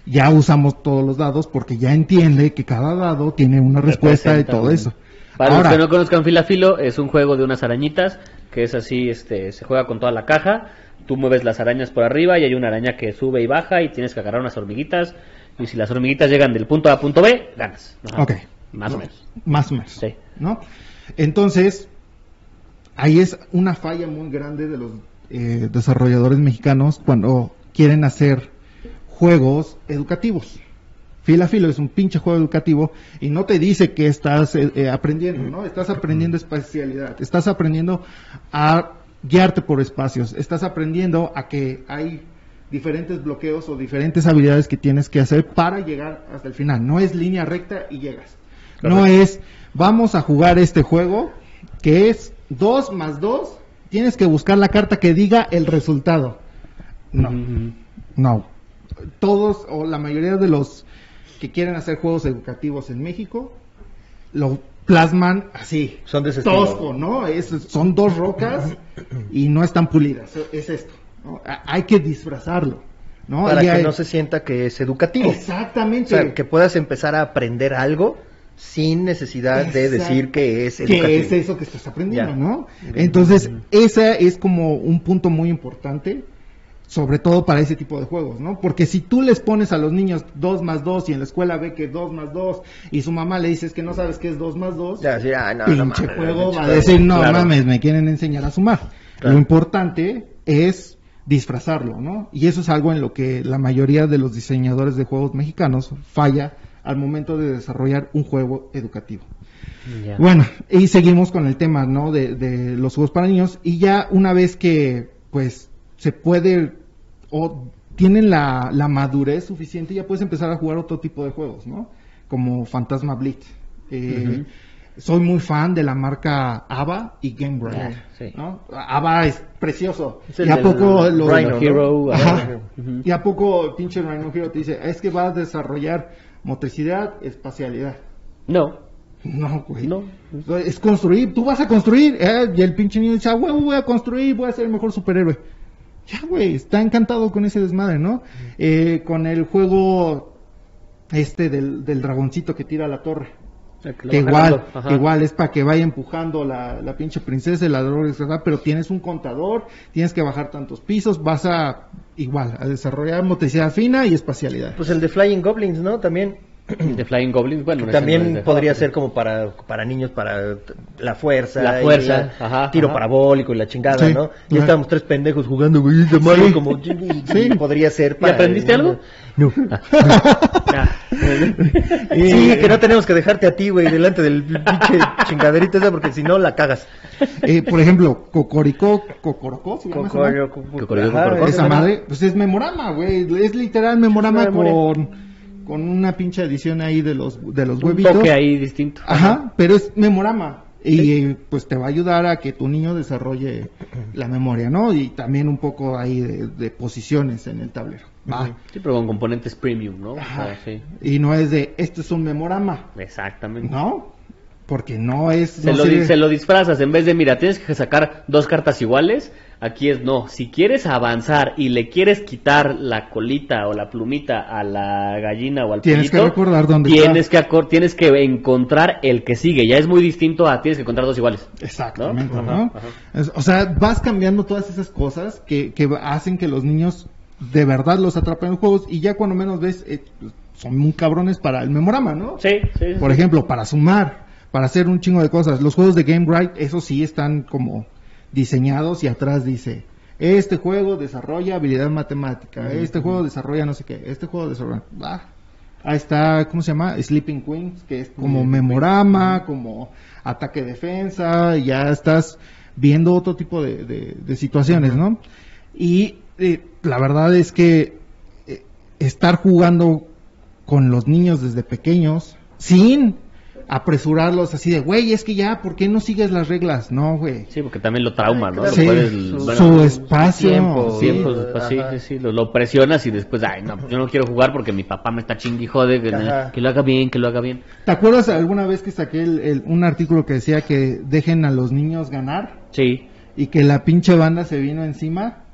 Speaker 4: Ya usamos todos los dados porque ya entiende que cada dado tiene una respuesta de
Speaker 2: Representa
Speaker 4: todo
Speaker 2: un-
Speaker 4: eso.
Speaker 2: Para
Speaker 4: Ahora,
Speaker 2: los que no conozcan Fila Filo, es un juego de unas arañitas que es así, este, se juega con toda la caja. Tú mueves las arañas por arriba y hay una araña que sube y baja y tienes que agarrar unas hormiguitas. Y si las hormiguitas llegan del punto A a punto B, ganas. Ajá.
Speaker 4: Ok.
Speaker 2: Más o menos.
Speaker 4: más o menos.
Speaker 2: Sí.
Speaker 4: ¿no? Entonces, ahí es una falla muy grande de los eh, desarrolladores mexicanos cuando quieren hacer juegos educativos. Filo a filo es un pinche juego educativo y no te dice que estás eh, eh, aprendiendo, ¿no? Estás aprendiendo espacialidad, estás aprendiendo a guiarte por espacios, estás aprendiendo a que hay diferentes bloqueos o diferentes habilidades que tienes que hacer para llegar hasta el final. No es línea recta y llegas. No es, vamos a jugar este juego que es 2 más 2, tienes que buscar la carta que diga el resultado. No,
Speaker 2: Mm,
Speaker 4: no. Todos o la mayoría de los que quieren hacer juegos educativos en México lo plasman así.
Speaker 1: Son de ese estilo.
Speaker 4: tosco, ¿no? Es- son dos rocas y no están pulidas. Es esto. ¿no? A- Hay que disfrazarlo. ¿no?
Speaker 1: para
Speaker 4: Y
Speaker 1: que
Speaker 4: hay-
Speaker 1: no se sienta que es educativo. O
Speaker 4: Exactamente.
Speaker 1: sea, que puedas empezar a aprender algo sin necesidad de
Speaker 4: Exacto.
Speaker 1: decir que es educativo.
Speaker 4: que es eso que estás aprendiendo,
Speaker 1: Ya.
Speaker 4: ¿no? Entonces, ese es como un punto muy importante, sobre todo para ese tipo de juegos, ¿no? Porque si tú les pones a los niños 2 más 2 y en la escuela ve que 2 más 2 y su mamá le dices que no sabes qué es 2 más 2,
Speaker 1: Ya, sí, ah, no, no
Speaker 4: pinche
Speaker 1: mames,
Speaker 4: juego
Speaker 1: pinche
Speaker 4: va a
Speaker 1: juego.
Speaker 4: decir, no
Speaker 1: Claro.
Speaker 4: mames, me quieren enseñar a sumar.
Speaker 1: Claro.
Speaker 4: Lo importante es disfrazarlo, ¿no? Y eso es algo en lo que la mayoría de los diseñadores de juegos mexicanos falla al momento de desarrollar un juego educativo.
Speaker 2: Ya.
Speaker 4: Bueno, y seguimos con el tema, ¿no? De, de los juegos para niños. Y ya una vez que, pues, se puede o tienen la, la madurez suficiente, ya puedes empezar a jugar otro tipo de juegos, ¿no? Como Fantasma Blitz. Eh, Soy muy fan de la marca ABBA y Game Brain.
Speaker 2: Ah, sí.
Speaker 4: ¿no? ABBA es precioso.
Speaker 1: Es el
Speaker 4: Y a
Speaker 1: del
Speaker 4: poco los-
Speaker 1: Rhino, ¿no?
Speaker 2: Hero,
Speaker 4: Ajá.
Speaker 2: ah, ujú.
Speaker 4: Y a poco el pinche Rhino Hero te dice, es que vas a desarrollar motricidad, espacialidad.
Speaker 2: No,
Speaker 4: No, güey.
Speaker 2: no.
Speaker 4: Es construir, tú vas a construir. eh, y el pinche niño dice, ah, huevo, voy a construir, voy a ser el mejor superhéroe. Ya, güey, está encantado con ese desmadre, ¿no? Eh, con el juego este del, del dragoncito que tira a la torre. Que igual,
Speaker 2: Ajá.
Speaker 4: que igual es para que vaya empujando la, la pinche princesa, el ladrón, etcétera, pero tienes un contador, tienes que bajar tantos pisos, vas a, igual, a desarrollar motricidad fina y espacialidad.
Speaker 1: Pues el de Flying Goblins, ¿no? También
Speaker 2: De Flying Goblins, bueno. ese no es
Speaker 1: también
Speaker 2: de-
Speaker 1: podría ser como para, para niños, para t- la fuerza.
Speaker 2: La
Speaker 1: y
Speaker 2: fuerza,
Speaker 1: la-
Speaker 2: ajá,
Speaker 1: Tiro
Speaker 2: ajá.
Speaker 1: parabólico y la chingada,
Speaker 4: Sí,
Speaker 1: ¿no? Y
Speaker 4: ajá.
Speaker 1: estábamos tres pendejos jugando, güey, de malo,
Speaker 4: Sí.
Speaker 1: como... Sí. Podría ser
Speaker 2: ¿Y
Speaker 1: para...
Speaker 2: aprendiste algo?
Speaker 1: No. Sí, que no tenemos que dejarte a ti, güey, delante del pinche chingaderita esa, porque si no la cagas.
Speaker 4: Eh, por ejemplo, Cocoricó, Cocorocó, se llama esa madre?
Speaker 1: Cocorio, cu-
Speaker 2: Cocorio,
Speaker 1: ajá,
Speaker 2: cocorio.
Speaker 1: ese
Speaker 4: Esa madre, pues es memorama, güey. Es literal memorama
Speaker 1: Es una memoria.
Speaker 4: con, con una pinche edición ahí de los, de los
Speaker 2: Un
Speaker 4: huevitos.
Speaker 2: toque ahí distinto.
Speaker 4: Ajá, pero es memorama. Y eh, pues te va a ayudar a que tu niño desarrolle la memoria, ¿no? Y también un poco ahí de, de posiciones en el tablero. Va.
Speaker 2: Sí, pero con componentes premium, ¿no? O sea,
Speaker 4: Ajá.
Speaker 2: Ah, sí.
Speaker 4: Y no es de, esto es un memorama,
Speaker 2: Exactamente.
Speaker 4: ¿no? Porque no es...
Speaker 2: Se,
Speaker 4: no
Speaker 2: lo,
Speaker 4: sirve-
Speaker 2: di- se lo disfrazas, en vez de, mira, tienes que sacar dos cartas iguales, aquí es no. Si quieres avanzar y le quieres quitar la colita o la plumita a la gallina o al
Speaker 4: Tienes que
Speaker 2: pollito,
Speaker 4: recordar dónde
Speaker 2: tienes que, acor- tienes que encontrar el que sigue. Ya es muy distinto a tienes que encontrar dos iguales.
Speaker 4: Exactamente,
Speaker 2: ¿No?
Speaker 4: ¿no?
Speaker 2: Ajá, ajá.
Speaker 4: Es- O sea, vas cambiando todas esas cosas que, que hacen que los niños de verdad los atrapen en juegos y ya cuando menos ves, eh, son muy cabrones para el memorama, ¿no?
Speaker 2: Sí, Pues, sí.
Speaker 4: Por ejemplo, para sumar, para hacer un chingo de cosas. Los juegos de Game Right, eso sí están como diseñados y atrás dice, este juego desarrolla habilidad matemática, este juego desarrolla no sé qué, este juego desarrolla... Ah, ahí está, ¿cómo se llama? Sleeping Queens, que es como memorama, como ataque-defensa, y ya estás viendo otro tipo de, de- de situaciones, ¿no? Y eh, la verdad es que eh, estar jugando con los niños desde pequeños sin apresurarlos así de, güey, es que ya, ¿por qué no sigues las reglas? No, güey.
Speaker 2: Sí, porque también lo trauma, ¿no?
Speaker 1: Claro,
Speaker 4: Sí,
Speaker 2: lo puedes,
Speaker 4: su,
Speaker 2: bueno,
Speaker 4: su espacio.
Speaker 1: tiempo,
Speaker 4: sí.
Speaker 2: tiempos, pues, sí,
Speaker 1: Ajá.
Speaker 2: sí, sí, lo, lo presionas y después, ay, no, yo no quiero jugar porque mi papá me está chingui jode, que,
Speaker 1: Ajá.
Speaker 2: que lo haga bien, que lo haga bien.
Speaker 4: ¿Te acuerdas alguna vez que saqué el- el- un artículo que decía que dejen a los niños ganar
Speaker 2: Sí,
Speaker 4: y que la pinche banda se vino encima?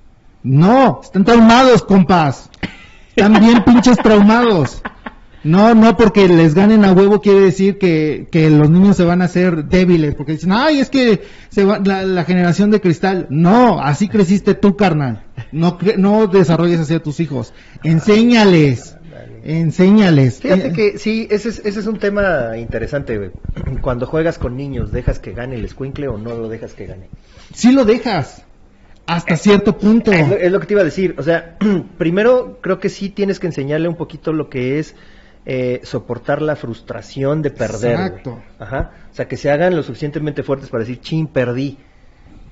Speaker 4: No, están traumados, compás. Están bien pinches traumados. No, no porque les ganen a huevo quiere decir que, que los niños se van a hacer débiles, porque dicen, ay, es que se va, la, la generación de cristal. No, así creciste tú, carnal. No, cre- no desarrolles así a tus hijos. Enséñales. Enséñales.
Speaker 1: Fíjate
Speaker 4: Eh,
Speaker 1: que sí, ese es, ese es un tema interesante, güey. Cuando juegas con niños, ¿dejas que gane el escuincle o no lo dejas que gane?
Speaker 4: Sí lo dejas. Hasta cierto punto.
Speaker 1: Es lo, es lo que te iba a decir. O sea, primero creo que sí tienes que enseñarle un poquito lo que es eh, soportar la frustración de perder. güey.
Speaker 4: Exacto.
Speaker 1: Ajá. O sea, que se hagan lo suficientemente fuertes para decir, chin, perdí.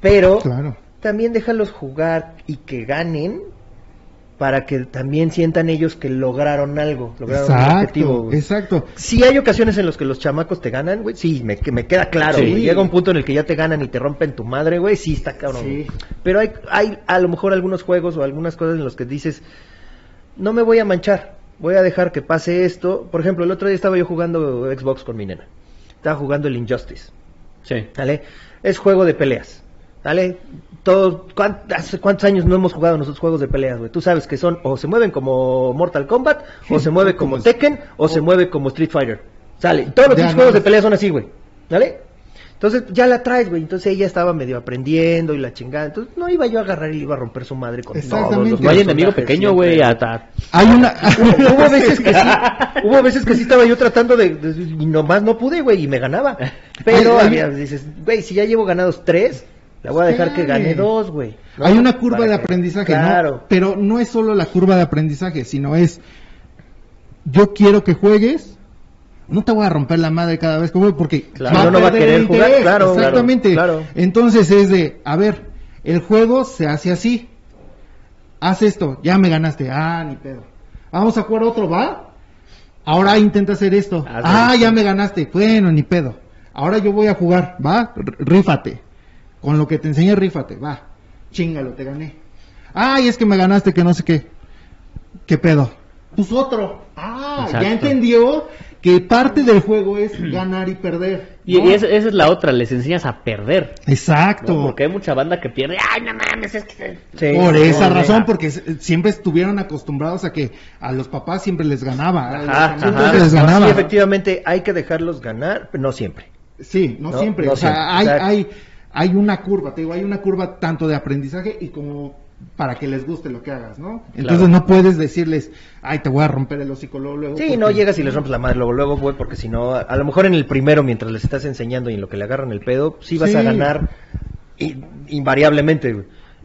Speaker 1: Pero
Speaker 4: Claro.
Speaker 1: también déjalos jugar y que ganen para que también sientan ellos que lograron algo, lograron un objetivo.
Speaker 4: Exacto,
Speaker 1: güey.
Speaker 4: exacto.
Speaker 1: Sí hay ocasiones en las que los chamacos te ganan, güey. Sí, me, que me queda claro.
Speaker 2: Sí.
Speaker 1: güey. Llega un punto en el que ya te ganan y te rompen tu madre, güey. Sí, está cabrón. güey. Pero hay, hay a lo mejor algunos juegos o algunas cosas en los que dices, no me voy a manchar. Voy a dejar que pase esto. Por ejemplo, el otro día estaba yo jugando Xbox con mi nena. Estaba jugando el Injustice.
Speaker 2: Sí.
Speaker 1: ¿Vale? Es juego de peleas. ¿Vale? Todos, ¿cuán- ¿Hace cuántos años no hemos jugado nosotros juegos de peleas, güey? Tú sabes que son o se mueven como Mortal Kombat, o se mueve como Tekken, o se mueve como Street Fighter. Sale. Todos los
Speaker 4: Ya,
Speaker 1: pinches
Speaker 4: no,
Speaker 1: juegos de
Speaker 4: es-
Speaker 1: peleas son así, güey. ¿Vale? Entonces ya la traes, güey. Entonces ella estaba medio aprendiendo y la chingada. Entonces no iba yo a agarrar y le iba a romper su madre con todos los
Speaker 4: Exactamente.
Speaker 2: No hay
Speaker 1: personajes
Speaker 2: enemigo pequeño,
Speaker 1: siempre.
Speaker 2: güey. Hasta
Speaker 4: Hay una.
Speaker 1: Hubo veces que sí, hubo veces que sí estaba yo tratando de, de- y nomás no pude, güey, y me ganaba. Pero
Speaker 4: Ay, ay.
Speaker 1: había, dices, güey, si ya llevo ganados tres, la voy a dejar que
Speaker 4: Espérame.
Speaker 1: gane dos, güey. ¿no?
Speaker 4: Hay una curva
Speaker 1: Para
Speaker 4: de
Speaker 1: que-
Speaker 4: aprendizaje, ¿no?
Speaker 1: Claro.
Speaker 4: Pero no es solo la curva de aprendizaje, sino es yo quiero que juegues, no te voy a romper la madre cada vez que juegue porque
Speaker 1: Claro, no, no va a
Speaker 4: perder
Speaker 1: querer
Speaker 4: el
Speaker 1: jugar, claro, claro,
Speaker 4: exactamente.
Speaker 1: claro.
Speaker 4: Entonces es de, a ver, el juego se hace así. Haz esto, ya me ganaste. Ah, ni pedo. Vamos a jugar otro, ¿va? Ahora intenta hacer esto.
Speaker 2: Haz
Speaker 4: ah,
Speaker 2: esto.
Speaker 4: ya me ganaste. Bueno, ni pedo. Ahora yo voy a jugar, ¿va? R- Rífate. Con lo que te enseñé, rífate, va. Chingalo, te gané. Ay, es que me ganaste, que no sé qué. ¿Qué pedo? Pues otro. Ah,
Speaker 2: Exacto.
Speaker 4: ya entendió que parte del juego es ganar y perder.
Speaker 2: Y,
Speaker 4: ¿no?
Speaker 2: y esa, esa es la otra, les enseñas a perder.
Speaker 4: Exacto.
Speaker 2: ¿no? Porque hay mucha banda que pierde. ¡Ay, no mames! Es que...
Speaker 1: Sí,
Speaker 4: Por
Speaker 1: no,
Speaker 4: esa
Speaker 1: no,
Speaker 4: razón,
Speaker 1: no.
Speaker 4: porque s- siempre estuvieron acostumbrados a que a los papás siempre les ganaba. a los
Speaker 2: Ajá, ajá.
Speaker 4: hermanos pues, siempre les
Speaker 1: Sí,
Speaker 4: ganaba.
Speaker 1: efectivamente, hay que dejarlos ganar, pero no siempre.
Speaker 4: Sí, no,
Speaker 1: No,
Speaker 4: siempre.
Speaker 1: no
Speaker 4: o sea,
Speaker 1: siempre,
Speaker 4: hay,
Speaker 1: exacto.
Speaker 4: hay, hay una curva, te digo, hay una curva tanto de aprendizaje y como para que les guste lo que hagas, ¿no? Entonces no puedes decirles, ay, te voy a romper el hocico luego. luego",
Speaker 1: Sí,
Speaker 4: porque-
Speaker 1: no llegas y les rompes la madre luego, luego, güey, porque si no, a, a lo mejor en el primero, mientras les estás enseñando y en lo que le agarran el pedo, sí vas a
Speaker 4: Sí.
Speaker 1: ganar i- invariablemente, güey.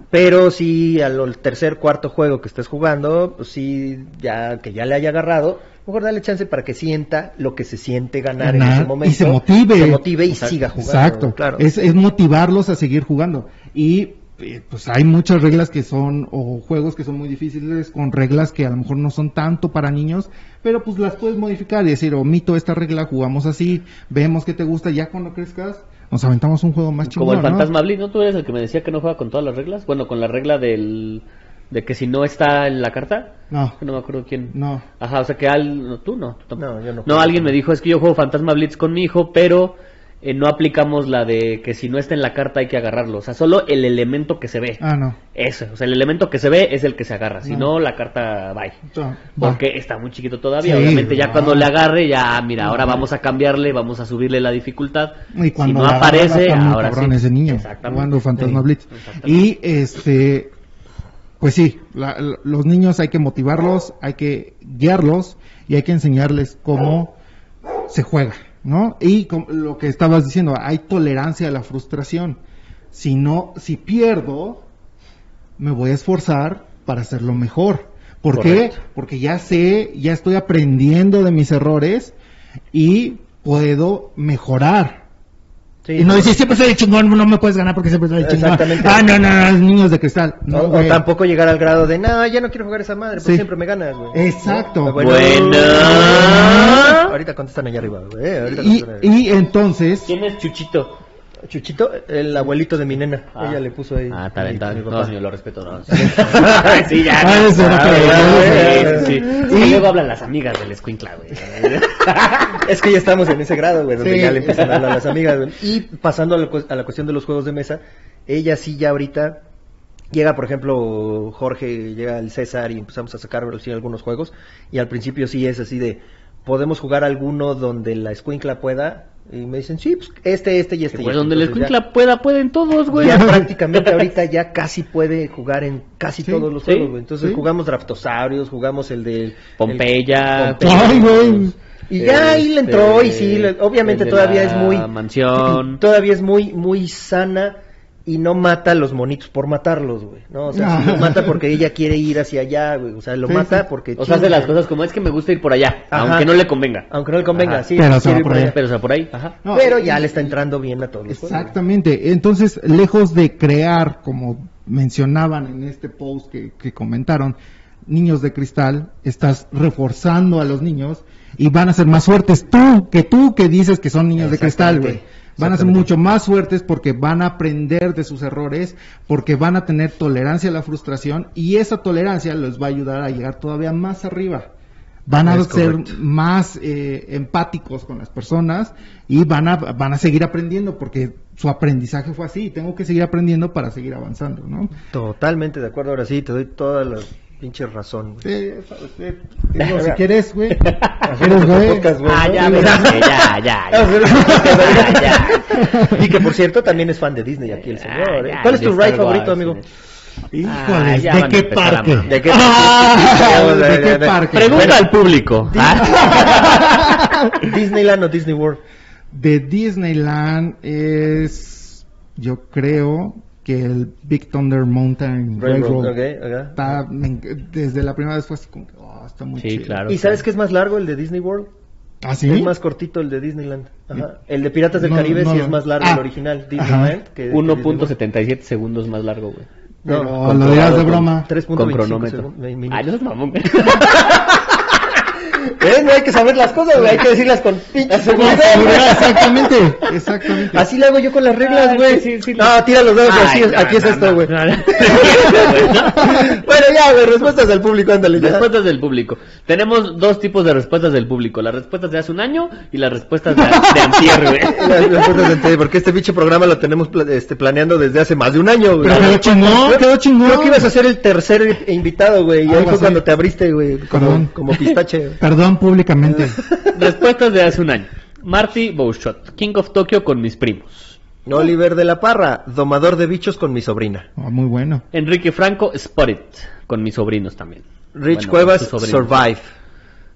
Speaker 1: Pero si al tercer, cuarto juego que estés jugando, pues sí, ya que ya le haya agarrado, mejor dale chance para que sienta lo que se siente ganar, en
Speaker 4: Ganar,
Speaker 1: ese momento.
Speaker 4: y se motive.
Speaker 1: Se motive y
Speaker 2: Exacto.
Speaker 1: siga jugando.
Speaker 4: Exacto,
Speaker 1: güey, claro.
Speaker 4: es, es motivarlos a seguir jugando. Y eh, pues hay muchas reglas que son, o juegos que son muy difíciles, con reglas que a lo mejor no son tanto para niños, pero pues las puedes modificar y decir, omito esta regla, jugamos así, vemos que te gusta, ya cuando crezcas, nos aventamos un juego más chingón.
Speaker 2: Como el
Speaker 4: ¿no?
Speaker 2: fantasma Blitz, ¿no? Tú eres el que me decía que no juega con todas las reglas. Bueno, con la regla del. de que si no está en la carta.
Speaker 4: No,
Speaker 2: que No me acuerdo quién.
Speaker 4: no.
Speaker 2: Ajá, o sea que al. No, tú no. tú tampoco.
Speaker 1: No, yo no
Speaker 2: No,
Speaker 1: juego.
Speaker 2: alguien me dijo, es que yo juego Fantasma Blitz con mi hijo, pero. eh, no aplicamos la de que si no está en la carta hay que agarrarlo. O sea, solo el elemento que se ve.
Speaker 4: Ah, no.
Speaker 2: Eso, o sea, el elemento que se ve es el que se agarra. Si no,
Speaker 4: No.
Speaker 2: la carta bye.
Speaker 4: no,
Speaker 2: Porque está muy chiquito todavía.
Speaker 4: Sí, Ah.
Speaker 2: Obviamente, ya
Speaker 4: no.
Speaker 2: cuando le agarre, ya, mira, ahora vamos a cambiarle, vamos a subirle la dificultad.
Speaker 4: va. Y cuando
Speaker 2: si no
Speaker 4: la
Speaker 2: aparece,
Speaker 4: agarra, está muy
Speaker 2: ahora
Speaker 4: cabrón
Speaker 2: sí.
Speaker 4: ese niño
Speaker 2: Exactamente.
Speaker 4: jugando Fantasma
Speaker 2: Sí,
Speaker 4: Blitz.
Speaker 2: exactamente.
Speaker 4: Y este, pues sí, la- la- los niños hay que motivarlos, hay que guiarlos y hay que enseñarles cómo se juega, ¿no? Y com- lo que estabas diciendo, hay tolerancia a la frustración. Si no, si pierdo, me voy a esforzar para hacerlo mejor. ¿Por
Speaker 1: Correcto.
Speaker 4: qué? Porque ya sé, ya estoy aprendiendo de mis errores y puedo mejorar.
Speaker 1: Sí,
Speaker 4: y no decir, siempre soy el chingón, no me puedes ganar porque siempre soy el chingón.
Speaker 1: Exactamente.
Speaker 4: Ah, no, no, no, niños de cristal. No,
Speaker 1: o- o,
Speaker 4: güey.
Speaker 1: tampoco llegar al grado de, no, ya no quiero jugar esa madre, porque
Speaker 4: Sí.
Speaker 1: siempre me ganas, güey. Ah,
Speaker 4: Exacto.
Speaker 2: Buena.
Speaker 1: Ahorita contestan allá arriba, güey. eh, ahorita
Speaker 4: Y,
Speaker 1: contestan allá arriba.
Speaker 4: y entonces,
Speaker 2: ¿Quién es Chuchito?
Speaker 1: Chuchito, el abuelito de mi nena.
Speaker 2: Ah.
Speaker 1: Ella le puso ahí.
Speaker 2: Ah, está bien, está
Speaker 1: Mi
Speaker 2: bien.
Speaker 1: papá.
Speaker 2: No, señor, lo respeto. No. sí, ya.
Speaker 4: Ah, eso era
Speaker 2: Ah,
Speaker 4: para-
Speaker 2: ya, sí, sí.
Speaker 4: Y-
Speaker 2: Y luego hablan las amigas del escuincla, güey.
Speaker 1: Es que ya estamos en ese grado, güey, donde
Speaker 4: Sí.
Speaker 1: ya le empiezan a hablar a las amigas. güey. Y pasando a la, cu- a la cuestión de los juegos de mesa, ella sí ya ahorita llega, por ejemplo, Jorge, llega el César y empezamos a sacar sí, algunos juegos. Y al principio sí es así de, podemos jugar alguno donde la escuincla pueda. Y me dicen, sí, pues este, este y este. y
Speaker 2: Pues
Speaker 1: este".
Speaker 2: donde el
Speaker 1: Entonces, ya-
Speaker 2: escuincla pueda, pueden todos, güey.
Speaker 1: Ya prácticamente ahorita ya casi puede jugar en casi
Speaker 4: Sí,
Speaker 1: todos los
Speaker 2: sí,
Speaker 1: juegos, güey. Entonces
Speaker 4: sí.
Speaker 1: jugamos Draftosaurios, jugamos el de
Speaker 2: Pompeya.
Speaker 4: Ay, güey.
Speaker 1: Y ya ahí le entró y sí, le- obviamente
Speaker 2: el Este, de
Speaker 1: todavía
Speaker 2: la
Speaker 1: es muy
Speaker 2: Mansión.
Speaker 1: todavía es muy muy sana y no mata a los monitos por matarlos, güey. No, o sea, sí lo mata porque ella quiere ir hacia allá, güey. O sea, lo
Speaker 4: Ah. Sí,
Speaker 1: mata
Speaker 4: sí.
Speaker 1: porque...
Speaker 2: O sea, hace las cosas como es que me gusta ir por allá,
Speaker 1: Ajá.
Speaker 2: aunque no le convenga.
Speaker 1: Aunque no le convenga,
Speaker 2: Ajá.
Speaker 1: sí.
Speaker 4: Pero
Speaker 1: sí
Speaker 4: se va
Speaker 1: quiere ir
Speaker 4: por
Speaker 1: para
Speaker 4: allá.
Speaker 1: allá.
Speaker 2: Pero o sea, por ahí. Ajá.
Speaker 4: No,
Speaker 1: Pero ya le está entrando bien a todos los juegos.
Speaker 4: Exactamente. Entonces, lejos de crear, como mencionaban en este post que, que comentaron, niños de cristal, estás reforzando a los niños y van a ser más fuertes tú que tú que dices que son niños de cristal, güey. Van a ser mucho más fuertes porque van a aprender de sus errores, porque van a tener tolerancia a la frustración y esa tolerancia les va a ayudar a llegar todavía más arriba van a
Speaker 1: Es
Speaker 4: ser
Speaker 1: correcto.
Speaker 4: más eh, empáticos con las personas y van a, van a seguir aprendiendo porque su aprendizaje fue así, tengo que seguir aprendiendo para seguir avanzando, ¿no?
Speaker 1: Totalmente de acuerdo, ahora sí, te doy toda la pinche razón, güey.
Speaker 4: Eh, eh, digo, si quieres, güey.
Speaker 1: Hacemos
Speaker 4: Eres
Speaker 1: otro
Speaker 4: güey.
Speaker 1: podcast, güey,
Speaker 2: Ah,
Speaker 1: ¿no?
Speaker 2: ya,
Speaker 1: Digo,
Speaker 2: verás, güey, ya, ya, ya.
Speaker 1: Y que por cierto también es fan de Disney aquí el señor. ¿eh?
Speaker 2: Ah, ya,
Speaker 1: ¿Cuál es
Speaker 2: de
Speaker 1: tu
Speaker 2: Star
Speaker 1: ride favorito,
Speaker 2: Wars,
Speaker 1: amigo?
Speaker 2: sí. ¿eh? Ah,
Speaker 6: Híjoles,
Speaker 2: ya
Speaker 6: ¿de
Speaker 2: van a
Speaker 6: qué
Speaker 2: empezar a
Speaker 6: parque?
Speaker 2: mamar.
Speaker 1: ¿De qué,
Speaker 4: ¿De qué parque?
Speaker 2: Pregunta al público.
Speaker 1: Disneyland o Disney World.
Speaker 4: De Disneyland es, yo creo que el Big Thunder Mountain Railroad.
Speaker 1: Railroad, ok, ok.
Speaker 4: Está- me enc- desde la primera vez fue así como que, oh, está muy
Speaker 2: Sí,
Speaker 4: chido.
Speaker 2: claro.
Speaker 1: ¿Y sabes que es más largo el de Disney World?
Speaker 4: ¿Ah, sí?
Speaker 1: Es más cortito el de Disneyland. Ajá. El de Piratas del
Speaker 4: No,
Speaker 1: Caribe
Speaker 4: no
Speaker 1: sí
Speaker 4: lo-
Speaker 1: es más largo
Speaker 4: Ah.
Speaker 1: el original. Disneyland. que- que Disney
Speaker 2: 1.77 segundos más largo, güey.
Speaker 1: World.
Speaker 4: Pero
Speaker 1: No,
Speaker 4: lo dirás de
Speaker 1: con-
Speaker 4: broma.
Speaker 1: 3.25
Speaker 2: Con cronómetro.
Speaker 1: segun- mi- minutos.
Speaker 2: Ay, no es mamón. güey.
Speaker 1: ¿Ves? Eh, No hay que saber las cosas, güey. Hay que decirlas con pinche seguridad, güey.
Speaker 4: Exactamente, exactamente.
Speaker 1: Así le hago yo con las reglas,
Speaker 2: Ah,
Speaker 1: güey.
Speaker 2: sí, sí,
Speaker 1: no, tira los dedos,
Speaker 2: Ay,
Speaker 1: así es-
Speaker 2: no,
Speaker 1: aquí es
Speaker 2: no,
Speaker 1: esto,
Speaker 2: no,
Speaker 1: güey.
Speaker 2: no, no.
Speaker 1: bueno, ya, güey, respuestas del público, ándale. ya.
Speaker 2: Respuestas del público. Tenemos dos tipos de respuestas del público. Las respuestas de hace un año y las respuestas de, de antier, güey.
Speaker 1: Las- las cosas en serio, porque este pinche programa lo tenemos pla- este, planeando desde hace más de un año, güey.
Speaker 4: Pero quedó chingón, quedó chingón.
Speaker 1: Creo que ibas a ser el tercer invitado, güey. Y ahí
Speaker 4: Algo
Speaker 1: fue
Speaker 4: así.
Speaker 1: cuando te abriste, güey, como,
Speaker 4: Perdón.
Speaker 1: como pistache. güey.
Speaker 4: Perdón públicamente.
Speaker 2: Respuestas de hace un año. Marty Bouchot, King of Tokyo con mis primos.
Speaker 1: Oliver de la Parra, domador de bichos con mi sobrina.
Speaker 4: Ah, muy bueno.
Speaker 2: Enrique Franco, Spot It, con mis sobrinos también.
Speaker 1: Rich
Speaker 2: Bueno,
Speaker 1: Cuevas,
Speaker 2: sus sobrinos.
Speaker 1: Survive.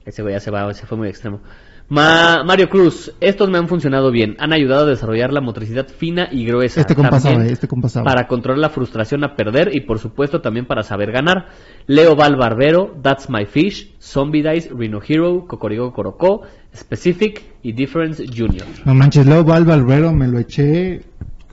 Speaker 2: Ese güey ya se va, se fue muy extremo. Ma- Mario Cruz, estos me han funcionado bien. Han ayudado a desarrollar la motricidad fina y gruesa.
Speaker 4: Este compa
Speaker 2: También
Speaker 4: sabe, este compa sabe.
Speaker 2: Para controlar la frustración a perder y por supuesto también para saber ganar. Leo Val Barbero, That's My Fish, Zombie Dice, Rhino Hero, Cocorigo Corocó, Specific y Difference Junior.
Speaker 4: No manches, Leo Val Barbero me lo eché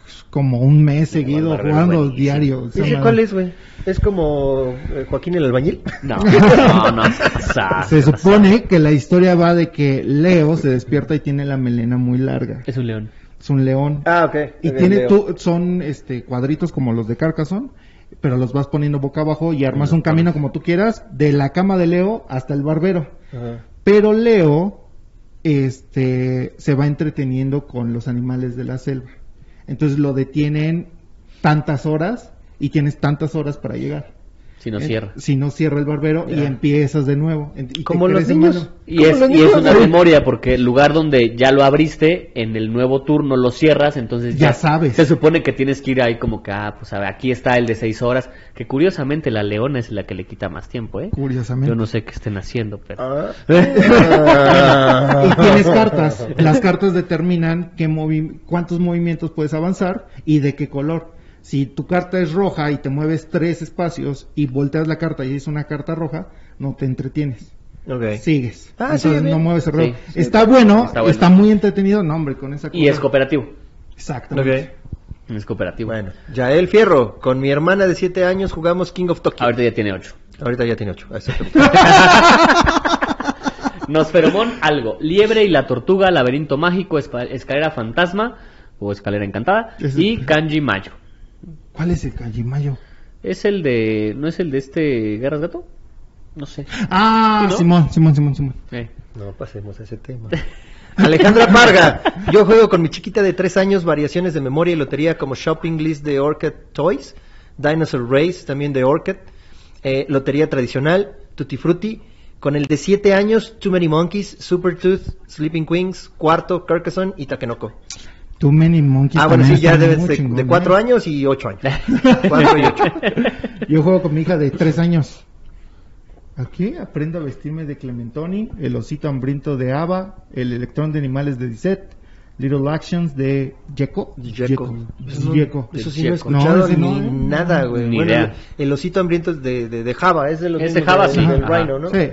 Speaker 4: pues, como un mes seguido
Speaker 2: Barbero
Speaker 4: jugando
Speaker 2: buenísimo.
Speaker 4: diario. Esa
Speaker 1: Dice,
Speaker 4: madre.
Speaker 1: ¿cuál es, güey? Es como eh, Joaquín el albañil.
Speaker 2: No, no, no, se pasa,
Speaker 4: Se
Speaker 2: pasa.
Speaker 4: supone que la historia va de que Leo se despierta y tiene la melena muy larga.
Speaker 2: Es un león.
Speaker 4: Es un león.
Speaker 1: Ah, ok.
Speaker 4: y
Speaker 1: Ok,
Speaker 4: tiene
Speaker 1: Leo.
Speaker 4: tú, son este cuadritos como los de Carcassonne, pero los vas poniendo boca abajo y armas un camino como tú quieras, de la cama de Leo hasta el barbero.
Speaker 1: Ajá.
Speaker 4: Pero Leo este se va entreteniendo con los animales de la selva. Entonces lo detienen tantas horas y tienes tantas horas para llegar.
Speaker 2: Si no
Speaker 4: Eh,
Speaker 2: cierra.
Speaker 4: Si no cierra el barbero y
Speaker 1: Ya.
Speaker 4: empiezas de nuevo. Ent- y te
Speaker 1: Como los
Speaker 4: crece
Speaker 1: niños.
Speaker 4: malo.
Speaker 2: Y
Speaker 1: Como
Speaker 2: es,
Speaker 1: los
Speaker 2: y es
Speaker 1: niños,
Speaker 2: una
Speaker 1: güey.
Speaker 2: memoria, porque el lugar donde ya lo abriste, en el nuevo turno lo cierras, entonces
Speaker 4: Ya sabes.
Speaker 2: Se supone que tienes que ir ahí como que, ah, pues a ver, aquí está el de seis horas, que curiosamente la leona es la que le quita más tiempo, ¿eh?
Speaker 4: Curiosamente.
Speaker 2: Yo no sé qué estén haciendo, pero...
Speaker 1: Ah.
Speaker 4: Y tienes cartas. Las cartas determinan qué movi- cuántos movimientos puedes avanzar y de qué color. Si tu carta es roja y te mueves tres espacios y volteas la carta y es una carta roja, no te entretienes.
Speaker 1: Ok.
Speaker 4: Sigues.
Speaker 1: Ah, sí,
Speaker 4: Entonces
Speaker 1: bien.
Speaker 4: no mueves el reloj.
Speaker 2: Sí, sí.
Speaker 4: está, bueno,
Speaker 2: Está
Speaker 4: está
Speaker 2: bueno.
Speaker 4: muy entretenido. No, hombre, con esa
Speaker 2: Y es cooperativo.
Speaker 4: Exactamente.
Speaker 1: Ok.
Speaker 2: Es cooperativo.
Speaker 1: Bueno, Yael Fierro, con mi hermana de 7 años jugamos King of Tokyo.
Speaker 2: Ahorita ya tiene ocho.
Speaker 1: Ahorita ya tiene 8.
Speaker 2: Nosferomón, algo. Liebre y la tortuga, laberinto mágico, espa- escalera fantasma, o escalera encantada,
Speaker 4: Ese-
Speaker 2: y kanji mayo.
Speaker 4: ¿Cuál es el Callimayo?
Speaker 2: ¿Es el de... no es el de este Guerras Gato? No sé.
Speaker 4: Ah,
Speaker 2: ¿No?
Speaker 4: Simón, Simón, Simón, Simón.
Speaker 2: Eh.
Speaker 1: No pasemos a ese tema. Alejandra Parga, yo juego con mi chiquita de 3 años variaciones de memoria y lotería como Shopping List de Orchid Toys, Dinosaur Race también de Orchid, eh, Lotería Tradicional, Tutti Frutti, con el de 7 años Too Many Monkeys, Super Tooth, Sleeping Queens, Cuarto, Carcassonne y Takenoko.
Speaker 4: Too Many Monkeys.
Speaker 1: Ah, bueno,
Speaker 4: también
Speaker 1: sí, ya
Speaker 4: está
Speaker 1: debes
Speaker 4: muy
Speaker 1: de,
Speaker 4: chingón,
Speaker 1: de 4
Speaker 4: ¿eh?
Speaker 1: años y 8 años. 4 y 8.
Speaker 4: Yo juego con mi hija de tres años. Aquí aprendo a vestirme de Clementoni, el osito hambriento de Ava, el electrón de animales de Lisette, Little Actions de Jeco.
Speaker 1: Yeco.
Speaker 4: Eso, Yeco.
Speaker 1: Eso sí no he
Speaker 4: Yeco. No,
Speaker 1: escuchado
Speaker 4: ese
Speaker 1: ni
Speaker 4: no, ¿eh?
Speaker 1: nada, güey.
Speaker 2: Ni
Speaker 1: Bueno,
Speaker 2: idea.
Speaker 1: El, el osito hambriento es de, de, de Java, es de los
Speaker 2: Es de
Speaker 1: mismos
Speaker 2: Java, sí.
Speaker 1: del
Speaker 2: Ajá.
Speaker 1: Rhino, ¿no?
Speaker 4: Sí.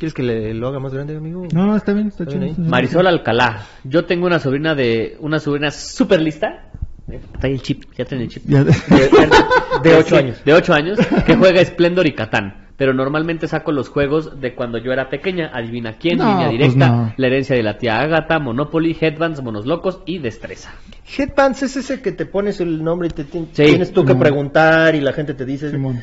Speaker 1: ¿Quieres que le, lo haga más grande, amigo?
Speaker 4: No, no, está bien, está
Speaker 1: Está
Speaker 4: chido.
Speaker 1: bien ahí.
Speaker 2: Marisol Alcalá. Yo tengo una sobrina de. Una sobrina super lista. Trae el chip, ya trae el chip.
Speaker 4: Ya-
Speaker 1: De 8 años.
Speaker 2: Pues De 8 años. Que juega Splendor y Catán. Pero normalmente saco los juegos de cuando yo era pequeña. Adivina quién,
Speaker 4: No,
Speaker 2: línea
Speaker 4: pues
Speaker 2: directa,
Speaker 4: no.
Speaker 2: la herencia de la tía Ágata, Monopoly, Headbands, Monos Locos y Destreza.
Speaker 1: Headbands es ese que te pones el nombre y te ti-
Speaker 2: Sí.
Speaker 1: tienes tú que
Speaker 4: Simón.
Speaker 1: preguntar y la gente te dice.
Speaker 4: Simón.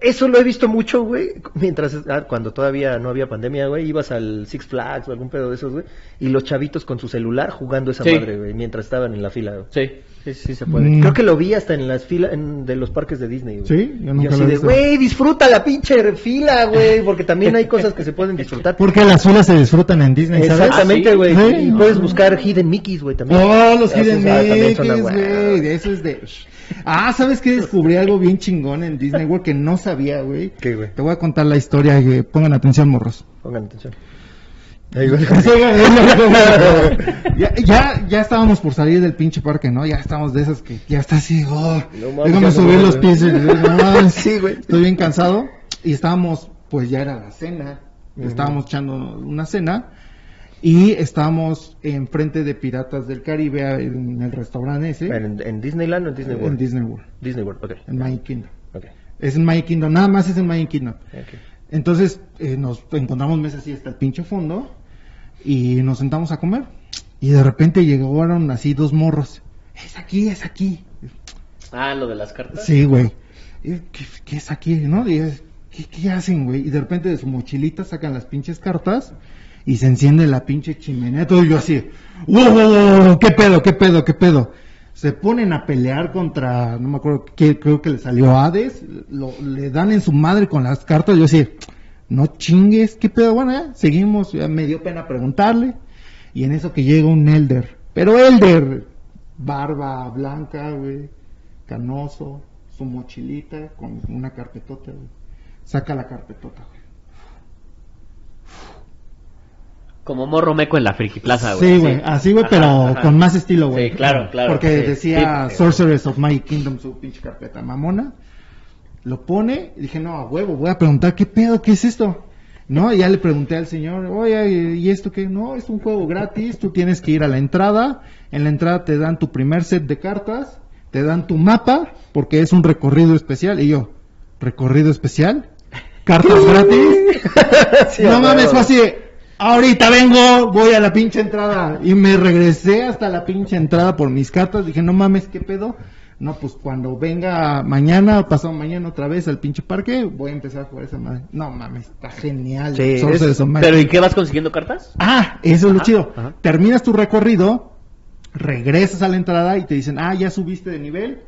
Speaker 1: Eso lo he visto mucho, güey. Mientras, ah, cuando todavía no había pandemia, güey, ibas al Six Flags o algún pedo de esos, güey. Y los chavitos con su celular jugando esa
Speaker 2: Sí.
Speaker 1: madre, güey, mientras estaban en la fila, güey.
Speaker 2: Sí, sí, sí se
Speaker 4: Mm.
Speaker 1: Creo que lo vi hasta en las filas en- de los parques de Disney, güey.
Speaker 4: Sí, yo nunca
Speaker 1: y así
Speaker 4: lo he
Speaker 1: de,
Speaker 4: visto.
Speaker 1: güey, disfruta la pinche fila, güey, porque también hay cosas que se pueden disfrutar.
Speaker 4: Porque las filas se disfrutan Pues, en Disney, ¿sabes?
Speaker 1: Exactamente,
Speaker 2: Ah,
Speaker 1: güey.
Speaker 4: Sí.
Speaker 1: Y puedes buscar Hidden Mickeys, güey, también.
Speaker 4: Oh, los
Speaker 1: Esos,
Speaker 4: Hidden
Speaker 1: ah, también
Speaker 4: Mickeys,
Speaker 1: son la hueva,
Speaker 4: güey. Eso es de. Ah, ¿sabes qué? Descubrí algo bien chingón en Disney World que no sabía, güey.
Speaker 1: ¿Qué, güey?
Speaker 4: Te voy a contar la historia, que pongan atención, morros.
Speaker 1: Pongan atención.
Speaker 4: ya, ya, ya estábamos por salir del pinche parque, ¿no? Ya estamos de esas que ya está así, oh,
Speaker 1: No mames,
Speaker 4: déjame
Speaker 1: ya
Speaker 4: subir
Speaker 1: no
Speaker 4: los
Speaker 1: mames.
Speaker 4: pies. No,
Speaker 1: Sí, güey.
Speaker 4: Estoy bien cansado. Y estábamos, pues ya era la cena. Estábamos echando una cena. Y estábamos enfrente de Piratas del Caribe en el restaurante ese.
Speaker 1: ¿En, en Disneyland o en Disney World?
Speaker 4: En Disney World.
Speaker 1: Disney World, ok.
Speaker 4: En Magic Kingdom.
Speaker 1: Ok.
Speaker 4: Es en Magic Kingdom. Nada más es en Magic Kingdom.
Speaker 1: ok.
Speaker 4: Entonces eh, nos encontramos meses así hasta el pinche fondo y nos sentamos a comer. Y de repente llegaron así dos morros. Es aquí, es aquí.
Speaker 2: Ah, lo de las cartas.
Speaker 4: Sí, güey. Y, ¿Qué, qué es aquí? ¿No? Y es, ¿qué, qué hacen, güey? Y de repente de su mochilita sacan las pinches cartas y se enciende la pinche chimenea. Todo yo así. ¡Wow, wow, wow, wow! qué pedo, qué pedo, qué pedo! Se ponen a pelear contra, no me acuerdo, qué, creo que le salió Hades. Lo, le dan en su madre con las cartas. Yo así, no chingues, qué pedo. Bueno, ya, seguimos. Ya me dio pena preguntarle. Y en eso que llega un Elder. Pero Elder, barba blanca, güey, canoso, su mochilita con una carpetota, güey. Saca la carpetota, güey.
Speaker 2: Como morro meco en la Friki Plaza, güey.
Speaker 4: Sí, güey, así, güey,
Speaker 2: Ajá,
Speaker 4: pero
Speaker 2: ajá.
Speaker 4: con más estilo, güey.
Speaker 2: Sí, claro, claro,
Speaker 4: Porque
Speaker 2: sí,
Speaker 4: decía
Speaker 2: sí.
Speaker 4: Sorceress of My Kingdom, su pinche carpeta mamona. Lo pone y dije, no, a huevo, voy a preguntar, ¿qué pedo? ¿Qué es esto? No, y ya le pregunté al señor, oye, ¿y esto qué? No, es un juego gratis, tú tienes que ir a la entrada. En la entrada te dan tu primer set de cartas, te dan tu mapa, porque es un recorrido especial. Y yo, ¿recorrido especial? ¿Cartas gratis?
Speaker 1: Sí,
Speaker 4: no
Speaker 1: a
Speaker 4: mames,
Speaker 1: huevo.
Speaker 4: fue así. de, Ahorita vengo, voy a la pinche entrada. Y me regresé hasta la pinche entrada por mis cartas. Dije, no mames, ¿qué pedo? No, pues cuando venga mañana o pasado mañana otra vez al pinche parque, voy a empezar a jugar esa madre. No mames, está genial.
Speaker 1: Sí,
Speaker 4: Sorcerer's
Speaker 1: es-
Speaker 4: of Might.
Speaker 2: Pero ¿y qué vas consiguiendo cartas?
Speaker 4: Ah, eso es lo
Speaker 2: Ajá,
Speaker 4: chido.
Speaker 2: ajá.
Speaker 4: Terminas tu recorrido, regresas a la entrada y te dicen, ah, ya subiste de nivel,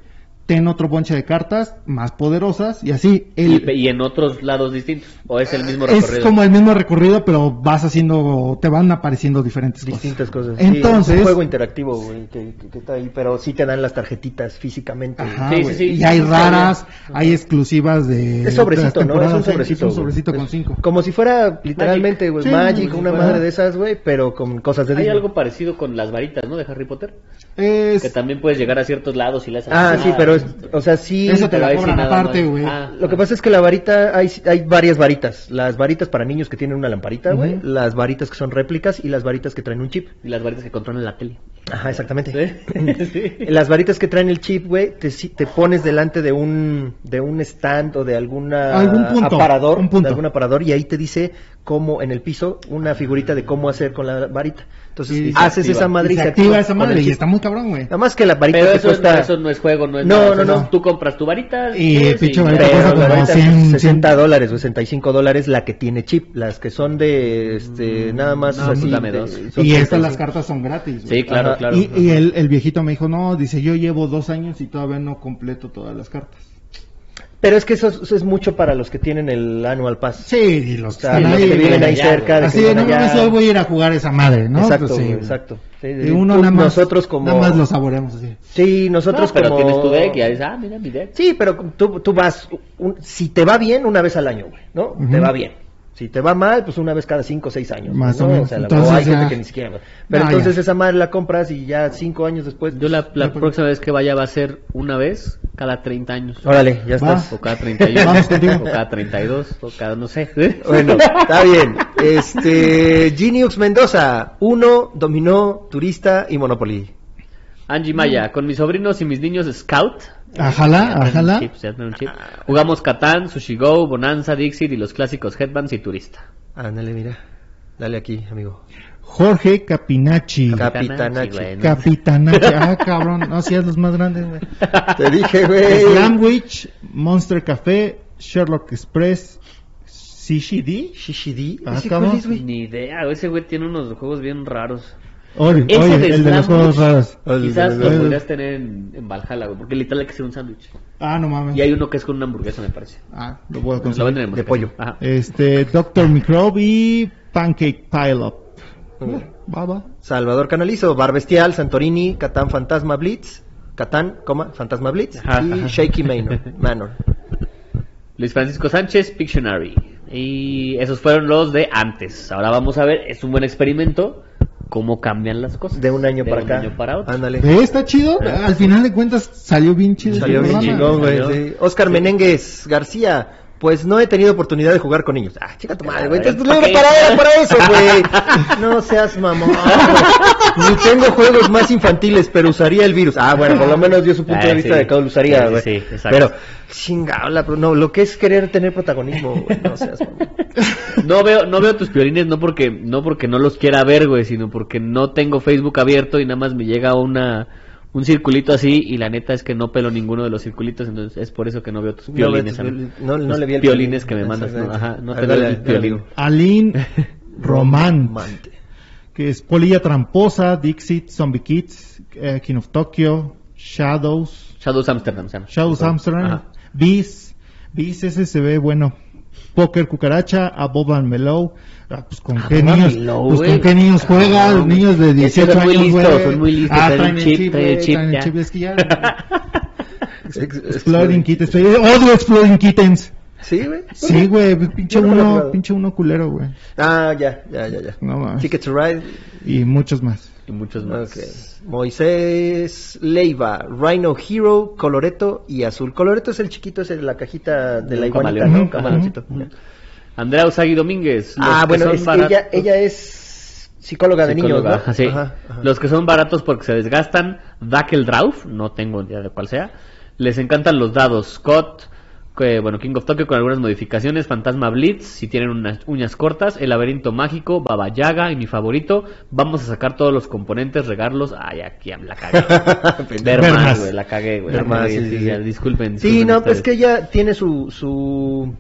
Speaker 4: ten otro bonche de cartas más poderosas y así.
Speaker 2: Y,
Speaker 4: El,
Speaker 2: pe- y en otros lados distintos. ¿O es el mismo
Speaker 4: es
Speaker 2: recorrido?
Speaker 4: como el mismo recorrido, pero vas haciendo, te van apareciendo diferentes
Speaker 1: Distintas
Speaker 4: cosas.
Speaker 1: cosas. Sí,
Speaker 4: Entonces,
Speaker 1: es un juego interactivo, güey, que, que- que está ahí, pero sí te dan las tarjetitas físicamente. güey.
Speaker 4: Ajá,
Speaker 2: Sí, sí,
Speaker 4: güey.
Speaker 2: sí.
Speaker 4: y hay raras, hay exclusivas de.
Speaker 1: Es sobrecito,
Speaker 4: de las
Speaker 1: ¿no? Es un
Speaker 4: temporadas, sí,
Speaker 1: sobrecito.
Speaker 4: Es un sobrecito
Speaker 1: güey.
Speaker 4: con cinco.
Speaker 1: Como si fuera literalmente, güey,
Speaker 4: Sí,
Speaker 1: Magic,
Speaker 4: como si
Speaker 1: una
Speaker 4: fuera-
Speaker 1: madre de esas, güey, pero con cosas de
Speaker 2: Hay
Speaker 1: Disney.
Speaker 2: algo parecido con las varitas, ¿no? De Harry Potter.
Speaker 4: Es-
Speaker 2: Que también puedes llegar a ciertos lados y las
Speaker 1: Ah, sí, pero es, o sea, sí.
Speaker 4: Eso te
Speaker 2: pero
Speaker 4: la
Speaker 2: ahí sí
Speaker 4: cobran
Speaker 2: nada
Speaker 4: aparte,
Speaker 2: más.
Speaker 4: güey.
Speaker 2: Ah.
Speaker 1: Lo que pasa es que la varita, hay, hay varias varitas. Las varitas para niños que tienen una lamparita, güey.
Speaker 4: Ujú.
Speaker 1: Las varitas que son réplicas y las varitas que traen un chip.
Speaker 2: Y las varitas que controlan la tele.
Speaker 1: Ajá, exactamente.
Speaker 2: Sí.
Speaker 1: Las varitas que traen el chip, güey, te, si- te pones delante de un, de un stand o de alguna
Speaker 4: Algún punto,
Speaker 1: aparador,
Speaker 4: un punto.
Speaker 1: de algún aparador, y ahí te dice cómo, en el piso, una figurita de cómo hacer con la varita. Entonces,
Speaker 4: Y se
Speaker 1: haces
Speaker 2: activa.
Speaker 1: esa madre
Speaker 4: y se activa esa
Speaker 1: con
Speaker 4: madre
Speaker 1: el
Speaker 4: y
Speaker 1: chip.
Speaker 4: está muy cabrón, güey.
Speaker 1: Nada más que la varita
Speaker 2: Pero
Speaker 1: te
Speaker 2: eso,
Speaker 1: cuesta...
Speaker 2: no, eso no es juego, no es
Speaker 1: No,
Speaker 2: nada,
Speaker 1: no,
Speaker 2: o sea,
Speaker 1: no.
Speaker 2: Tú compras tu varita.
Speaker 4: Y
Speaker 2: tienes
Speaker 4: pinche varita
Speaker 1: Pero
Speaker 4: cuesta
Speaker 1: la
Speaker 4: como
Speaker 1: varita,
Speaker 4: 100,
Speaker 1: 60 dólares o 65 dólares la que tiene chip, las que son de este
Speaker 4: Mm,
Speaker 1: nada más
Speaker 2: no,
Speaker 1: así,
Speaker 2: pues dame
Speaker 1: de-
Speaker 2: dos.
Speaker 1: son
Speaker 4: Y estas
Speaker 1: 35.
Speaker 4: las cartas son gratis. güey.
Speaker 2: Sí, claro,
Speaker 1: Ajá.
Speaker 2: claro.
Speaker 4: Y, y el, el viejito me dijo, no, dice, yo llevo dos años y todavía no completo todas las cartas.
Speaker 1: Pero es que eso, es- eso es mucho para los que tienen el annual pass.
Speaker 4: Sí, y los
Speaker 1: O
Speaker 4: que
Speaker 1: sea,
Speaker 4: están
Speaker 1: los
Speaker 4: ahí,
Speaker 1: que viven
Speaker 4: güey.
Speaker 1: ahí
Speaker 2: ya,
Speaker 1: cerca.
Speaker 4: Así
Speaker 1: que
Speaker 4: de,
Speaker 1: van
Speaker 4: no mames,
Speaker 1: allá.
Speaker 4: hoy voy a ir a jugar esa madre, ¿no?
Speaker 1: Exacto,
Speaker 4: Pues sí,
Speaker 1: güey,
Speaker 4: güey.
Speaker 1: exacto. Sí,
Speaker 4: Y
Speaker 1: sí,
Speaker 4: uno
Speaker 1: tú-
Speaker 4: nada más,
Speaker 1: nosotros como
Speaker 4: Nada más lo saboreamos así.
Speaker 1: Sí, nosotros
Speaker 2: No, pero
Speaker 1: como
Speaker 2: tienes tu deck y ahí dices, ah, mira mi deck.
Speaker 1: Sí, pero tú, tú vas un- si te va bien una vez al año, güey, ¿no? Te va bien. Si te va mal, pues una vez cada cinco o seis años.
Speaker 4: Más
Speaker 1: ¿no?
Speaker 4: o menos.
Speaker 1: sea, la-
Speaker 4: Entonces,
Speaker 1: o hay gente
Speaker 4: ya-
Speaker 1: que ni siquiera. Pero
Speaker 4: No,
Speaker 1: entonces
Speaker 4: ya.
Speaker 1: esa madre la compras y ya cinco años después.
Speaker 2: Yo la, la próxima vez que vaya va a ser una vez cada 30 años.
Speaker 1: Órale, ya
Speaker 4: Va.
Speaker 1: estás.
Speaker 2: O cada 31,
Speaker 4: Vamos contigo.
Speaker 2: o cada 32, o cada no sé.
Speaker 1: Bueno, está bien. Este, Genius Mendoza, uno, dominó, turista y Monopoly.
Speaker 2: Angie Maya, con mis sobrinos y mis niños Scout.
Speaker 4: Ajala,
Speaker 2: Ya traen un
Speaker 4: ajala.
Speaker 2: chip, ya traen un chip. Jugamos Catán, Sushi Go, Bonanza, Dixit y los clásicos Headbands y Turista.
Speaker 1: Ándale, mira. Dale aquí, amigo.
Speaker 4: Jorge Capinachi.
Speaker 1: Capitanachi.
Speaker 2: Capitanachi, güey, ¿no?
Speaker 4: Capitanachi. Ah, cabrón. No, si es los más grandes, güey.
Speaker 1: Te dije, güey.
Speaker 4: Slamwich, Monster Café, Sherlock Express, CCD.
Speaker 1: Shishidi.
Speaker 4: Ah,
Speaker 1: ¿Ese
Speaker 4: cabrón.
Speaker 1: cuál es, güey?
Speaker 2: Ni idea, ese güey tiene unos juegos bien raros.
Speaker 4: Oye,
Speaker 2: Ese
Speaker 4: oye,
Speaker 2: de
Speaker 4: el de los
Speaker 2: Slamwich.
Speaker 4: juegos raros.
Speaker 2: Quizás
Speaker 4: de-
Speaker 2: lo
Speaker 4: el-
Speaker 2: podrías tener en, en Valhalla, güey, porque literal hay que ser un sándwich.
Speaker 4: Ah, no mames.
Speaker 2: Y hay uno que es con una hamburguesa, me parece.
Speaker 4: Ah, lo puedo
Speaker 2: Lo
Speaker 4: conseguir.
Speaker 2: venden en
Speaker 1: de
Speaker 2: Moscú.
Speaker 1: pollo.
Speaker 2: Ajá.
Speaker 4: Este, Doctor Microbe y Pancake Pileup.
Speaker 1: Mm.
Speaker 4: Baba.
Speaker 1: Salvador Canalizo, Bar Bestial, Santorini, Catán Fantasma Blitz, Catán, coma, Fantasma Blitz
Speaker 2: Ajá.
Speaker 1: y Shaky Manor. Manor.
Speaker 2: Luis Francisco Sánchez, Pictionary. Y esos fueron los de antes. Ahora vamos a ver, es un buen experimento, cómo cambian las cosas.
Speaker 1: De un año para
Speaker 2: un
Speaker 1: acá.
Speaker 2: año para otro.
Speaker 1: Ándale.
Speaker 4: ¿Eh? ¿Está chido? Al final de cuentas salió bien chido. este
Speaker 1: Salió bien
Speaker 4: programa.
Speaker 1: chingón, güey.
Speaker 2: Salió.
Speaker 1: sí. Oscar Menengues García. Pues no he tenido oportunidad de jugar con niños. Ah, chica tu madre, güey. Entonces,
Speaker 2: ¿Para
Speaker 1: luego
Speaker 2: qué?
Speaker 1: para, para eso, güey. No seas mamón. güey. Ni tengo juegos más infantiles, pero usaría el virus. Ah, bueno, por lo menos dio su punto
Speaker 2: Ah,
Speaker 1: de vista
Speaker 2: sí.
Speaker 1: de que lo usaría,
Speaker 2: Sí,
Speaker 1: güey.
Speaker 2: sí, exacto.
Speaker 1: pero, chingado, la pro- no, lo que es querer tener protagonismo, güey. No seas mamón.
Speaker 2: No veo, no veo tus piolines, no porque, no porque no los quiera ver, güey, sino porque no tengo Facebook abierto y nada más me llega una, un circulito así y la neta es que no pelo ninguno de los circulitos, entonces es por eso que no veo tus
Speaker 1: No,
Speaker 2: piolines.
Speaker 1: ves,
Speaker 2: amigo.
Speaker 1: no- no
Speaker 2: Los
Speaker 1: le vi el
Speaker 2: piolines
Speaker 1: piolín.
Speaker 2: que me mandas. No,
Speaker 1: Exactamente.
Speaker 2: ajá, no
Speaker 1: Ah,
Speaker 2: te
Speaker 1: dale,
Speaker 2: veo el
Speaker 1: dale,
Speaker 2: piolín.
Speaker 1: amigo.
Speaker 4: Aline Román,
Speaker 1: Romante.
Speaker 4: que es Polilla Tramposa, Dixit, Zombie Kids, eh, King of Tokyo, Shadows,
Speaker 2: Shadows Amsterdam se llama.
Speaker 4: Shadows Amsterdam,
Speaker 2: Ajá.
Speaker 4: Beast, Beast ese se ve bueno. Poker Cucaracha, Above and Below. Ah, pues con
Speaker 2: Above
Speaker 4: qué
Speaker 2: and
Speaker 4: niños,
Speaker 2: Below,
Speaker 4: pues
Speaker 2: güey.
Speaker 4: con qué niños juegan,
Speaker 2: Cabrón,
Speaker 4: niños de
Speaker 2: güey. Es que
Speaker 4: 18
Speaker 2: son muy
Speaker 4: años,
Speaker 2: listos,
Speaker 4: güey.
Speaker 2: son muy listos,
Speaker 4: Ah,
Speaker 2: traen
Speaker 4: traen el
Speaker 2: chip,
Speaker 4: chip,
Speaker 2: traen el
Speaker 4: güey,
Speaker 2: chip,
Speaker 4: traen el
Speaker 2: ya.
Speaker 4: chip, es que ya. Exploding Kittens, eh, odio Exploding Kittens.
Speaker 1: Sí, güey.
Speaker 4: Sí, güey, pinche
Speaker 1: Yo no me lo he
Speaker 4: uno,
Speaker 1: jugado.
Speaker 4: pinche uno culero, güey.
Speaker 1: Ah, ya, ya, ya, ya.
Speaker 4: No mames.
Speaker 1: Ticket to Ride.
Speaker 4: Y muchos más.
Speaker 2: Y muchos más.
Speaker 1: Ok. Moisés Leiva, Rhino Hero, Coloreto y Azul. Coloreto es el chiquito, es el- la cajita de la
Speaker 2: Un
Speaker 1: iguanita,
Speaker 2: camaleón,
Speaker 1: ¿no?
Speaker 2: ¿no?
Speaker 1: Camaleoncito.
Speaker 2: Andrea Usagi Domínguez. los
Speaker 1: Ah,
Speaker 2: que
Speaker 1: bueno,
Speaker 2: son
Speaker 1: es que
Speaker 2: baratos-
Speaker 1: ella, ella es psicóloga de niños,
Speaker 2: psicóloga,
Speaker 1: ¿no?
Speaker 2: sí.
Speaker 1: Ajá, ajá.
Speaker 2: Los que son baratos porque se desgastan, Drauf, no tengo idea de cuál sea. Les encantan los dados, Scott, que, bueno, King of Tokyo con algunas modificaciones, Fantasma Blitz, si tienen unas uñas cortas, El laberinto mágico, Baba Yaga y mi favorito, vamos a sacar todos los componentes, regarlos. Ay, aquí la
Speaker 1: Ah,
Speaker 2: cagué. Vermas,
Speaker 4: Vermas.
Speaker 2: güey, la cagué, güey. la
Speaker 1: Vermas,
Speaker 2: cagué,
Speaker 1: sí,
Speaker 2: sí,
Speaker 1: sí,
Speaker 2: ya,
Speaker 1: sí.
Speaker 2: Disculpen.
Speaker 1: Sí,
Speaker 2: disculpen
Speaker 1: no, pues
Speaker 2: ustedes.
Speaker 1: es que ella tiene su, su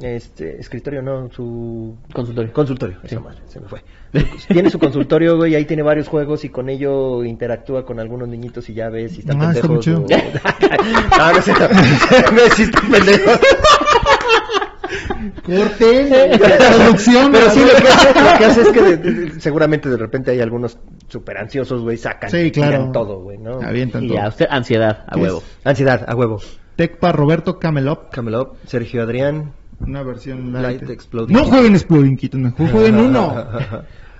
Speaker 1: este, escritorio, no, su
Speaker 2: Consultorio.
Speaker 1: Consultorio, esa madre, se me fue. Tiene su consultorio, güey, ahí tiene varios juegos y con ello interactúa con algunos niñitos y ya ves si están
Speaker 4: Ah, está muy
Speaker 1: pendejos.
Speaker 4: chido.
Speaker 1: o- no, no es cierto. No, si están pendejos.
Speaker 4: Corten. Producción.
Speaker 1: Pero sí, lo que hace, lo que hace es que de- de- seguramente de repente hay algunos super ansiosos, güey, sacan
Speaker 4: Sí, claro.
Speaker 1: tiran todo, güey, ¿no?
Speaker 4: Avientan
Speaker 2: Y
Speaker 4: todo.
Speaker 2: ya, usted, ansiedad, a
Speaker 4: ¿Qué es?
Speaker 2: huevo.
Speaker 1: Ansiedad, a huevo.
Speaker 4: Tecpa Roberto Camelop.
Speaker 1: Camelot, Sergio Adrián,
Speaker 4: Una versión
Speaker 1: Light
Speaker 4: light.
Speaker 1: Exploding.
Speaker 4: No jueguen Exploding Kitten, jueguen uno.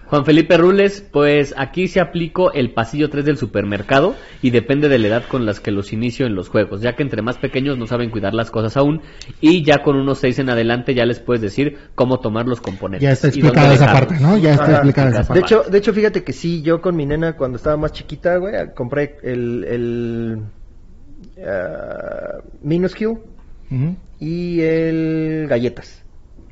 Speaker 2: Juan Felipe Rules, pues aquí se aplicó el pasillo 3 del supermercado y depende de la edad con las que los inicio en los juegos, ya que entre más pequeños no saben cuidar las cosas aún y ya con unos 6 en adelante ya les puedes decir cómo tomar los componentes.
Speaker 4: Ya está
Speaker 2: y
Speaker 4: explicada
Speaker 2: dónde
Speaker 4: esa
Speaker 2: dejarlos.
Speaker 4: parte, ¿no? Ya está
Speaker 2: Ah,
Speaker 1: Ajá.
Speaker 4: explicada esa
Speaker 1: De
Speaker 4: parte.
Speaker 1: hecho, de hecho, fíjate que sí, yo con mi nena cuando estaba más chiquita, güey, compré el, el ah, Minuscule
Speaker 4: Ujú.
Speaker 1: y el Galletas.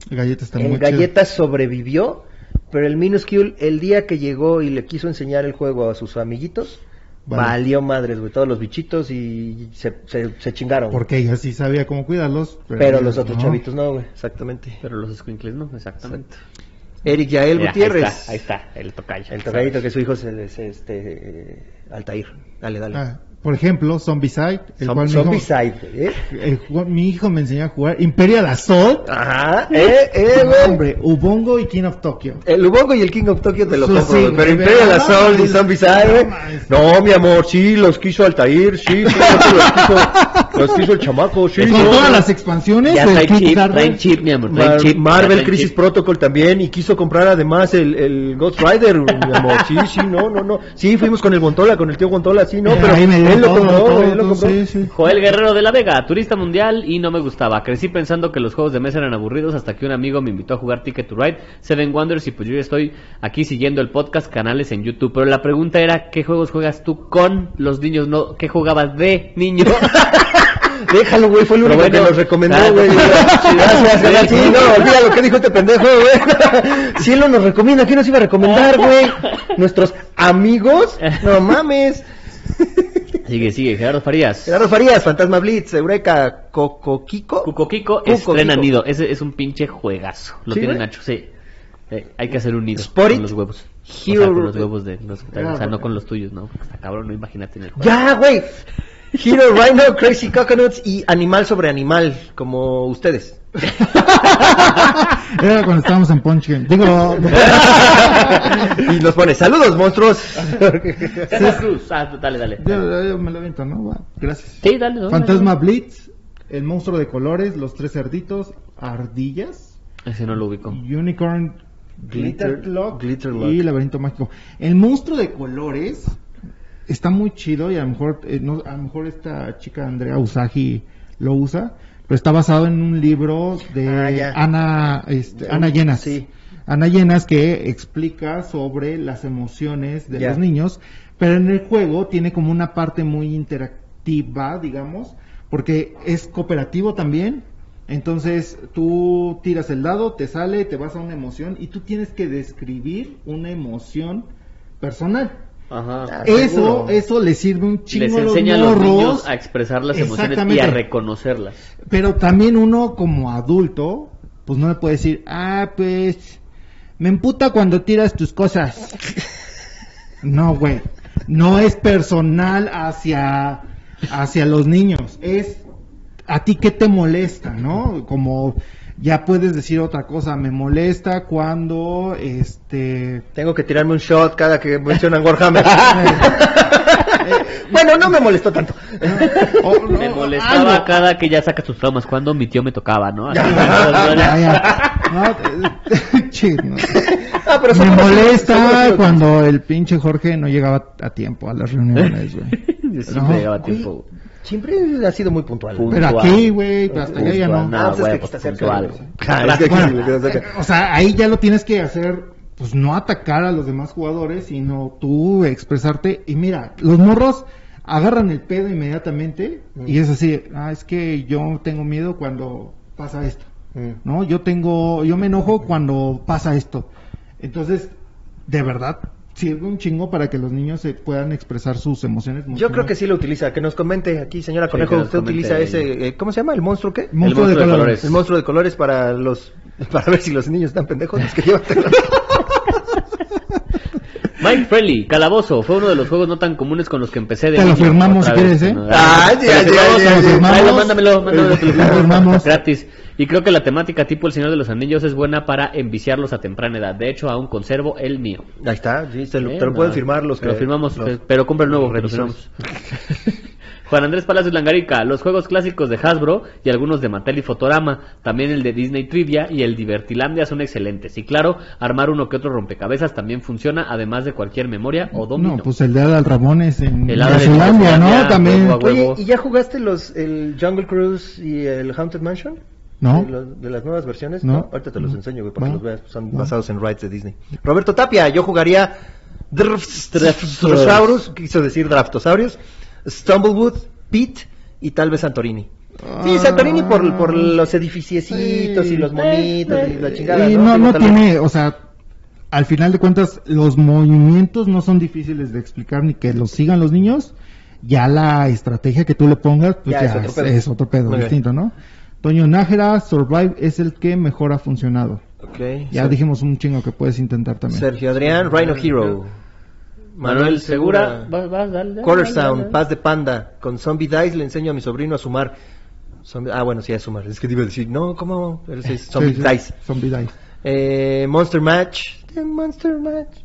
Speaker 4: Galletas está
Speaker 1: el
Speaker 4: muy
Speaker 1: Galletas sobrevivió, pero el Minuscule, el día que llegó y le quiso enseñar el juego a sus amiguitos,
Speaker 4: Vale.
Speaker 1: valió madres, güey, todos los bichitos y se, se, se chingaron.
Speaker 4: chido.
Speaker 1: güey.
Speaker 4: Porque ella sí sabía cómo cuidarlos.
Speaker 1: Pero
Speaker 4: ellos
Speaker 1: los otros
Speaker 4: no.
Speaker 1: chavitos no, güey, exactamente.
Speaker 2: Pero los squinkles no, exactamente.
Speaker 1: Eric Yael
Speaker 2: Mira,
Speaker 1: Gutiérrez.
Speaker 2: Ahí está, ahí está, el tocayo.
Speaker 1: El tocadito que su hijo se les, este, eh, Altair. Dale, dale.
Speaker 4: Ah, por ejemplo, Zombicide. El
Speaker 1: Zom-
Speaker 4: cual mi hijo-
Speaker 1: Zombicide, ¿eh?
Speaker 4: el cual mi hijo me enseñó a jugar Imperial Assault.
Speaker 1: Ajá, eh, eh,
Speaker 4: No,
Speaker 1: güey.
Speaker 4: hombre, Ubongo y King of Tokyo.
Speaker 1: El Ubongo y el King of Tokyo te lo
Speaker 4: Sí,
Speaker 1: compro,
Speaker 4: sí,
Speaker 1: güey, pero
Speaker 4: güey,
Speaker 1: Imperial
Speaker 4: ¿verdad?
Speaker 1: Assault y Zombicide, güey.
Speaker 4: No, mames.
Speaker 1: No, mi amor, sí, los quiso Altair, sí, sí, los quiso.
Speaker 12: Los hizo el chamaco, sí.
Speaker 4: Con
Speaker 12: ¿no?
Speaker 4: todas las expansiones,
Speaker 2: Ya
Speaker 4: el
Speaker 2: trae chip,
Speaker 4: Kickstarter.
Speaker 2: trae chip, mi amor, trae
Speaker 1: Mar-
Speaker 2: chip.
Speaker 1: Marvel
Speaker 2: trae
Speaker 1: Crisis
Speaker 2: chip.
Speaker 1: Protocol también y quiso comprar además el, el Ghost Rider, mi amor. Sí, sí, no, no, no. Sí, fuimos con el Bontola, con el tío Bontola, sí, no, pero
Speaker 4: Ahí me dio
Speaker 1: él lo
Speaker 4: todo,
Speaker 1: compró,
Speaker 4: todo,
Speaker 1: él lo
Speaker 4: todo,
Speaker 1: compró.
Speaker 4: sí, sí.
Speaker 2: Joel Guerrero de la Vega, turista mundial y no me gustaba. Crecí pensando que los juegos de mesa eran aburridos hasta que un amigo me invitó a jugar Ticket to Ride, Seven Wonders y pues yo ya estoy aquí siguiendo el podcast, canales en YouTube. Pero la pregunta era, ¿qué juegos juegas tú con los niños? No, ¿qué jugabas de niño?
Speaker 1: Déjalo, güey, fue el
Speaker 2: Pero
Speaker 1: único
Speaker 2: bueno.
Speaker 1: que nos recomendó,
Speaker 2: Ah,
Speaker 1: güey.
Speaker 2: sí.
Speaker 1: Gracias, gracias. Sí, no, olvida lo que dijo este pendejo, güey. Si él no nos recomienda, ¿quién nos iba a recomendar, güey? ¿Nuestros amigos? No mames.
Speaker 2: sigue, sigue, Gerardo Farías.
Speaker 1: Gerardo Farías, Fantasma Blitz, Eureka, Coco Kiko.
Speaker 2: Cuco Kiko
Speaker 1: Cuco
Speaker 2: estrena
Speaker 1: Kiko.
Speaker 2: nido. Ese es un pinche juegazo. Lo
Speaker 1: ¿Sí,
Speaker 2: tiene
Speaker 1: güey?
Speaker 2: Nacho, sí. Eh, hay que hacer un nido
Speaker 1: Spot it.
Speaker 2: con los huevos. O sea, con los huevos de los- o
Speaker 1: Ah,
Speaker 2: sea, no con los tuyos, ¿no? Porque está cabrón, no imagínate en el juego.
Speaker 1: Ya, güey. Hero Rhino, Crazy Coconuts y Animal sobre Animal, como ustedes.
Speaker 4: Era cuando estábamos en Punch Game. Digo,
Speaker 1: y nos pone, saludos, monstruos.
Speaker 2: César Cruz. Ah, dale, dale.
Speaker 4: yo, yo me lo aviento, ¿no? Va, gracias.
Speaker 2: Sí, dale. dale.
Speaker 4: Fantasma Blitz, el monstruo de colores, los tres cerditos, ardillas,
Speaker 2: Ese no lo ubico.
Speaker 4: Unicorn
Speaker 1: Glitter-
Speaker 4: Glitterlock
Speaker 1: Glitterlock.
Speaker 4: y Laberinto Mágico. El monstruo de colores está muy chido y a lo mejor eh, no, a lo mejor esta chica Andrea Usagi lo usa, pero está basado en un libro de
Speaker 1: Ah, ya.
Speaker 4: Ana este, Ana Llenas.
Speaker 1: Sí.
Speaker 4: Ana Llenas que explica sobre las emociones de
Speaker 1: Ya.
Speaker 4: los niños, pero en el juego tiene como una parte muy interactiva, digamos, porque es cooperativo también. Entonces tú tiras el dado, te sale, te vas a una emoción y tú tienes que describir una emoción personal.
Speaker 2: Ajá.
Speaker 4: Eso, eso le sirve un chingo
Speaker 2: Ah, Les
Speaker 4: a los
Speaker 2: enseña a los niños
Speaker 4: morros,
Speaker 2: a expresar las emociones y
Speaker 4: Exactamente.
Speaker 2: a reconocerlas.
Speaker 4: pero también uno como adulto, pues no le puede decir, ah, pues, me emputa cuando tiras tus cosas. No, güey, no es personal hacia, hacia los niños, es a ti qué te molesta, ¿no? Como ya puedes decir otra cosa, me molesta cuando, este,
Speaker 1: Tengo que tirarme un shot cada que mencionan Warhammer. bueno, no me molestó tanto.
Speaker 4: o- Oh, no,
Speaker 2: Me molestaba
Speaker 4: algo.
Speaker 2: cada que ya sacas tus traumas. Cuando mi tío me tocaba, ¿no?
Speaker 4: Ya, ya. No, chis, eh, no.
Speaker 1: Ah, pero son
Speaker 4: Me
Speaker 1: como- son como-
Speaker 4: molesta cuando el pinche Jorge no llegaba a tiempo a las reuniones, güey.
Speaker 2: Yo siempre
Speaker 4: No,
Speaker 2: llegaba a tiempo. güey.
Speaker 1: Siempre ha sido muy puntual.
Speaker 2: Punto.
Speaker 4: Pero
Speaker 2: Puntual.
Speaker 4: aquí, güey, pero hasta allá ya
Speaker 2: Puntual,
Speaker 4: no.
Speaker 1: Ah,
Speaker 2: No,
Speaker 1: pues es
Speaker 2: güey,
Speaker 1: que
Speaker 2: pues
Speaker 1: está cerca,
Speaker 2: puntual,
Speaker 1: güey.
Speaker 2: güey.
Speaker 1: Ah, es que aquí
Speaker 4: Bueno,
Speaker 1: me quedo cerca.
Speaker 4: O sea, ahí ya lo tienes que hacer, pues no atacar a los demás jugadores, sino tú expresarte. Y mira, los morros agarran el pedo inmediatamente y es así, ah, es que yo tengo miedo cuando pasa esto.
Speaker 1: Mm.
Speaker 4: ¿no? Yo tengo, yo me enojo cuando pasa esto. Entonces, de verdad, sirve un chingo para que los niños se puedan expresar sus emociones.
Speaker 1: Yo creo que sí lo utiliza. Que nos comente aquí, señora
Speaker 2: Sí,
Speaker 1: Conejo,
Speaker 2: que nos
Speaker 1: usted
Speaker 2: comente
Speaker 1: utiliza
Speaker 2: ahí.
Speaker 1: ese... eh, ¿Cómo se llama? ¿El monstruo qué?
Speaker 4: Monstruo
Speaker 2: El
Speaker 4: de
Speaker 2: monstruo de
Speaker 4: colores.
Speaker 1: El monstruo de colores para los... Para ver si los niños están pendejos. los que llevan-
Speaker 2: Mike Friendly, Calabozo, fue uno de los juegos no tan comunes con los que empecé de
Speaker 4: Te lo
Speaker 2: niño.
Speaker 4: firmamos
Speaker 2: Otra
Speaker 4: si
Speaker 2: vez,
Speaker 4: quieres,
Speaker 2: ¿no?
Speaker 4: ¿eh?
Speaker 1: Ah, ya, ya, ya, ya,
Speaker 2: Te
Speaker 1: ya.
Speaker 2: lo firmamos.
Speaker 4: Firmamos.
Speaker 2: Mándamelo, mándamelo. te lo firmo.
Speaker 4: firmamos.
Speaker 2: Gratis. Y creo que la temática tipo El Señor de los Anillos es buena para enviciarlos a temprana edad. De hecho, aún conservo el mío.
Speaker 1: Ahí está. sí, se lo-
Speaker 2: Eh,
Speaker 1: te lo
Speaker 2: no,
Speaker 1: pueden firmar los
Speaker 2: te
Speaker 1: que...
Speaker 2: Lo firmamos,
Speaker 1: los-
Speaker 2: eh, pero compra el nuevo, te lo firmamos. Juan Andrés Palacios Langarica, los juegos clásicos de Hasbro y algunos de Mattel y Fotorama, también el de Disney Trivia y el Divertilandia son excelentes. Y claro, armar uno que otro rompecabezas también funciona, además de cualquier memoria o domino.
Speaker 4: No, pues el de Adal Ramones en
Speaker 2: El Adal de
Speaker 4: Venezuela,
Speaker 2: Venezuela,
Speaker 4: ¿no?
Speaker 1: pues,
Speaker 4: También.
Speaker 2: huevo, huevo.
Speaker 1: Oye, ¿y ya jugaste los el Jungle Cruise y el Haunted Mansion?
Speaker 4: No.
Speaker 1: ¿De, los- de las nuevas versiones?
Speaker 4: No.
Speaker 1: Ahorita te los
Speaker 4: No.
Speaker 1: enseño, güey, para que los
Speaker 4: Va.
Speaker 1: veas. Son
Speaker 4: Va.
Speaker 1: basados en rides de Disney. Roberto Tapia, yo jugaría Draftosaurus, quiso decir Draftosaurus, Stumblewood, Pete y tal vez Santorini. Sí, Santorini por,
Speaker 4: Ah.
Speaker 1: por los edificiecitos y los monitos y la chingada.
Speaker 4: Y Eh, no, no
Speaker 1: Tal vez-
Speaker 4: tiene, o sea, al final de cuentas, los movimientos no son difíciles de explicar ni que los sigan los niños. Ya la estrategia que tú le pongas, pues
Speaker 1: Ya
Speaker 4: ya,
Speaker 1: es otro
Speaker 4: es,
Speaker 1: pedo.
Speaker 4: es otro pedo
Speaker 1: Muy bien.
Speaker 4: distinto, ¿no? Toño Nájera, Survive es el que mejor ha funcionado.
Speaker 1: Ok.
Speaker 4: Ya dijimos un chingo que puedes intentar también.
Speaker 1: Sergio Adrián, Rhino Hero.
Speaker 2: Manuel Segura, vas, vas, dale, dale, dale,
Speaker 1: Quarterstown,
Speaker 2: dale.
Speaker 1: Paz de Panda, con Zombie Dice le enseño a mi sobrino a sumar. Zombie- ah, bueno, sí, a sumar. Es que te iba a decir, no, ¿cómo? Pero sí, Zombie
Speaker 4: Sí, sí,
Speaker 1: Dice.
Speaker 4: Zombie Dice.
Speaker 1: Eh, Monster Match. The Monster Match.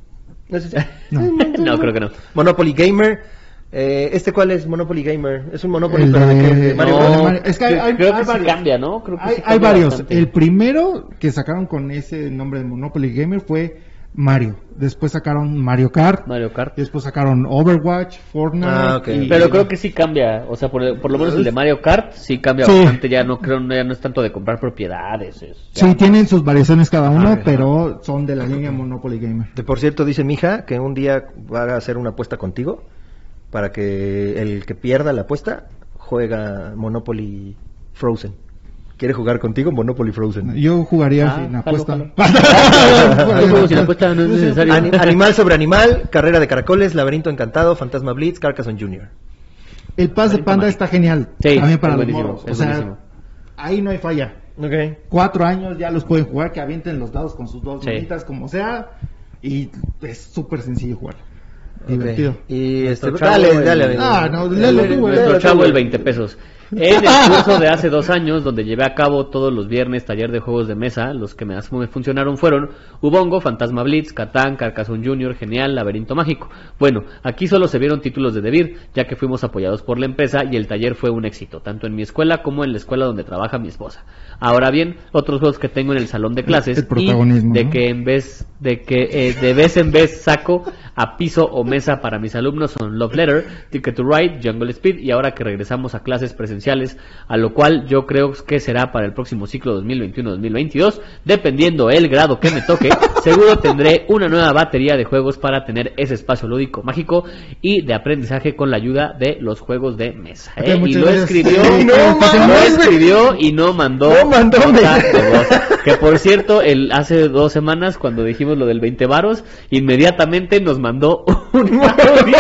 Speaker 1: No, sé si-
Speaker 2: No, creo que no.
Speaker 1: Monopoly Gamer. Eh, ¿Este cuál es? Monopoly Gamer. Es un Monopoly,
Speaker 4: El
Speaker 1: pero de,
Speaker 4: de-
Speaker 1: qué? ¿De Mario
Speaker 4: No,
Speaker 1: Bros?
Speaker 4: de Mario- es que hay- hay-
Speaker 2: creo que
Speaker 4: hay
Speaker 2: sí
Speaker 4: varios.
Speaker 2: cambia, ¿no? Creo que
Speaker 4: Hay,
Speaker 2: sí
Speaker 4: hay
Speaker 2: cambia
Speaker 4: varios.
Speaker 2: bastante.
Speaker 4: El primero que sacaron con ese nombre de Monopoly Gamer fue Mario. Después sacaron Mario Kart.
Speaker 2: Mario Kart.
Speaker 4: Después sacaron Overwatch, Fortnite.
Speaker 1: Ah, ok.
Speaker 4: y-
Speaker 2: Pero creo que sí cambia, o sea, por, por lo menos el de Mario Kart sí cambia
Speaker 4: Sí.
Speaker 2: bastante, ya no creo ya no es tanto de comprar propiedades. es-
Speaker 4: Sí, tienen sus variaciones cada uno, pero son de la línea Monopoly Gamer.
Speaker 1: De por cierto, dice mi hija que un día va a hacer una apuesta contigo para que el que pierda la apuesta juega Monopoly Frozen. ¿Quiere jugar contigo Monopoly Frozen?
Speaker 4: Yo jugaría
Speaker 2: Ah,
Speaker 4: sin
Speaker 2: jalo,
Speaker 4: apuesta.
Speaker 2: jalo. Yo juego sin apuesta, no es necesario.
Speaker 1: Ani- animal sobre animal, carrera de caracoles, laberinto encantado, fantasma blitz, Carcassonne Jr.
Speaker 4: El Paz de Panda está genial.
Speaker 2: Sí,
Speaker 4: también para
Speaker 2: es
Speaker 4: los
Speaker 2: buenísimo,
Speaker 4: morros.
Speaker 2: es
Speaker 4: O sea,
Speaker 2: buenísimo.
Speaker 4: ahí no hay falla.
Speaker 1: Ok.
Speaker 4: Cuatro años ya los pueden jugar, que avienten los dados con sus dos
Speaker 2: Sí.
Speaker 4: manitas, como sea. Y es súper sencillo jugar. Divertido.
Speaker 1: Y este,
Speaker 2: chavo,
Speaker 1: dale,
Speaker 2: el-
Speaker 1: dale.
Speaker 4: Ah, no,
Speaker 1: El-
Speaker 4: léelo
Speaker 1: el-
Speaker 4: tú, güey.
Speaker 1: léelo
Speaker 2: Nuestro
Speaker 1: tú,
Speaker 2: chavo
Speaker 1: güey.
Speaker 2: el 20 pesos. En el curso de hace dos años, donde llevé a cabo todos los viernes taller de juegos de mesa, los que más me funcionaron fueron Ubongo, Fantasma Blitz, Catán, Carcassonne Junior, Genial, Laberinto Mágico. Bueno, aquí solo se vieron títulos de Debir, ya que fuimos apoyados por la empresa y el taller fue un éxito, tanto en mi escuela como en la escuela donde trabaja mi esposa. Ahora bien, otros juegos que tengo en el salón de clases
Speaker 4: El
Speaker 2: y
Speaker 4: protagonismo,
Speaker 2: de
Speaker 4: ¿no?
Speaker 2: que en vez de que eh, de vez en vez saco a piso o mesa para mis alumnos son Love Letter, Ticket to Ride, Jungle Speed y ahora que regresamos a clases presenciales, a lo cual yo creo que será para el próximo ciclo 2021-2022, dependiendo el grado que me toque, seguro tendré una nueva batería de juegos para tener ese espacio lúdico mágico y de aprendizaje con la ayuda de los juegos de mesa.
Speaker 4: Ok,
Speaker 2: ¿eh? Y
Speaker 4: muchas
Speaker 2: lo
Speaker 4: gracias.
Speaker 2: escribió,
Speaker 4: Sí, no
Speaker 2: lo
Speaker 4: mames, güey.
Speaker 2: escribió y no mandó.
Speaker 1: No mandó,
Speaker 2: nota
Speaker 1: güey.
Speaker 2: de voz. Que por cierto, el, hace dos semanas, cuando dijimos lo del 20 varos, inmediatamente nos mandó un audio.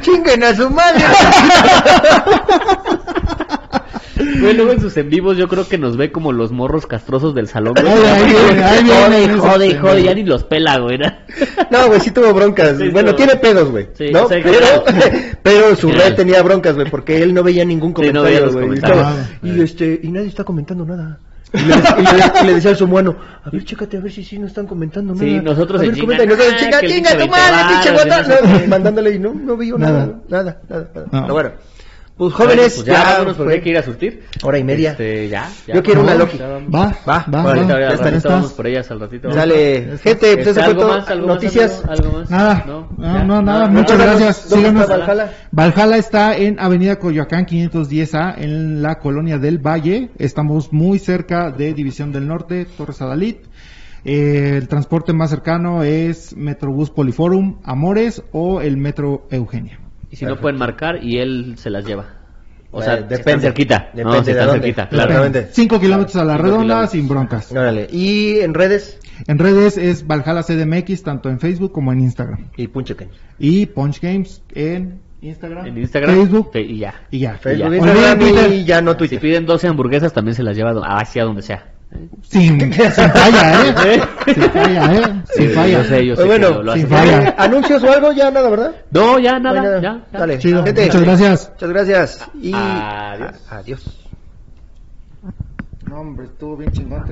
Speaker 1: Chinguen a su madre.
Speaker 2: Güey, luego en sus en vivos yo creo que nos ve como los morros castrosos del salón. güey.
Speaker 4: Ay, ahí viene, ahí viene,
Speaker 2: Jode,
Speaker 4: en ese
Speaker 2: jode,
Speaker 4: tema.
Speaker 2: jode, ya ni los pela, güey. ¿no?
Speaker 1: No, güey, sí tuvo broncas.
Speaker 2: Sí,
Speaker 1: bueno,
Speaker 2: tuvo-
Speaker 1: tiene pedos, güey.
Speaker 2: Sí,
Speaker 1: ¿no?
Speaker 2: o sea,
Speaker 1: pero,
Speaker 2: claro.
Speaker 1: pero su
Speaker 2: Claro.
Speaker 1: red tenía broncas, güey, porque él no veía ningún
Speaker 2: Sí, no
Speaker 1: comentario,
Speaker 2: veía los
Speaker 1: güey. Y
Speaker 2: comentarios. Ah,
Speaker 1: estaba- Y, este, y nadie está comentando nada. Y le, y le- y le decía a su mono, a ver, chécate, a ver si sí no están comentando nada.
Speaker 2: Sí, nosotros
Speaker 1: a
Speaker 2: en
Speaker 1: ver,
Speaker 2: chinga,
Speaker 1: comenta. Y nosotros,
Speaker 2: ah,
Speaker 1: chinga,
Speaker 2: que el
Speaker 1: chinga,
Speaker 2: pinche
Speaker 1: tu madre,
Speaker 2: veinte
Speaker 1: pinche
Speaker 2: varos,
Speaker 1: guata.
Speaker 2: y no sé
Speaker 1: No, Mandándole y no, no vio nada, nada, nada. nada.
Speaker 4: No.
Speaker 1: Pero bueno, pues jóvenes,
Speaker 2: Pues
Speaker 1: ya,
Speaker 2: vámonos, porque
Speaker 1: fue
Speaker 2: hay que ir a surtir.
Speaker 1: hora y media.
Speaker 2: Este, ya, ya.
Speaker 1: Yo quiero una
Speaker 2: No,
Speaker 1: Loki.
Speaker 2: ya vamos.
Speaker 4: Va,
Speaker 1: Va,
Speaker 4: va, va.
Speaker 1: órale,
Speaker 2: Ahorita,
Speaker 1: ya
Speaker 2: ahorita
Speaker 4: estás,
Speaker 2: vamos
Speaker 4: estás.
Speaker 2: por ellas al ratito.
Speaker 1: Sale, gente, pues eso
Speaker 2: Este,
Speaker 1: fue
Speaker 2: ¿algo
Speaker 1: todo.
Speaker 2: más, algo más,
Speaker 1: Noticias.
Speaker 2: amigo? ¿Algo más?
Speaker 4: Nada,
Speaker 2: No,
Speaker 4: no,
Speaker 2: ya,
Speaker 4: no, nada,
Speaker 2: no,
Speaker 4: muchas
Speaker 2: no, no.
Speaker 4: gracias.
Speaker 1: ¿Dónde
Speaker 4: Síganos.
Speaker 1: está Valhalla?
Speaker 4: Valhalla está en Avenida Coyoacán 510A, en la colonia del Valle. Estamos muy cerca de División del Norte, Torres Adalit. Eh, el transporte más cercano es Metrobús Poliforum, Amores o el Metro Eugenia.
Speaker 2: Y si no pueden marcar y él se las lleva. O
Speaker 1: Eh,
Speaker 2: sea,
Speaker 1: depende.
Speaker 2: si están cerquita.
Speaker 1: Depende
Speaker 2: no, si
Speaker 1: de
Speaker 2: están
Speaker 1: dónde.
Speaker 2: cerquita,
Speaker 1: Depende.
Speaker 2: claro.
Speaker 4: 5 kilómetros a la
Speaker 2: Cinco
Speaker 4: redonda,
Speaker 2: kilómetros.
Speaker 4: sin broncas.
Speaker 1: Órale, y en redes
Speaker 4: En redes es Valhalla CDMX, tanto en Facebook como en Instagram.
Speaker 1: y Punchequen.
Speaker 4: Y Punch Games en Instagram,
Speaker 2: En Instagram.
Speaker 4: Facebook
Speaker 2: fe- Y ya.
Speaker 4: y ya.
Speaker 1: Facebook,
Speaker 2: Ya.
Speaker 1: Instagram
Speaker 4: Olviden Twitter.
Speaker 1: y ya no
Speaker 2: Si
Speaker 1: Twitter.
Speaker 2: piden 12 hamburguesas, también se las lleva do- hacia donde sea.
Speaker 4: Sin, sin falla, ¿eh? Sin falla, ¿eh? Sin
Speaker 2: Yo
Speaker 4: falla.
Speaker 2: sé, yo sé
Speaker 1: Pues
Speaker 2: que
Speaker 1: bueno,
Speaker 2: lo- lo
Speaker 4: sin
Speaker 2: hacen.
Speaker 4: falla.
Speaker 1: Eh, ¿Anuncios o algo? Ya nada, ¿verdad?
Speaker 2: No, ya, nada.
Speaker 1: No hay
Speaker 2: ya, ya.
Speaker 1: Dale,
Speaker 4: Chido.
Speaker 1: gente.
Speaker 4: Muchas gracias.
Speaker 1: Muchas gracias. Y
Speaker 2: Adiós.
Speaker 1: a- adiós.
Speaker 4: No, hombre, estuvo bien chingón.